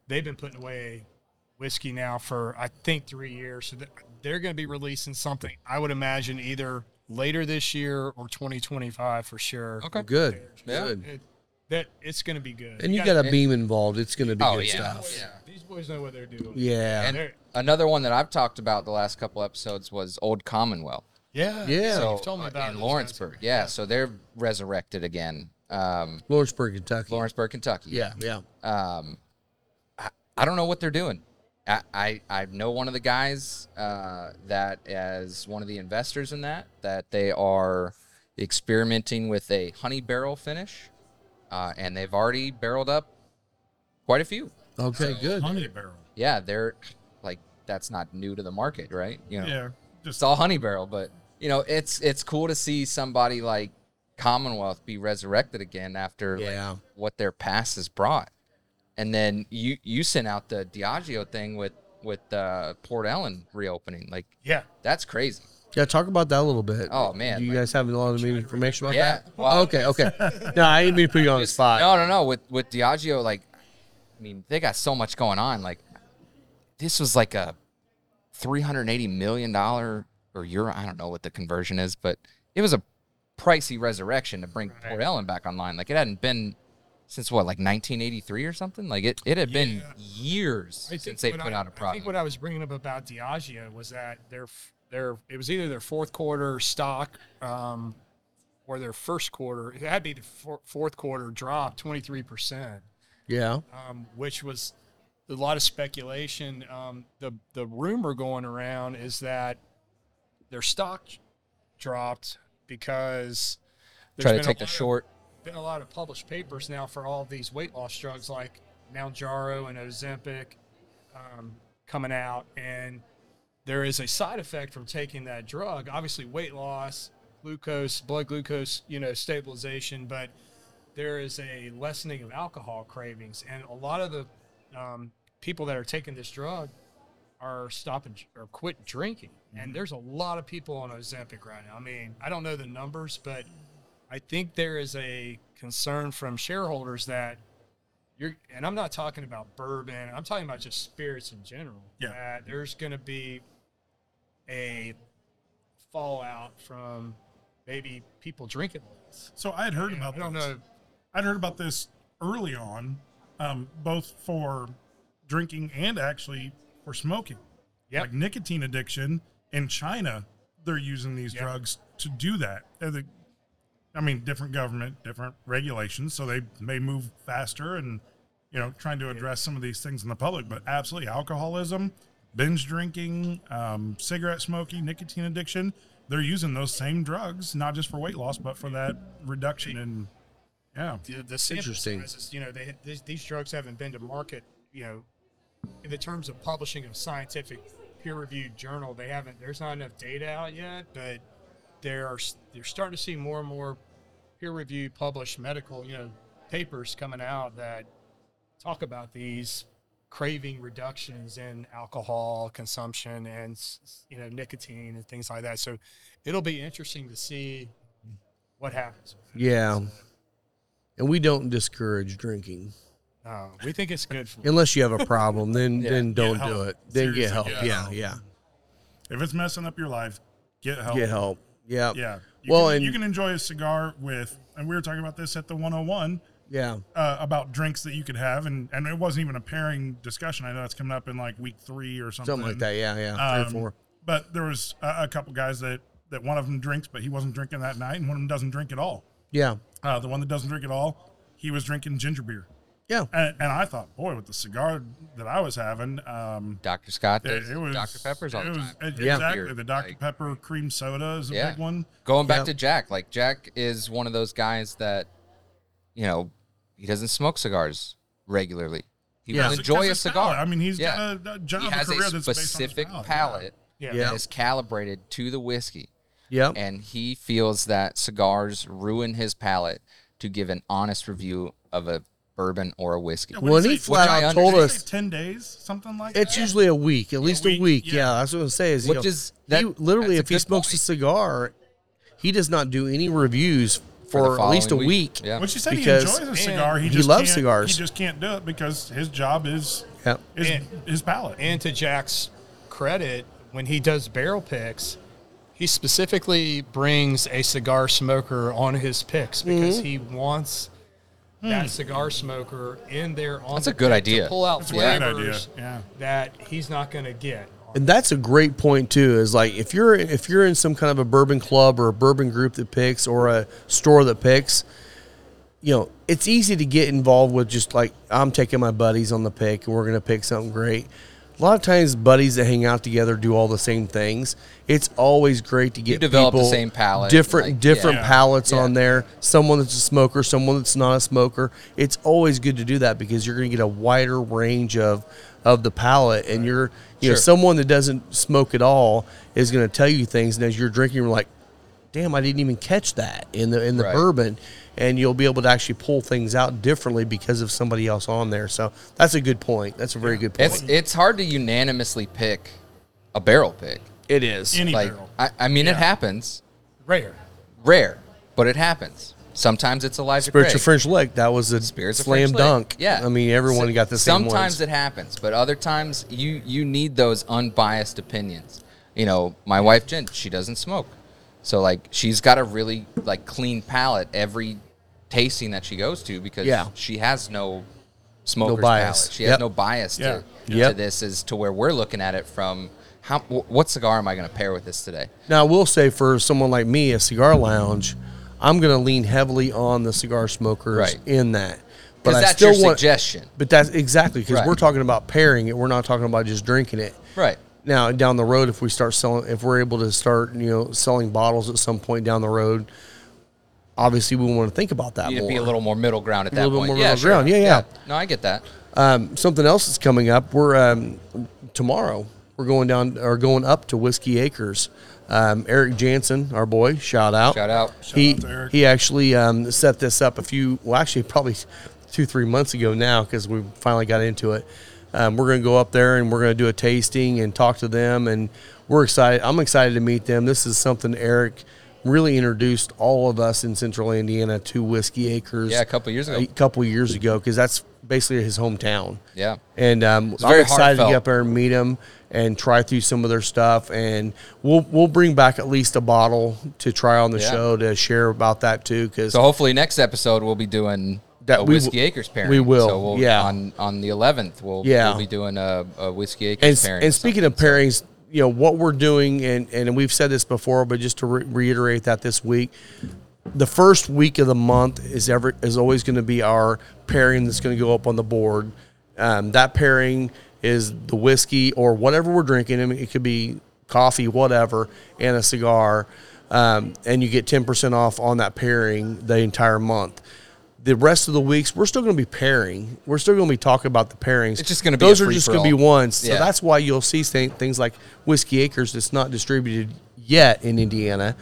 S6: they've been putting away whiskey now for I think three years. So th- they're going to be releasing something. I would imagine either later this year or 2025 for sure.
S3: Okay.
S1: Good.
S3: Yeah.
S1: Good.
S6: It- that it's going to be good.
S1: And you
S6: gotta-
S1: got a beam involved. It's going to be
S3: Oh,
S1: good
S3: yeah.
S1: stuff.
S3: Yeah.
S6: These boys know what they're doing.
S1: Yeah.
S3: And
S6: They're-
S3: another one that I've talked about the last couple episodes was Old Commonwealth.
S6: yeah,
S1: Yeah.
S3: So,
S6: told me
S3: uh,
S6: about
S3: in
S6: those
S3: Lawrenceburg. Yeah, so they're resurrected again. Um,
S1: Lawrenceburg, Kentucky.
S3: Lawrenceburg, Kentucky.
S1: Yeah. Yeah.
S3: um, I, I don't know what they're doing. I, I, I know one of the guys uh, that as one of the investors in that that they are experimenting with a honey barrel finish, uh, and they've already barreled up quite a few.
S1: Okay. Good.
S4: Honey barrel.
S3: Yeah, they're like that's not new to the market, right? You know,
S4: Yeah.
S3: it's
S4: Just
S3: all honey barrel, but you know it's it's cool to see somebody like Commonwealth be resurrected again after like,
S1: Yeah.
S3: what their past has brought. And then you you sent out the Diageo thing with with uh, Port Ellen reopening. Like
S6: Yeah.
S3: that's crazy.
S1: Yeah. Talk about that a little bit.
S3: Oh, man.
S1: Do you guys have a lot of new information about
S3: Yeah,
S1: that?
S3: well-
S1: okay. Okay. No, I didn't mean to put you on the spot.
S3: No, no, no. With with Diageo, like I mean, they got so much going on. Like this was like a three hundred eighty million dollar or euro. I don't know what the conversion is, but it was a pricey resurrection to bring Port Ellen back online. Like it hadn't been since what, like nineteen eighty three or something. Like it, it had been years
S6: I think
S3: since they
S6: what
S3: put
S6: I-
S3: out a
S6: I think
S3: product.
S6: what I was bringing up about Diageo was that their their it was either their fourth quarter stock um, or their first quarter. It had to be the four, fourth quarter drop twenty three percent,
S1: Yeah.
S6: um, which was a lot of speculation. Um, the the rumor going around is that their stock dropped because
S3: try
S6: been
S3: to
S6: a
S3: take the
S6: lot of-
S3: short.
S6: been a lot of published papers now for all these weight loss drugs like Mounjaro and Ozempic um, coming out, and there is a side effect from taking that drug. Obviously, weight loss, glucose, blood glucose, you know, stabilization, but there is a lessening of alcohol cravings, and a lot of the um, people that are taking this drug are stopping or quit drinking. And there's a lot of people on Ozempic right now. I mean, I don't know the numbers, but I think there is a concern from shareholders that you're, and I'm not talking about bourbon. I'm talking about just spirits in general.
S4: Yeah.
S6: That there's going to be a fallout from maybe people drinking less.
S4: So I had heard about.
S6: I don't
S4: this.
S6: know.
S4: I'd heard about this early on, um, both for drinking and actually for smoking.
S6: Yep.
S4: Like nicotine addiction in China, they're using these
S6: Yep.
S4: drugs to do that. They're the- I mean, different government, different regulations, so they may move faster and you know trying to address some of these things in the public. But absolutely, alcoholism, binge drinking, um, cigarette smoking, nicotine addiction. They're using those same drugs, not just for weight loss, but for that reduction in, yeah.
S6: the, the sample
S1: Interesting.
S6: sizes, you know, they, these, these drugs haven't been to market, you know, in the terms of publishing a scientific peer-reviewed journal, they haven't. There's not enough data out yet, but there are. s- You're starting to see more and more peer-reviewed, published medical, you know, papers coming out that talk about these craving reductions in alcohol consumption and s- s- you know nicotine and things like that. So it'll be interesting to see what happens.
S1: Yeah. And we don't discourage drinking
S6: Uh, we think it's good for
S1: unless you have a problem. Then then don't
S4: Get
S1: do
S4: help.
S1: it. Then get
S4: Seriously,
S1: help.
S4: get
S1: yeah,
S4: help.
S1: yeah,
S4: If it's messing up your life, get help.
S1: get help. Yeah,
S4: Yeah. You
S1: Well,
S4: can,
S1: and-
S4: you can enjoy a cigar with, and we were talking about this at the 101
S1: yeah.
S4: uh, about drinks that you could have, and and it wasn't even a pairing discussion. I know it's coming up in like week three or something,
S1: Something like that. Yeah, yeah. Three or
S4: Um,
S1: four.
S4: But there was a, a couple guys that that one of them drinks, but he wasn't drinking that night, and one of them doesn't drink at all.
S1: Yeah,
S4: Uh, the one that doesn't drink at all, he was drinking ginger beer,
S1: yeah.
S4: and, and I thought, boy, with the cigar that I was having, um,
S3: Dr. Scott
S4: it,
S3: does
S4: it was
S3: Dr. Peppers all
S4: it
S3: the
S4: was-
S3: time.
S4: it-
S1: Yeah.
S4: exactly
S3: Weird,
S4: the Dr
S3: like-
S4: Pepper cream soda is a
S3: Yeah.
S4: big one.
S3: Going back
S1: Yeah.
S3: to Jack, like Jack is one of those guys that, you know, he doesn't smoke cigars regularly. He
S1: Yeah.
S3: will
S1: It's
S3: enjoy
S4: Because
S3: a
S4: his
S3: cigar.
S4: palate- I mean, he's
S3: Yeah.
S4: got a, a job,
S3: he has
S4: career
S3: a
S4: that's based on his
S3: specific
S4: palate. Yeah.
S3: palate
S6: Yeah.
S1: Yeah.
S3: that is calibrated to the whiskey,
S1: Yep.
S3: and he feels that cigars ruin his palate to give an honest review of a bourbon or a whiskey.
S4: Yeah, what
S1: When
S4: is
S1: he
S4: it?
S1: flat
S3: Which I
S1: out told
S4: Did you
S1: us,
S4: say ten days, something like
S1: it's
S4: that.
S1: usually a week, at least a week.
S4: week,
S1: Yeah.
S4: yeah.
S1: that's what I'm saying. Is,
S3: Which
S1: you know,
S3: is- that-
S1: he, literally
S3: that's a
S1: if he
S3: good
S1: smokes a
S3: point.
S1: cigar, he does not do any reviews
S3: the
S1: for, at least a
S3: following
S1: week.
S3: Yeah.
S4: Which he said he
S1: Because-
S4: enjoys a cigar. He,
S1: He
S4: just
S1: loves
S4: can't-
S1: cigars.
S4: He just can't do it because his job is
S1: Yep.
S4: is
S6: And-
S4: his palate.
S6: And to Jack's credit, when he does barrel picks, he specifically brings a cigar smoker on his picks because
S4: Mm-hmm.
S6: he wants
S4: Hmm.
S6: that cigar smoker in there on
S3: That's
S6: the
S3: a good
S6: pick
S3: idea.
S6: to pull out
S4: That's a great
S6: flavors
S4: idea, yeah.
S6: that he's not going to get.
S1: And that's a great point too. Is like if you're if you're in some kind of a bourbon club or a bourbon group that picks or a store that picks, you know, it's easy to get involved with just like I'm taking my buddies on the pick and we're gonna pick something great. A lot of times, buddies that hang out together do all the same things. It's always great to get
S3: develop the
S1: people
S3: same palate,
S1: different
S3: like,
S1: different
S4: yeah.
S1: palettes
S3: Yeah.
S1: on there. Someone that's a smoker, someone that's not a smoker. It's always good to do that because you're going to get a wider range of of the palate, and you're you know
S3: Sure.
S1: someone that doesn't smoke at all is going to tell you things, and as you're drinking, you're like, damn, I didn't even catch that in the in the
S3: Right.
S1: bourbon, and you'll be able to actually pull things out differently because of somebody else on there. So that's a good point. That's a very good point.
S3: It's it's hard to unanimously pick a barrel pick.
S1: It is.
S4: Any
S3: Like
S4: barrel.
S3: I, I mean, it happens.
S6: Rare.
S3: Rare, but it happens. Sometimes it's Elijah
S1: Spirits
S3: Craig.
S1: of French Lick. That was a
S3: Spirits of
S1: slam
S3: French Lick.
S1: dunk.
S3: Yeah,
S1: I mean, everyone
S3: So-
S1: got the same
S3: Sometimes
S1: ones.
S3: it happens, but other times you you need those unbiased opinions. You know, my wife Jen, she doesn't smoke, so like she's got a really like clean palate every tasting that she goes to because
S1: Yeah.
S3: she has no smoker's
S1: bias.
S3: palate. She
S1: Yep.
S3: has no bias
S4: Yeah.
S3: to, to
S1: Yep.
S3: this is to where we're looking at it from. How wh- what cigar am I going to pair with this today?
S1: Now, I will say for someone like me, a cigar lounge, I'm going to lean heavily on the cigar smokers
S3: Right.
S1: in that. But
S3: Because
S1: I
S3: that's
S1: still
S3: your
S1: want,
S3: suggestion,
S1: But that's exactly because
S3: Right.
S1: we're talking about pairing it. We're not talking about just drinking it.
S3: right?
S1: Now, down the road, if we start selling, if we're able to start, you know, selling bottles at some point down the road, obviously we want to think about that
S3: You'd
S1: more.
S3: be a little more middle ground at that
S1: little bit
S3: point.
S1: more
S3: yeah,
S1: middle
S3: sure.
S1: ground. Yeah, yeah.
S3: No, I get that.
S1: Um, something else that's coming up. We're um, tomorrow. We're going down or going up to Whiskey Acres. Um, Eric Jansen, our boy, shout out.
S3: Shout out.
S1: he
S4: out to Eric.
S1: he actually um, set this up a few. Well, actually, probably two three months ago now because we finally got into it. Um, we're going to go up there and we're going to do a tasting and talk to them, and we're excited. I'm excited to meet them. This is something Eric really introduced all of us in Central Indiana to Whiskey Acres.
S3: Yeah, a couple years ago.
S1: A couple years ago because that's basically his hometown.
S3: Yeah.
S1: And um, I'm
S3: very
S1: excited to
S3: heartfelt.
S1: get up there and meet him and try through some of their stuff. And we'll we'll bring back at least a bottle to try on the
S3: Yeah.
S1: show to share about that too. Because
S3: So hopefully next episode we'll be doing
S1: That
S3: a
S1: we
S3: whiskey
S1: will-
S3: acres pairing.
S1: we will,
S3: So we'll,
S1: yeah.
S3: On on the eleventh, we'll
S1: Yeah.
S3: we'll be doing a, a whiskey acres
S1: and, s-
S3: pairing. or
S1: and speaking of pairings, you know what we're doing, and and we've said this before, but just to re- reiterate that this week, the first week of the month is ever is always going to be our pairing that's going to go up on the board. Um, that pairing is the whiskey or whatever we're drinking. I mean, it could be coffee, whatever, and a cigar, um, and you get ten percent off on that pairing the entire month. The rest of the weeks, we're still going to be pairing. We're still going to be talking about the pairings.
S3: It's just gonna be a
S1: those are just
S3: free-for-all.
S1: going to be ones. So
S3: Yeah.
S1: that's why you'll see th- things like Whiskey Acres that's not distributed yet in Indiana.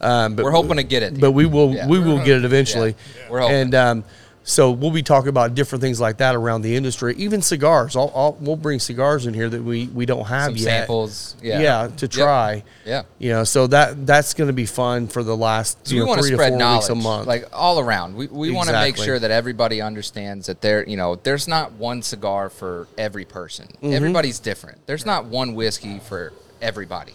S1: Um, but
S3: We're hoping to get it.
S1: but we will
S3: Yeah.
S1: we will get it eventually.
S3: Yeah. We're hoping.
S1: And um, so we'll be talking about different things like that around the industry, even cigars. I'll, I'll, we'll bring cigars in here that we, we don't have
S3: some
S1: yet.
S3: samples. Yeah.
S1: yeah. to
S3: Yep.
S1: try.
S3: Yeah.
S1: You know, so that that's going to be fun for the last
S3: So
S1: you
S3: we
S1: know,
S3: want to
S1: three to
S3: spread
S1: four
S3: knowledge,
S1: weeks a month.
S3: like all around. We, we want to make
S1: Exactly.
S3: sure that everybody understands that there, you know, there's not one cigar for every person.
S1: Mm-hmm.
S3: Everybody's different. There's not one whiskey for everybody.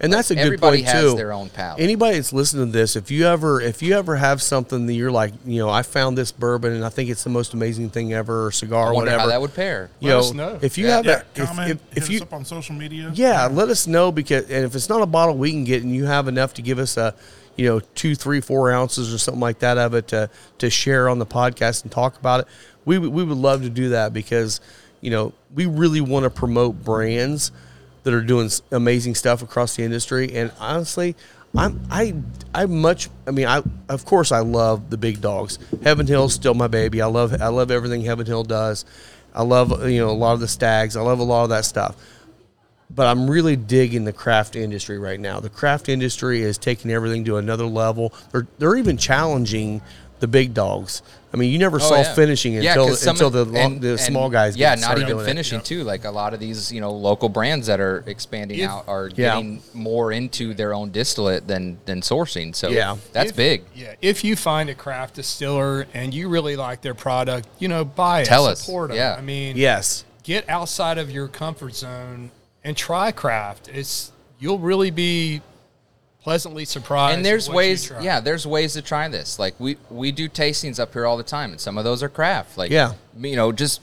S1: and that's a good
S3: everybody
S1: point
S3: has
S1: too.
S3: their own palate.
S1: Anybody that's listening to this, if you ever if you ever have something that you're like, you know, I found this bourbon and I think it's the most amazing thing ever, or cigar,
S3: I
S1: or
S3: wonder
S1: whatever.
S3: how that would pair.
S1: you
S6: Let
S1: know,
S6: us know.
S1: if you
S3: Yeah.
S1: have
S4: Yeah,
S1: that,
S4: comment.
S1: if, if, if
S4: hit
S1: you
S4: us up on social media.
S1: Yeah, let us know because, and if it's not a bottle we can get, and you have enough to give us a, you know, two, three, four ounces or something like that of it to to share on the podcast and talk about it, we would- we would love to do that because, you know, we really want to promote brands that are doing s- amazing stuff across the industry. And honestly, I'm I I much I mean I of course I love the big dogs. Heaven Hill's still my baby. I love I love everything Heaven Hill does. I love you know a lot of the stags. I love a lot of that stuff but I'm really digging the craft industry right now. The craft industry is taking everything to another level. They're they're even challenging the big dogs. I mean, you never saw
S3: Oh, yeah.
S1: finishing
S3: Yeah,
S1: until
S3: 'cause some
S1: until
S3: of-
S1: the long,
S3: and-
S1: the
S3: and,
S1: small guys.
S3: Yeah,
S1: get-
S3: not
S1: started
S3: even
S1: doing it.
S3: finishing too. Like a lot of these, you know, local brands that are expanding out are
S1: Yeah.
S3: getting more into their own distillate than than sourcing. So
S1: Yeah.
S3: that's
S6: If-
S3: big.
S6: Yeah, if you find a craft distiller and you really like their product, you know, buy it.
S3: Tell us.
S6: Support 'em.
S3: Yeah.
S6: I mean,
S1: Yes,
S6: get outside of your comfort zone and try craft. It's you'll really be pleasantly surprised.
S3: and
S6: at
S3: there's
S6: what you
S3: ways
S6: try.
S3: yeah there's ways to try this like we we do tastings up here all the time and some of those are craft like
S1: Yeah.
S3: you know just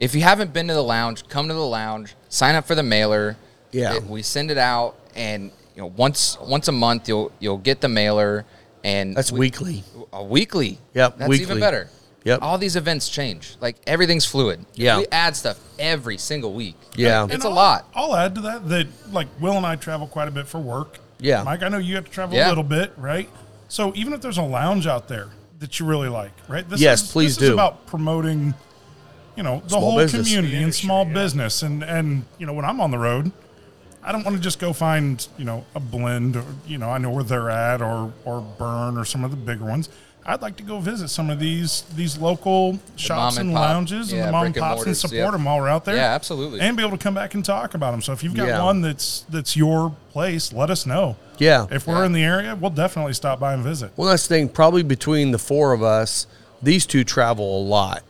S3: if you haven't been to the lounge come to the lounge sign up for the mailer
S1: Yeah.
S3: It- we send it out and you know once once a month you'll you'll get the mailer and
S1: that's
S3: we-
S1: weekly.
S3: a weekly
S1: Yep,
S3: that's even
S1: weekly.
S3: better
S1: Yep.
S3: all these events change like everything's fluid
S1: Yeah.
S3: we add stuff every single week
S1: Yeah.
S3: Like, it's
S4: And
S3: a
S4: I'll-
S3: lot
S4: I'll add to that that like Will and I travel quite a bit for work.
S1: Yeah.
S4: Mike, I know you have to travel
S3: Yeah.
S4: a little bit, right? So even if there's a lounge out there that you really like, right? This
S1: Yes,
S4: is,
S1: please
S4: this is
S1: do.
S4: about promoting, you know, the
S1: Small
S4: whole
S1: business.
S4: community and small business, and and you know when I'm on the road, I don't want to just go find you know a blend or you know I know where they're at or or burn or some of the bigger ones. I'd like to go visit some of these these local shops
S3: mom
S4: and,
S3: and pop.
S4: lounges
S3: Yeah,
S4: and the mom and
S3: brick and
S4: pops and
S3: mortars,
S4: support
S3: yep.
S4: them while we're out there.
S3: Yeah, absolutely.
S4: And be able to come back and talk about them. So if you've got
S1: Yeah.
S4: one that's that's your place, let us know.
S1: Yeah.
S4: If we're in the area, we'll definitely stop by and visit.
S1: Well, that's the thing. Probably between the four of us, these two travel a lot.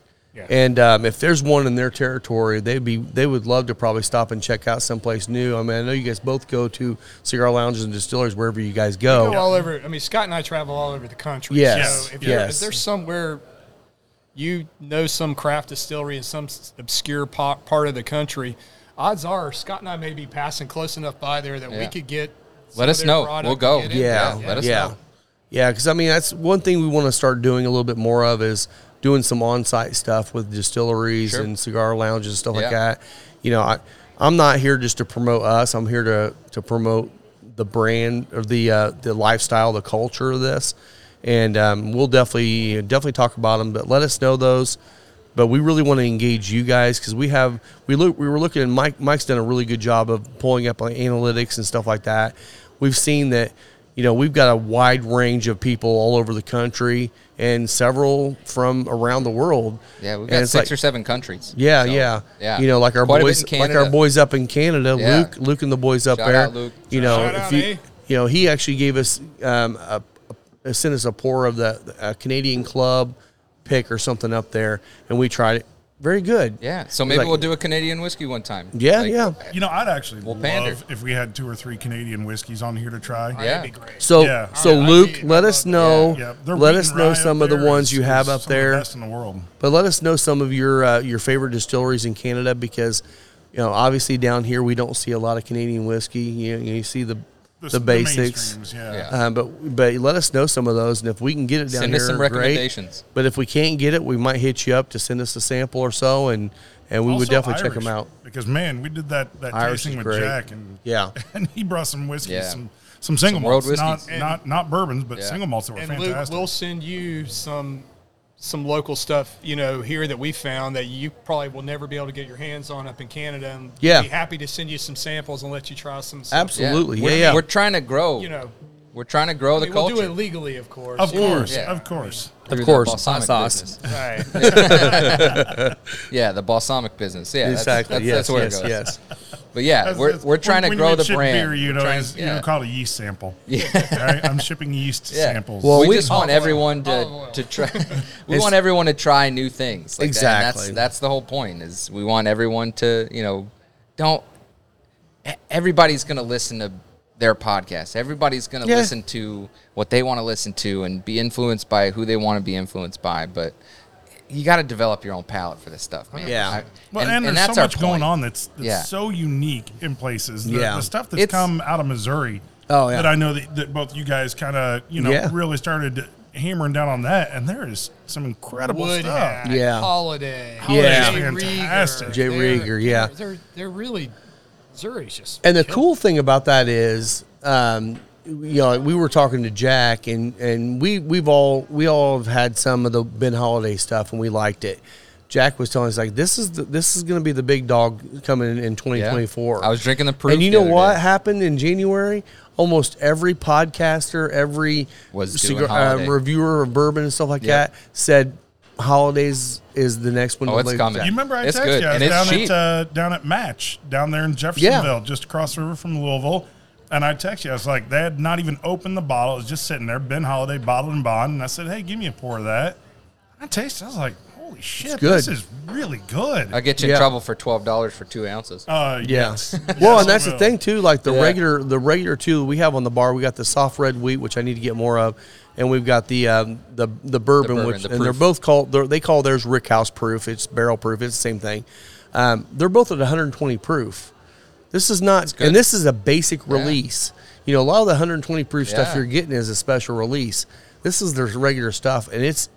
S1: And um, if there's one in their territory, they'd be they would love to probably stop and check out someplace new. I mean, I know you guys both go to cigar lounges and distillers wherever you guys
S6: Go all over. I mean, Scott and I travel all over the country.
S1: Yes,
S6: So if,
S1: yes.
S6: you're- if there's somewhere you know some craft distillery in some s- obscure po- part of the country, odds are Scott and I may be passing close enough by there that we
S3: Yeah.
S6: could get. some
S3: Let
S6: of
S3: us
S6: their
S3: know.
S6: product
S3: We'll
S6: and
S3: go.
S6: get in
S1: yeah,
S6: there.
S3: Yeah, let us
S1: yeah.
S3: know.
S1: Yeah, because I mean that's one thing we want to start doing a little bit more of is doing some on-site stuff with distilleries
S3: Sure.
S1: and cigar lounges and stuff like
S3: Yeah.
S1: that. You know, I I'm not here just to promote us. I'm here to to promote the brand or the uh, the lifestyle, the culture of this. and um, we'll definitely definitely talk about them. But let us know those. But we really want to engage you guys because we have we look we were looking and Mike Mike's done a really good job of pulling up like analytics and stuff like that. We've seen that you know we've got a wide range of people all over the country and several from around the world.
S3: Yeah, we've
S1: And
S3: got
S1: it's
S3: six
S1: like-
S3: or seven countries.
S1: Yeah,
S3: So,
S1: yeah,
S3: yeah.
S1: You know, like our
S3: Quite a bit
S1: boys,
S3: in
S1: like our
S3: Canada.
S1: boys up in Canada,
S3: Yeah.
S1: Luke, Luke and the boys up
S3: Shout
S1: there.
S3: out, Luke.
S1: You know,
S6: Shout
S1: if
S6: out,
S1: you,
S6: eh?
S1: you know, he actually gave us um, a, a, sent us a pour of the a Canadian club pick or something up there, and we tried it. Very good.
S3: Yeah. So maybe
S1: Like-
S3: we'll do a Canadian whiskey one time.
S1: yeah,
S3: Like,
S1: yeah.
S4: You know, I'd actually love
S3: pander.
S4: if we had two or three Canadian whiskeys on here to try.
S3: Yeah.
S6: That'd be great.
S1: So,
S4: Yeah.
S1: so
S6: I- I
S1: Luke,
S6: see-
S1: let us know.
S4: Yeah, they're
S1: let
S4: wheat
S1: us
S4: and
S1: know
S4: rye
S1: some
S4: up
S1: of the
S4: there
S1: ones
S4: is-
S1: you have
S4: is
S1: up
S4: some of
S1: there.
S4: the best in the world.
S1: But let us know some of your uh, your favorite distilleries in Canada because you know obviously down here we don't see a lot of Canadian whiskey. You you see the the, basics.
S4: mainstreams, yeah. Uh,
S3: Yeah.
S1: Um, but but let us know some of those, and if we can get it down
S3: Send
S1: here,
S3: us some
S1: great.
S3: recommendations.
S1: But if we can't get it, we might hit you up to send us a sample or so, and and we would
S4: Also
S1: definitely check
S4: Irish,
S1: them out.
S4: because man, we did that that
S1: Irish
S4: tasting
S1: is
S4: with
S1: great.
S4: Jack, and
S1: Yeah.
S4: and he brought some whiskeys,
S3: Yeah.
S4: some some single
S3: Some world
S4: malts, not,
S3: whiskeys.
S4: not not bourbons, but
S3: Yeah.
S4: single malts that were
S6: And Luke,
S4: fantastic.
S6: we'll send you some some local stuff, you know, here that we found that you probably will never be able to get your hands on up in Canada. And we'd
S1: Yeah.
S6: be happy to send you some samples and let you try some. stuff,
S1: Absolutely. Yeah,
S3: We're,
S1: yeah.
S3: We're trying to grow.
S6: You know,
S3: we're trying to grow the
S6: I mean,
S3: culture.
S6: we'll do it legally, of course.
S4: of course,
S3: Yeah.
S4: of course.
S3: through
S1: Of
S3: the
S1: course,
S3: balsamic
S1: hot sauce.
S3: business.
S6: Right.
S3: Yeah, the balsamic business. Yeah, that's-
S1: Exactly.
S3: That's, that's, where
S1: yes.
S3: it goes.
S1: Yes. yes.
S3: But yeah,
S4: That's-
S3: we're,
S4: that's-
S3: we're trying
S4: when
S3: to
S4: you
S3: grow
S4: make
S3: the
S4: ship
S3: brand.
S4: Beer, you
S3: We're
S4: know,
S3: trying-
S4: is, you
S3: yeah.
S4: don't call it yeast sample. Yeah, I'm shipping yeast
S3: Yeah.
S4: samples.
S1: Well,
S3: we,
S1: we-
S3: just want
S1: Olive oil.
S3: everyone to, to try. We want everyone to try new things. Like That. And
S1: Exactly.
S3: That's that's the whole point. Is we want everyone to you know, don't. e- Everybody's going to listen to their podcast. Everybody's going to
S1: Yeah.
S3: listen to what they want to listen to and be influenced by who they want to be influenced by. But you got to develop your own palate for this stuff, man.
S1: Yeah.
S4: Well, and, there's so
S3: our
S4: much going
S3: point.
S4: on that's, that's
S3: Yeah.
S4: so unique in places. The,
S1: Yeah.
S4: the stuff that's
S3: It's-
S4: come out of Missouri.
S1: Oh, yeah.
S4: That I know that, that both you guys kind of you know
S1: Yeah.
S4: really started hammering down on that, and there is some incredible stuff.
S6: Woodhack,
S1: Yeah.
S6: Holiday,
S1: Yeah.
S6: Jay
S4: Fantastic.
S6: Rieger.
S1: Jay Rieger, yeah.
S6: They're, they're they're really Missouri's just
S1: And the cool thing about that is, um, you know, we were talking to Jack, and and we we've all we all have had some of the Ben Holiday stuff, and we liked it. Jack was telling us like this is the, this is going to be the big dog coming in, in
S3: Yeah.
S1: 2024.
S3: I was drinking the proof.
S1: And you
S3: the
S1: know
S3: other
S1: what
S3: day.
S1: happened in January? Almost every podcaster, every
S3: Was doing
S1: cigar,
S3: holiday.
S1: uh, reviewer of bourbon and stuff like
S3: Yep.
S1: that said holidays is the next one.
S3: Oh,
S1: to
S3: it's
S1: lay-
S3: coming.
S4: You remember I
S3: It's
S4: texted
S3: good,
S4: you I
S3: and
S4: was
S3: it's
S4: down
S3: cheap.
S4: at uh, down at Match down there in Jeffersonville, just across the river from Louisville. And I texted you. I was like, they had not even opened the bottle. It was just sitting there, Ben Holiday, bottled and bond. And I said, hey, give me a pour of that. I tasted. it. I was like, holy shit,
S1: good.
S4: this is really good.
S3: I'll get you in
S1: Yeah.
S3: trouble for twelve dollars for two ounces.
S4: Uh,
S1: Yeah.
S4: yes.
S1: Well,
S4: Yes,
S1: and
S4: it
S1: that's the
S4: will.
S1: thing too. Like the
S3: Yeah.
S1: regular, the regular two we have on the bar, we got the soft red wheat, which I need to get more of, and we've got the um, the the bourbon,
S3: bourbon,
S1: which
S3: the
S1: and they're
S3: proof.
S1: both called they're, they call theirs rickhouse proof. It's barrel proof. It's the same thing. Um, they're both at 120 proof. This is not,
S3: good.
S1: and this is a basic release. You know, a lot of the 120 proof
S3: Yeah.
S1: stuff you're getting is a special release. This is their regular stuff, and it's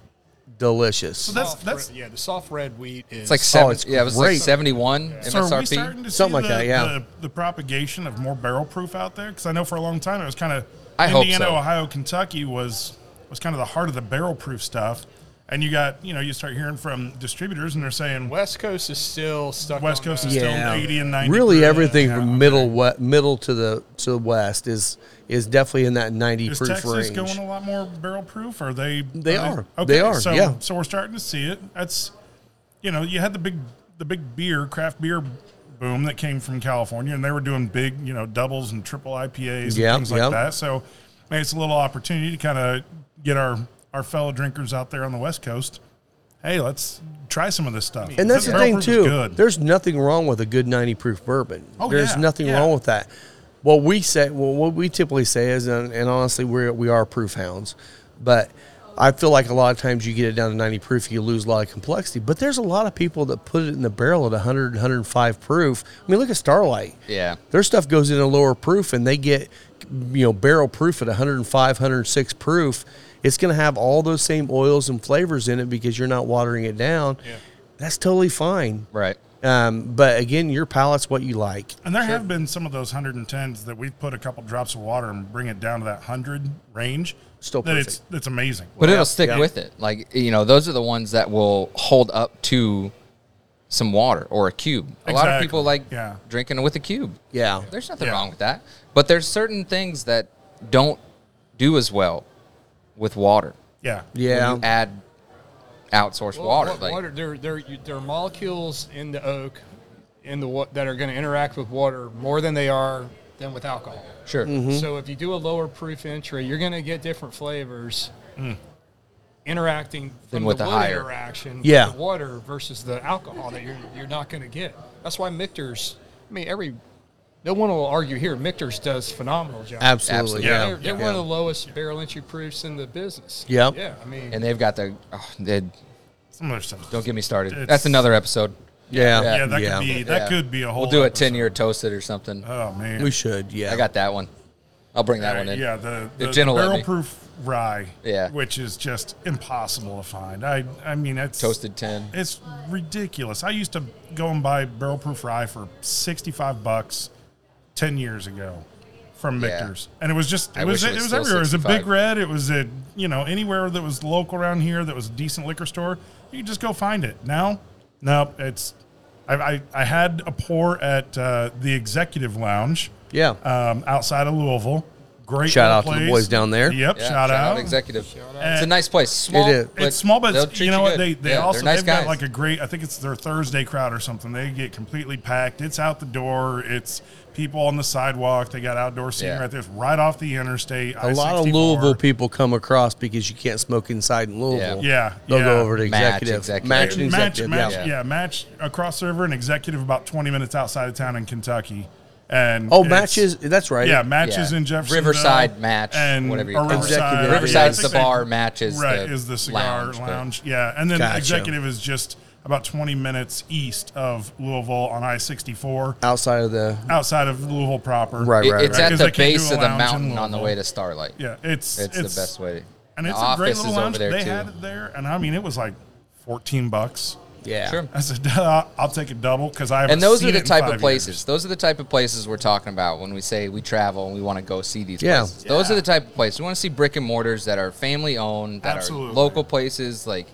S1: delicious.
S4: That's-
S6: soft
S4: that's-
S6: red- yeah. The soft red wheat is
S3: It's like seven.
S1: Oh, it's
S3: yeah, it was
S1: great.
S3: like seventy-one
S4: So are we
S3: MSRP.
S4: starting to see
S1: Something like
S4: the,
S1: that, yeah.
S4: the, the propagation of more barrel proof out there? Because I know for a long time it was kind of
S3: I hope
S4: Indiana,
S3: so.
S4: Ohio, Kentucky was was kind of the heart of the barrel proof stuff. And you got you know you start hearing from distributors and they're saying West,
S6: West Coast is still stuck. on
S4: Coast
S6: that.
S4: is still eighty and ninety.
S1: Really,
S4: proof.
S1: everything
S4: Yeah.
S1: from middle we- middle to the to the west is is definitely in that ninety
S4: Is
S1: proof
S4: Texas
S1: range.
S4: going a lot more barrel proof? Are they?
S1: They are.
S4: Okay,
S1: They are,
S4: So,
S1: yeah.
S4: So we're starting to see it. That's, you know, you had the big, the big beer, craft beer boom that came from California, and they were doing big, you know, doubles and triple IPAs and
S1: Yep,
S4: things like
S1: yep.
S4: that. So, man, it's a little opportunity to kind of get our our fellow drinkers out there on the West Coast. Hey, let's try some of this stuff.
S1: and that's
S4: This
S1: the
S4: barrel
S1: thing
S4: proof is
S1: too.
S4: Good.
S1: There's nothing wrong with a good ninety proof bourbon.
S4: Oh,
S1: There's
S4: yeah,
S1: nothing
S4: yeah.
S1: wrong with that. What we say, well, what we typically say is, and, and honestly, we're we are proof hounds, but I feel like a lot of times you get it down to ninety proof, you lose a lot of complexity. But there's a lot of people that put it in the barrel at 100, 105 proof. I mean, look at Starlight.
S3: Yeah.
S1: their stuff goes in a lower proof and they get you know barrel proof at 105 106 proof it's going to have all those same oils and flavors in it because you're not watering it down that's totally fine
S3: Right.
S1: Um, but again, your palate's what you like.
S4: And there have been some of those 110s that we've put a couple drops of water and bring it down to that 100 range.
S1: Still
S4: that it's it's amazing.
S3: but it'll stick with it. Like you know, those are the ones that will hold up to some water or a cube. A lot of
S4: Exactly.
S3: people like
S4: Yeah.
S3: drinking it with a cube.
S1: Yeah.
S3: There's nothing
S4: Yeah.
S3: wrong with that. But there's certain things that don't do as well with water.
S4: yeah.
S1: Yeah.
S3: You add outsourced
S6: Well,
S3: water.
S6: wa-
S3: like,
S6: water there, there, you- there are molecules in the oak in the wa- that are going to interact with water more than they are than with alcohol.
S3: Sure.
S1: Mm-hmm.
S6: So if you do a lower proof entry, you're going to get different flavors interacting
S3: Than
S6: from
S3: with
S6: the,
S3: the
S6: wood
S3: higher.
S6: interaction with
S1: Yeah.
S6: the water versus the alcohol that you're you're not going to get. That's why Michter's. I mean, every no one will argue here. Michter's does phenomenal job.
S1: Absolutely.
S3: Absolutely.
S1: Yeah.
S6: They're, they're one of the lowest barrel entry proofs in the business.
S1: Yep.
S6: Yeah. I mean,
S3: And they've got the. Oh, they,
S4: Some of their stuff.
S3: don't get me started.
S4: It's-
S3: That's another episode.
S1: Yeah.
S4: Yeah, that could be that
S3: Yeah.
S4: could be a whole.
S3: We'll do a
S4: episode.
S3: ten year toasted or something.
S4: Oh man,
S1: We should. Yeah.
S3: I got that one. I'll bring that
S4: Uh,
S3: one in.
S4: Yeah, the, the,
S3: gin will let me.
S4: barrel proof rye.
S3: Yeah.
S4: which is just impossible to find. I I mean it's
S3: Toasted ten.
S4: It's ridiculous. I used to go and buy barrel proof rye for sixty five bucks ten years ago from
S3: Yeah.
S4: Michter's, and it was just it
S3: I
S4: was
S3: wish
S4: it,
S3: it
S4: was
S3: was still
S4: everywhere. It was a
S3: 65.
S4: big red. It was a you know anywhere that was local around here that was a decent liquor store. You could just go find it now. No, it's. I, I, I had a pour at uh, the executive lounge
S1: Yeah.
S4: um, outside of Louisville. Great
S1: Shout
S4: little
S1: out to the
S4: place.
S1: boys down there.
S4: Yep,
S3: Yeah,
S4: shout, out.
S3: executive.
S4: out.
S3: It's a nice place. Small.
S1: It is.
S3: but
S4: It's small, but
S3: they'll
S4: it's,
S3: treat
S4: you know what?
S3: good.
S4: They they
S3: Yeah, they're
S4: also
S3: nice
S4: they've
S3: guys.
S4: got like a great. I think it's their Thursday crowd or something. They get completely packed. It's out the door. It's people on the sidewalk. They got outdoor seating
S3: Yeah.
S4: right there. It's right off the interstate.
S1: a lot of
S4: I-64.
S1: Louisville people come across because you can't smoke inside in Louisville.
S4: Yeah,
S1: They'll
S4: yeah.
S1: go over to
S3: Match,
S1: executive.
S3: executive.
S1: Match and
S4: match,
S1: executive.
S4: match,
S1: yeah.
S4: yeah. match across the river and executive about twenty minutes outside of town in Kentucky. And
S1: Oh,
S4: it's-
S1: matches. That's right.
S4: Yeah, matches
S3: Yeah.
S4: in Jefferson.
S3: Riverside Match, whatever you call it.
S1: Executive.
S4: yeah, I
S1: Riverside's
S4: think
S1: the
S4: they-
S3: bar, Match is
S4: right
S3: the
S4: is the cigar
S3: lounge,
S4: lounge.
S3: but-
S4: Yeah, and then
S1: Gotcha.
S4: executive is just about twenty minutes east of Louisville on I sixty four,
S1: Outside of the.
S4: outside of Louisville proper.
S1: Right,
S3: It-
S1: right,
S3: it's
S1: right.
S3: at
S4: 'Cause
S3: the
S4: they can't do
S3: base
S4: a
S3: of the
S4: lounge in
S3: mountain on the way to Starlight.
S4: Yeah, it's
S3: It's, the best way.
S4: and
S3: the
S4: it's a
S3: office
S4: great little
S3: is
S4: lounge.
S3: over there
S4: they
S3: too.
S4: had it there, and I mean it was like fourteen bucks.
S1: Yeah.
S3: Sure.
S4: I said, "Duh, I'll take a double because I haven't
S3: And those
S4: seen
S3: are the
S4: it in
S3: type of
S4: five
S3: places.
S4: years.
S3: Those are the type of places we're talking about when we say we travel and we want to go see these
S1: Yeah.
S3: places. Those are the type of places we want to see brick and mortars that are family owned, that
S4: Absolutely.
S3: are local places. Like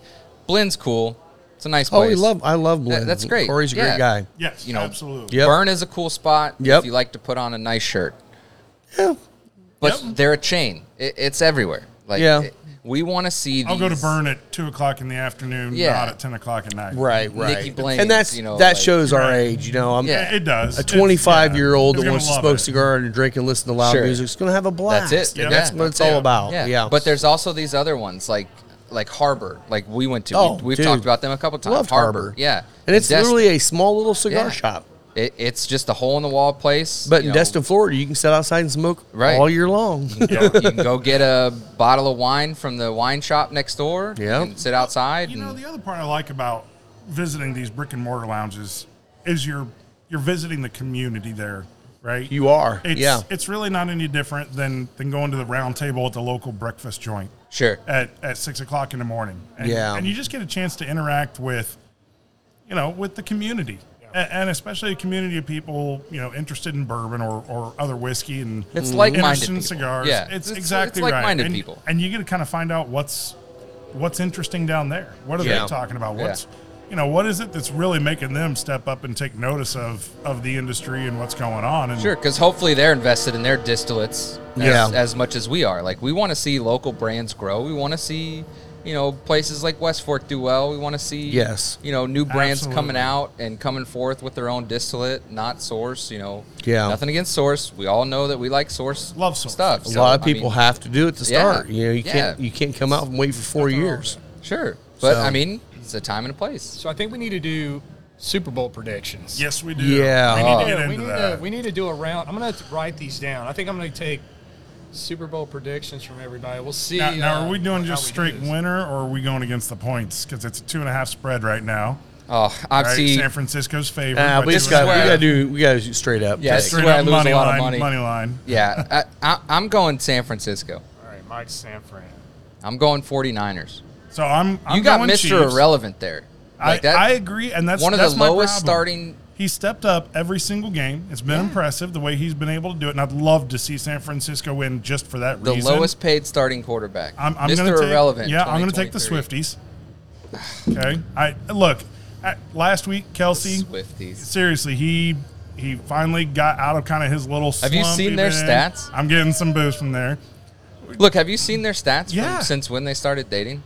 S3: Blend's cool. It's a nice
S1: Oh,
S3: place.
S1: we love. I love Blinn.
S3: that's great.
S1: Corey's a
S3: Yeah.
S1: great guy.
S4: Yes,
S3: you know,
S4: absolutely.
S1: Yep.
S3: Burn is a cool spot
S1: Yep.
S3: if you like to put on a nice shirt.
S1: Yeah.
S3: But they're a chain. It, it's everywhere. Like
S1: Yeah.
S3: it- we want to see. These,
S4: I'll go to Burn at two o'clock in the afternoon,
S3: Yeah.
S4: not at ten o'clock at night.
S1: Right. Right.
S3: Nikki Blaine's,
S1: and that's
S3: you know,
S1: that
S3: like-
S1: shows our age. You know, I'm.
S3: Yeah.
S4: It does.
S1: A 25 year old that
S4: that
S1: wants to smoke cigar and drink and listen to loud
S3: Sure.
S1: music is going to have a blast.
S3: That's it.
S4: Yeah.
S1: That's what it's all
S4: Yeah.
S1: about.
S3: Yeah.
S1: Yeah.
S3: But there's also these other ones like like Harbor, like we went to.
S1: Oh,
S3: we, have
S1: dude.
S3: talked about them a couple times.
S1: Love
S3: Harbor.
S1: Harbor.
S3: Yeah.
S1: and it's
S3: Destin-
S1: literally a small little cigar
S3: Yeah.
S1: shop.
S3: it, it's just a hole in the wall place.
S1: But in
S3: you know,
S1: Destin, Florida, you can sit outside and smoke
S3: Right.
S1: all year long.
S3: you can go get a bottle of wine from the wine shop next door.
S1: Yeah.
S3: and sit outside.
S4: You know,
S3: and,
S4: the other part I like about visiting these brick and mortar lounges is you're you're visiting the community there, right?
S1: you are.
S4: it's,
S1: yeah.
S4: It's really not any different than than going to the round table at the local breakfast joint
S3: sure.
S4: at, at six o'clock in the morning. And,
S1: Yeah.
S4: And you just get a chance to interact with, you know, with the community. A- And, especially a community of people, you know, interested in bourbon or, or other whiskey and
S3: It's like-minded
S4: interested in
S3: people.
S4: cigars.
S3: Yeah.
S4: It's,
S3: It's- it's
S4: exactly right.
S3: like-minded
S4: and,
S3: people.
S4: And you get to kind of find out what's what's interesting down there. What are
S1: Yeah.
S4: they talking about?
S3: Yeah.
S4: What's you know, what is it that's really making them step up and take notice of of the industry and what's going on? And
S3: Sure, because hopefully they're invested in their distillates as,
S1: Yeah.
S3: as much as we are. Like we want to see local brands grow. We want to see, you know, places like West Fork do well. We want to see,
S1: Yes.
S3: you know, new brands coming
S4: Absolutely.
S3: out and coming forth with their own distillate, not source. You know,
S1: Yeah.
S3: nothing against source. We all know that we like source,
S4: Love Source.
S3: stuff.
S1: a
S3: So,
S1: lot of
S3: I mean,
S1: people have to do it to
S3: Yeah.
S1: start. You know, you can't
S3: Yeah.
S1: you can't come out and wait for four years.
S3: sure, but
S1: So-
S3: I mean, it's a time and a place.
S6: so I think we need to do Super Bowl predictions.
S4: Yes, we do.
S1: Yeah.
S4: We need
S1: Oh.
S4: to get
S6: Yeah, we
S4: into
S6: need
S4: that.
S6: to we need to do a round. I'm gonna have to write these down. I think I'm gonna take Super Bowl predictions from everybody. We'll see.
S4: Now, now
S6: uh,
S4: are we doing
S6: how
S4: just
S6: we do
S4: straight
S6: this.
S4: winner, or are we going against the points? Because it's a two and a half spread right now.
S3: Oh, I've
S4: Right?
S3: seen.
S4: San Francisco's favorite.
S1: Uh,
S4: by
S1: we
S4: two
S1: just
S4: and a
S1: got
S4: half.
S1: we got to do we got to straight up.
S3: Yeah,
S1: take.
S3: straight-
S4: straight
S3: Where I
S4: up
S3: lose
S4: money
S3: a lot of
S4: line.
S3: money.
S4: line.
S3: yeah, I, I, I'm going San Francisco.
S6: All right, Mike Sanfran.
S3: I'm going 49ers.
S4: So I'm. I'm
S3: you got
S4: going
S3: Mr.
S4: Chiefs.
S3: Irrelevant there.
S4: I,
S3: Like that-
S4: I agree, and that's
S3: one of
S4: that's
S3: the
S4: my
S3: lowest
S4: problem.
S3: starting.
S4: He stepped up every single game. It's been impressive the way he's been able to do it, and I'd love to see San Francisco win just for that
S3: The
S4: reason.
S3: lowest paid starting quarterback.
S4: I'm, I'm
S3: Mr.
S4: going to take
S3: Irrelevant.
S4: yeah. I'm going to take the
S3: 2023.
S4: Swifties. Okay, I look I, last week, Kelsey.
S3: Swifties.
S4: Seriously, he he finally got out of kind of his little.
S3: Have you
S4: slump
S3: seen
S4: he'd
S3: their
S4: been in.
S3: stats?
S4: I'm getting some boost from there.
S3: Look, have you seen their stats from-
S4: Yeah.
S3: since when they started dating?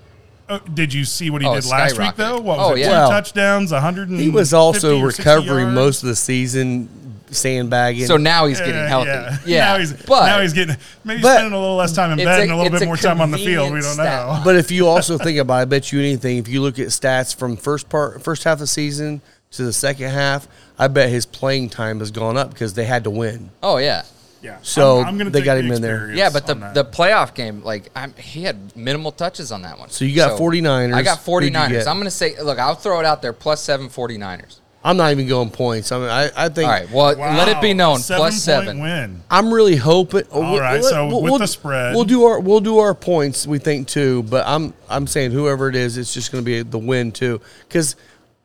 S4: Oh, did you see what he
S3: Oh,
S4: did last week
S3: skyrocketed.
S4: though? What was
S3: Oh,
S4: it?
S3: yeah.
S4: Two
S1: Well,
S4: touchdowns, 100.
S1: He was also recovering most of the season, sandbagging.
S3: So now he's getting healthy. Yeah,
S4: now he's
S3: but
S4: now he's getting maybe
S1: but-
S4: spending a little less time in
S3: It's
S4: bed
S3: a-
S4: and a little
S3: it's
S4: bit
S3: a
S4: more time on the field. We
S3: convenient
S4: don't
S3: stat
S4: know.
S3: line.
S1: But if you also think about it, I bet you anything, if you look at stats from first part first half of the season to the second half, I bet his playing time has gone up because they had to win.
S3: oh yeah,
S4: Yeah.
S1: So
S4: gonna
S1: they
S4: take
S1: got
S4: the
S1: him in there.
S4: experience
S3: yeah. But the
S4: on that.
S3: the playoff game, like I'm, he had minimal touches on that one.
S1: So you got 49ers.
S3: I got
S1: Who'd you
S3: 49ers.
S1: get?
S3: I'm going to say, look, I'll throw it out there. Plus seven 49ers.
S1: I'm not even going points. I mean, I, I think
S3: All right. Well, let it be
S4: Wow,
S3: known.
S4: seven
S3: plus
S4: point
S3: seven.
S4: win.
S1: I'm really hoping. uh,
S4: All right, so with the spread-
S1: we'll do our we'll do our points. We think too, but I'm I'm saying whoever it is, it's just going to be the win too. Because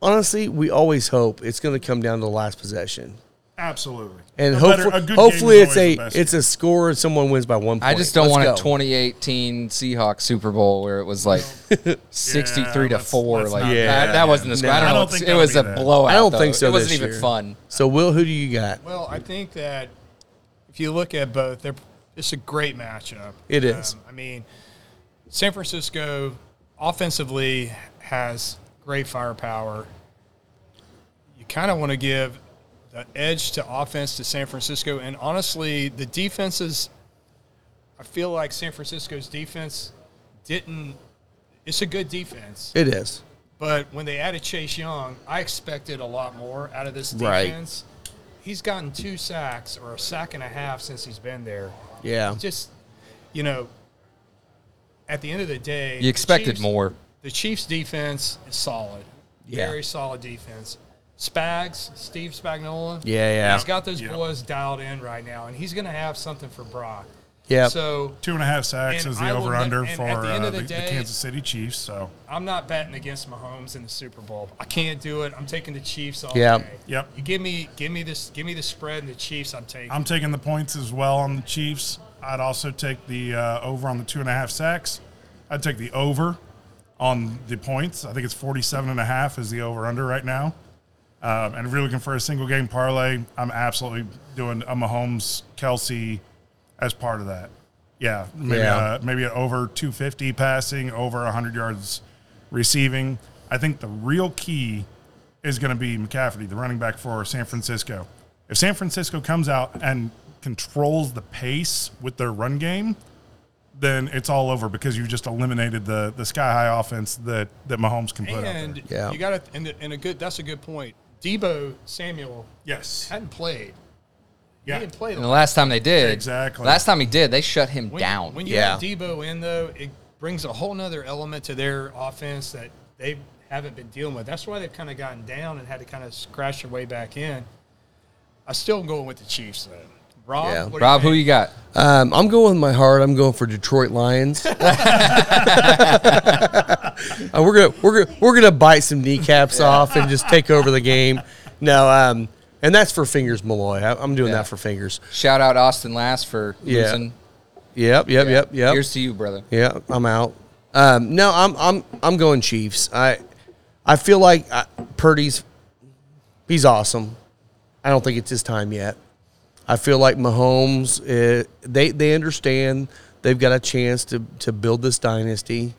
S1: honestly, we always hope it's going to come down to the last possession,
S4: Absolutely.
S1: and
S4: A better-
S1: hopefully,
S4: a good game
S1: hopefully
S4: is
S1: it's
S4: always
S1: a
S4: the best
S1: it's a score and someone wins by one. point.
S3: I just don't
S1: Let's
S3: want
S1: go.
S3: a 2018 Seahawks Super Bowl where it was like 63 to
S4: let's-
S3: 4.
S4: let's
S3: like
S4: not
S3: that,
S4: do that.
S3: that wasn't the score. I
S4: No.
S3: don't,
S4: I
S3: know.
S4: don't
S3: It's-
S4: think
S3: it
S4: that'll
S3: was
S4: be
S3: a
S4: that.
S3: blowout.
S1: I don't
S3: though.
S1: think so.
S3: It wasn't
S1: this
S3: even
S1: year.
S3: fun.
S1: So Will, who do you got?
S6: Well, I think that if you look at both, they're it's a great matchup. Um,
S1: It is.
S6: I mean, San Francisco offensively has great firepower. You kind of want to give the edge to offense to San Francisco, and honestly, the defenses. I feel like San Francisco's defense didn't. It's a good defense.
S1: It is.
S6: But when they added Chase Young, I expected a lot more out of this
S1: Right.
S6: defense. He's gotten two sacks or a sack and a half since he's been there.
S1: Yeah.
S6: Just, you know, at the end of the day,
S3: You expected
S6: the Chiefs-
S3: more.
S6: The Chiefs' defense is solid,
S1: Yeah.
S6: very solid defense. Spags, Steve Spagnuolo,
S1: Yeah, yeah.
S6: he's got those
S4: Yeah.
S6: boys dialed in right now, and he's going to have something for Brock.
S1: Yeah.
S6: So
S4: Two and a half sacks
S6: And
S4: is the
S6: I will
S4: over under
S6: ne- and
S4: for
S6: at the end
S4: uh,
S6: of
S4: the,
S6: the
S4: the
S6: day-
S4: Kansas City Chiefs. So,
S6: I'm not betting against Mahomes in the Super Bowl. I can't do it. I'm taking the Chiefs all
S1: Yeah.
S6: day.
S4: Yep.
S6: You give me give me this give me the spread and the Chiefs I'm taking.
S4: I'm taking the points as well on the Chiefs. I'd also take the uh, over on the two and a half sacks. I'd take the over on the points. I think it's 47 and a half is the over under right now. Um, and if you're looking for a single game parlay, I'm absolutely doing a Mahomes Kelsey as part of that. Yeah, maybe
S1: Yeah.
S4: Uh, maybe an over 250 passing, over 100 yards receiving. I think the real key is going to be McCafferty, the running back for San Francisco. If San Francisco comes out and controls the pace with their run game, then it's all over because you just eliminated the the sky high offense that that Mahomes can put out
S6: and
S4: there.
S1: Yeah.
S6: you got to and, the- and a good that's a good point. Debo Samuel
S4: Yes.
S6: hadn't played.
S4: Yeah.
S6: He didn't play.
S3: And the last time they did,
S4: Exactly.
S3: Last time he did, they shut him
S6: when,
S3: down.
S6: When you
S1: Yeah.
S6: have Debo in though, it brings a whole nother element to their offense that they haven't been dealing with. That's why they've kind of gotten down and had to kind of scratch their way back in. I still am going with the Chiefs though. Rob,
S1: Yeah.
S6: what do
S3: Rob, who
S6: think?
S3: you got?
S1: Um, I'm going with my heart. I'm going for Detroit Lions. Uh, we're gonna we're gonna we're gonna bite some kneecaps off and just take over the game. No, um, and that's for fingers Malloy. I, I'm doing
S3: Yeah.
S1: that for fingers.
S3: Shout out Austin Last for
S1: Yeah.
S3: losing.
S1: Yep, yep, yep, yep.
S3: Here's to you, brother.
S1: Yeah, I'm out. Um, no, I'm I'm I'm going Chiefs. I I feel like I, Purdy's he's awesome. I don't think it's his time yet. I feel like Mahomes uh, they they understand they've got a chance to to build this dynasty,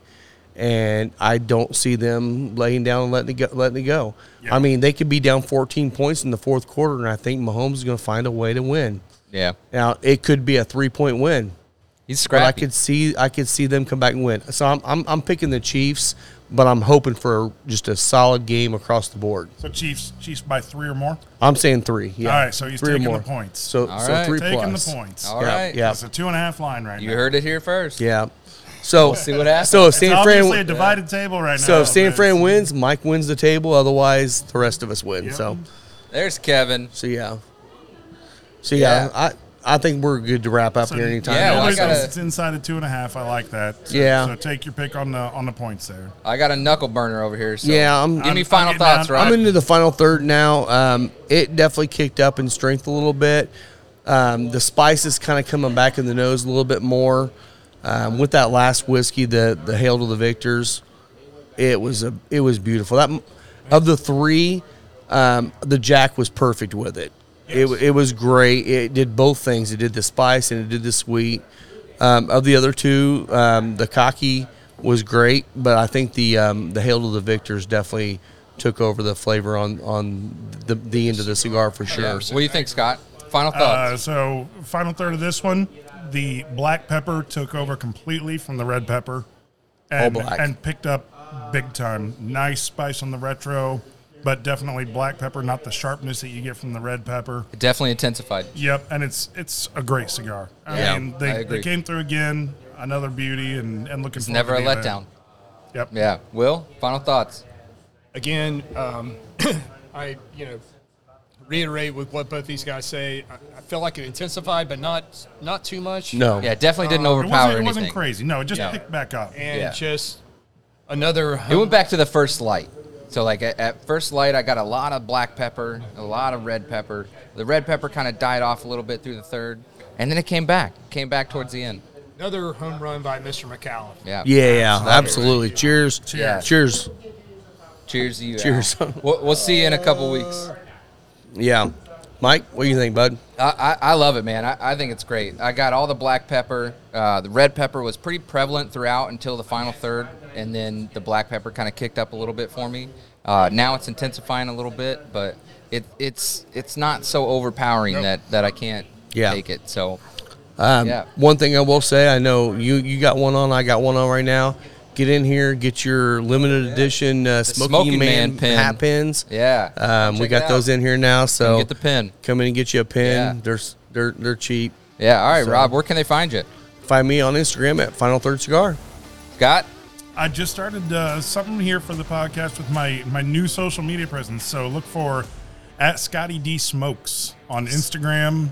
S1: and I don't see them laying down and letting it go, letting it go. I mean, they could be down 14 points in the fourth quarter, and I think Mahomes is going to find a way to win.
S3: Yeah.
S1: Now, it could be a three point win
S3: He's
S1: but
S3: scrappy.
S1: I could see I could see them come back and win. So I'm I'm, I'm picking the Chiefs, but I'm hoping for just a solid game across the board.
S4: So Chiefs Chiefs by three or more.
S1: I'm saying three. Yeah.
S4: All right, so he's
S1: three
S4: taking
S1: or more.
S4: the points.
S1: So,
S3: All
S1: so
S3: right.
S1: three
S4: taking
S1: plus.
S4: the points.
S3: All
S1: Yeah,
S3: right.
S1: yeah,
S4: It's a two and a half line right
S3: You
S4: now.
S3: heard it here first.
S1: yeah. So
S3: See what happens.
S1: so if
S4: It's
S1: San
S4: obviously a
S1: Fran
S4: divided table right now.
S1: so if San
S4: but-
S1: Fran wins, Mike wins the table. Otherwise, the rest of us win. So
S3: There's Kevin.
S1: so yeah. So yeah,
S3: Yeah.
S1: I I think we're good to wrap up
S4: So
S1: here anytime.
S3: Yeah,
S1: now.
S3: well, I
S4: nobody
S3: gotta-
S4: thinks it's inside of two and a half. I like that. So,
S1: Yeah.
S4: So take your pick on the on the points there.
S3: I got a knuckle burner over here. So
S1: Yeah, I'm-
S3: give me
S4: I'm-
S3: final
S4: I'm getting
S3: thoughts,
S4: down.
S3: right?
S1: I'm into the final third now. Um, it definitely kicked up in strength a little bit. Um, the spice is kind of coming back in the nose a little bit more. Um, with that last whiskey, the the hail to the victors, it was a it was beautiful. That of the three, um, the Jack was perfect with it. It It it was great. It did both things. It did the spice and it did the sweet. Um, of the other two, um, the cocky was great, but I think the um, the hail to the victors definitely took over the flavor on on the, the end of the cigar for sure.
S3: Yeah. What do you think, Scott? Final
S4: Uh,
S3: thoughts.
S4: so final third of this one, the black pepper took over completely from the red pepper, and
S1: black.
S4: and picked up big time. Nice spice on the retro, but definitely black pepper, not the sharpness that you get from the red pepper.
S3: Definitely intensified.
S4: Yep, and it's it's a great cigar. I
S3: Yeah,
S4: mean,
S3: I
S4: they,
S3: agree.
S4: they came through again, another beauty, and and looking
S3: It's never a
S4: forward to the
S3: letdown.
S4: event. Yep.
S3: Yeah. Will, final thoughts.
S6: again, um, I you know reiterate with what both these guys say. I, I feel like it intensified, but not not too much.
S1: No,
S3: Yeah, definitely didn't
S4: Uh, It
S3: overpower
S4: wasn't, it wasn't
S3: anything.
S4: crazy. No, it just
S3: Yeah.
S4: picked back up.
S6: and
S3: Yeah.
S6: just another.
S3: It went back to the first light. So like at, at first light, I got a lot of black pepper, a lot of red pepper. The red pepper kind of died off a little bit through the third, and then it came back. Came back towards the end.
S6: another home run by Mr. McCallum.
S3: Yeah.
S1: yeah, yeah, absolutely. Cheers,
S3: Yeah.
S1: cheers.
S3: Cheers to you. Al.
S1: Cheers.
S3: we'll, we'll see you in a couple weeks.
S1: Yeah, Mike, what do you think, bud?
S3: I, I I love it, man. I, I think it's great. I got all the black pepper. Uh, the red pepper was pretty prevalent throughout until the final third, and then the black pepper kind of kicked up a little bit for me. Uh, now it's intensifying a little bit, but it it's it's not so overpowering that, that I can't
S1: Yeah.
S3: take it. So
S1: Um,
S3: Yeah.
S1: One thing I will say, I know you you got one on, I got one on right now. Get in here, get your limited edition uh, Smoking,
S3: Smoking
S1: Man,
S3: Man pin.
S1: hat pins.
S3: yeah,
S1: Um, we
S3: Check it
S1: got those
S3: out.
S1: in here now, so
S3: You get the pin.
S1: Come in and get you a pin.
S3: Yeah.
S1: They're s- they're they're cheap.
S3: Yeah. All right,
S1: So-
S3: Rob. Where can they find you?
S1: Find me on Instagram at Final Third Cigar.
S3: Scott.
S4: I just started uh, something here for the podcast with my my new social media presence. So look for at Scotty D Smokes on Instagram,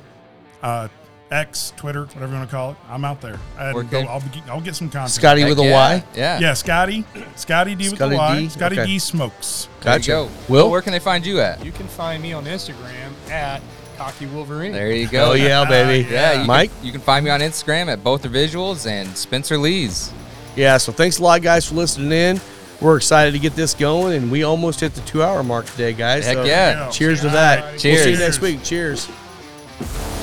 S4: uh, X, Twitter, whatever you want to call it. I'm out there. And
S3: Okay.
S4: they'll- I'll, be, I'll get some content.
S1: Scotty with a Y.
S3: Heck yeah. Yeah.
S4: Yeah, Scotty. Scotty D with
S1: Scotty
S4: the Y.
S1: D,
S4: Scotty
S1: okay.
S4: D Smokes.
S3: There you
S1: Gotcha.
S3: go.
S1: Will?
S3: where can they find you at?
S6: You can find me on Instagram at Cocky Wolverine.
S3: There you go.
S1: Oh yeah, baby.
S3: Yeah, you can-
S1: Mike.
S3: you can find me on Instagram at both the visuals and Spencer Lee's.
S1: Yeah. So thanks a lot, guys, for listening in. We're excited to get this going, and we almost hit the two-hour mark today, guys.
S3: Heck
S1: so
S3: yeah.
S1: Cheers to
S4: All
S1: that.
S4: right.
S1: We'll see you
S3: Cheers.
S1: next week. Cheers.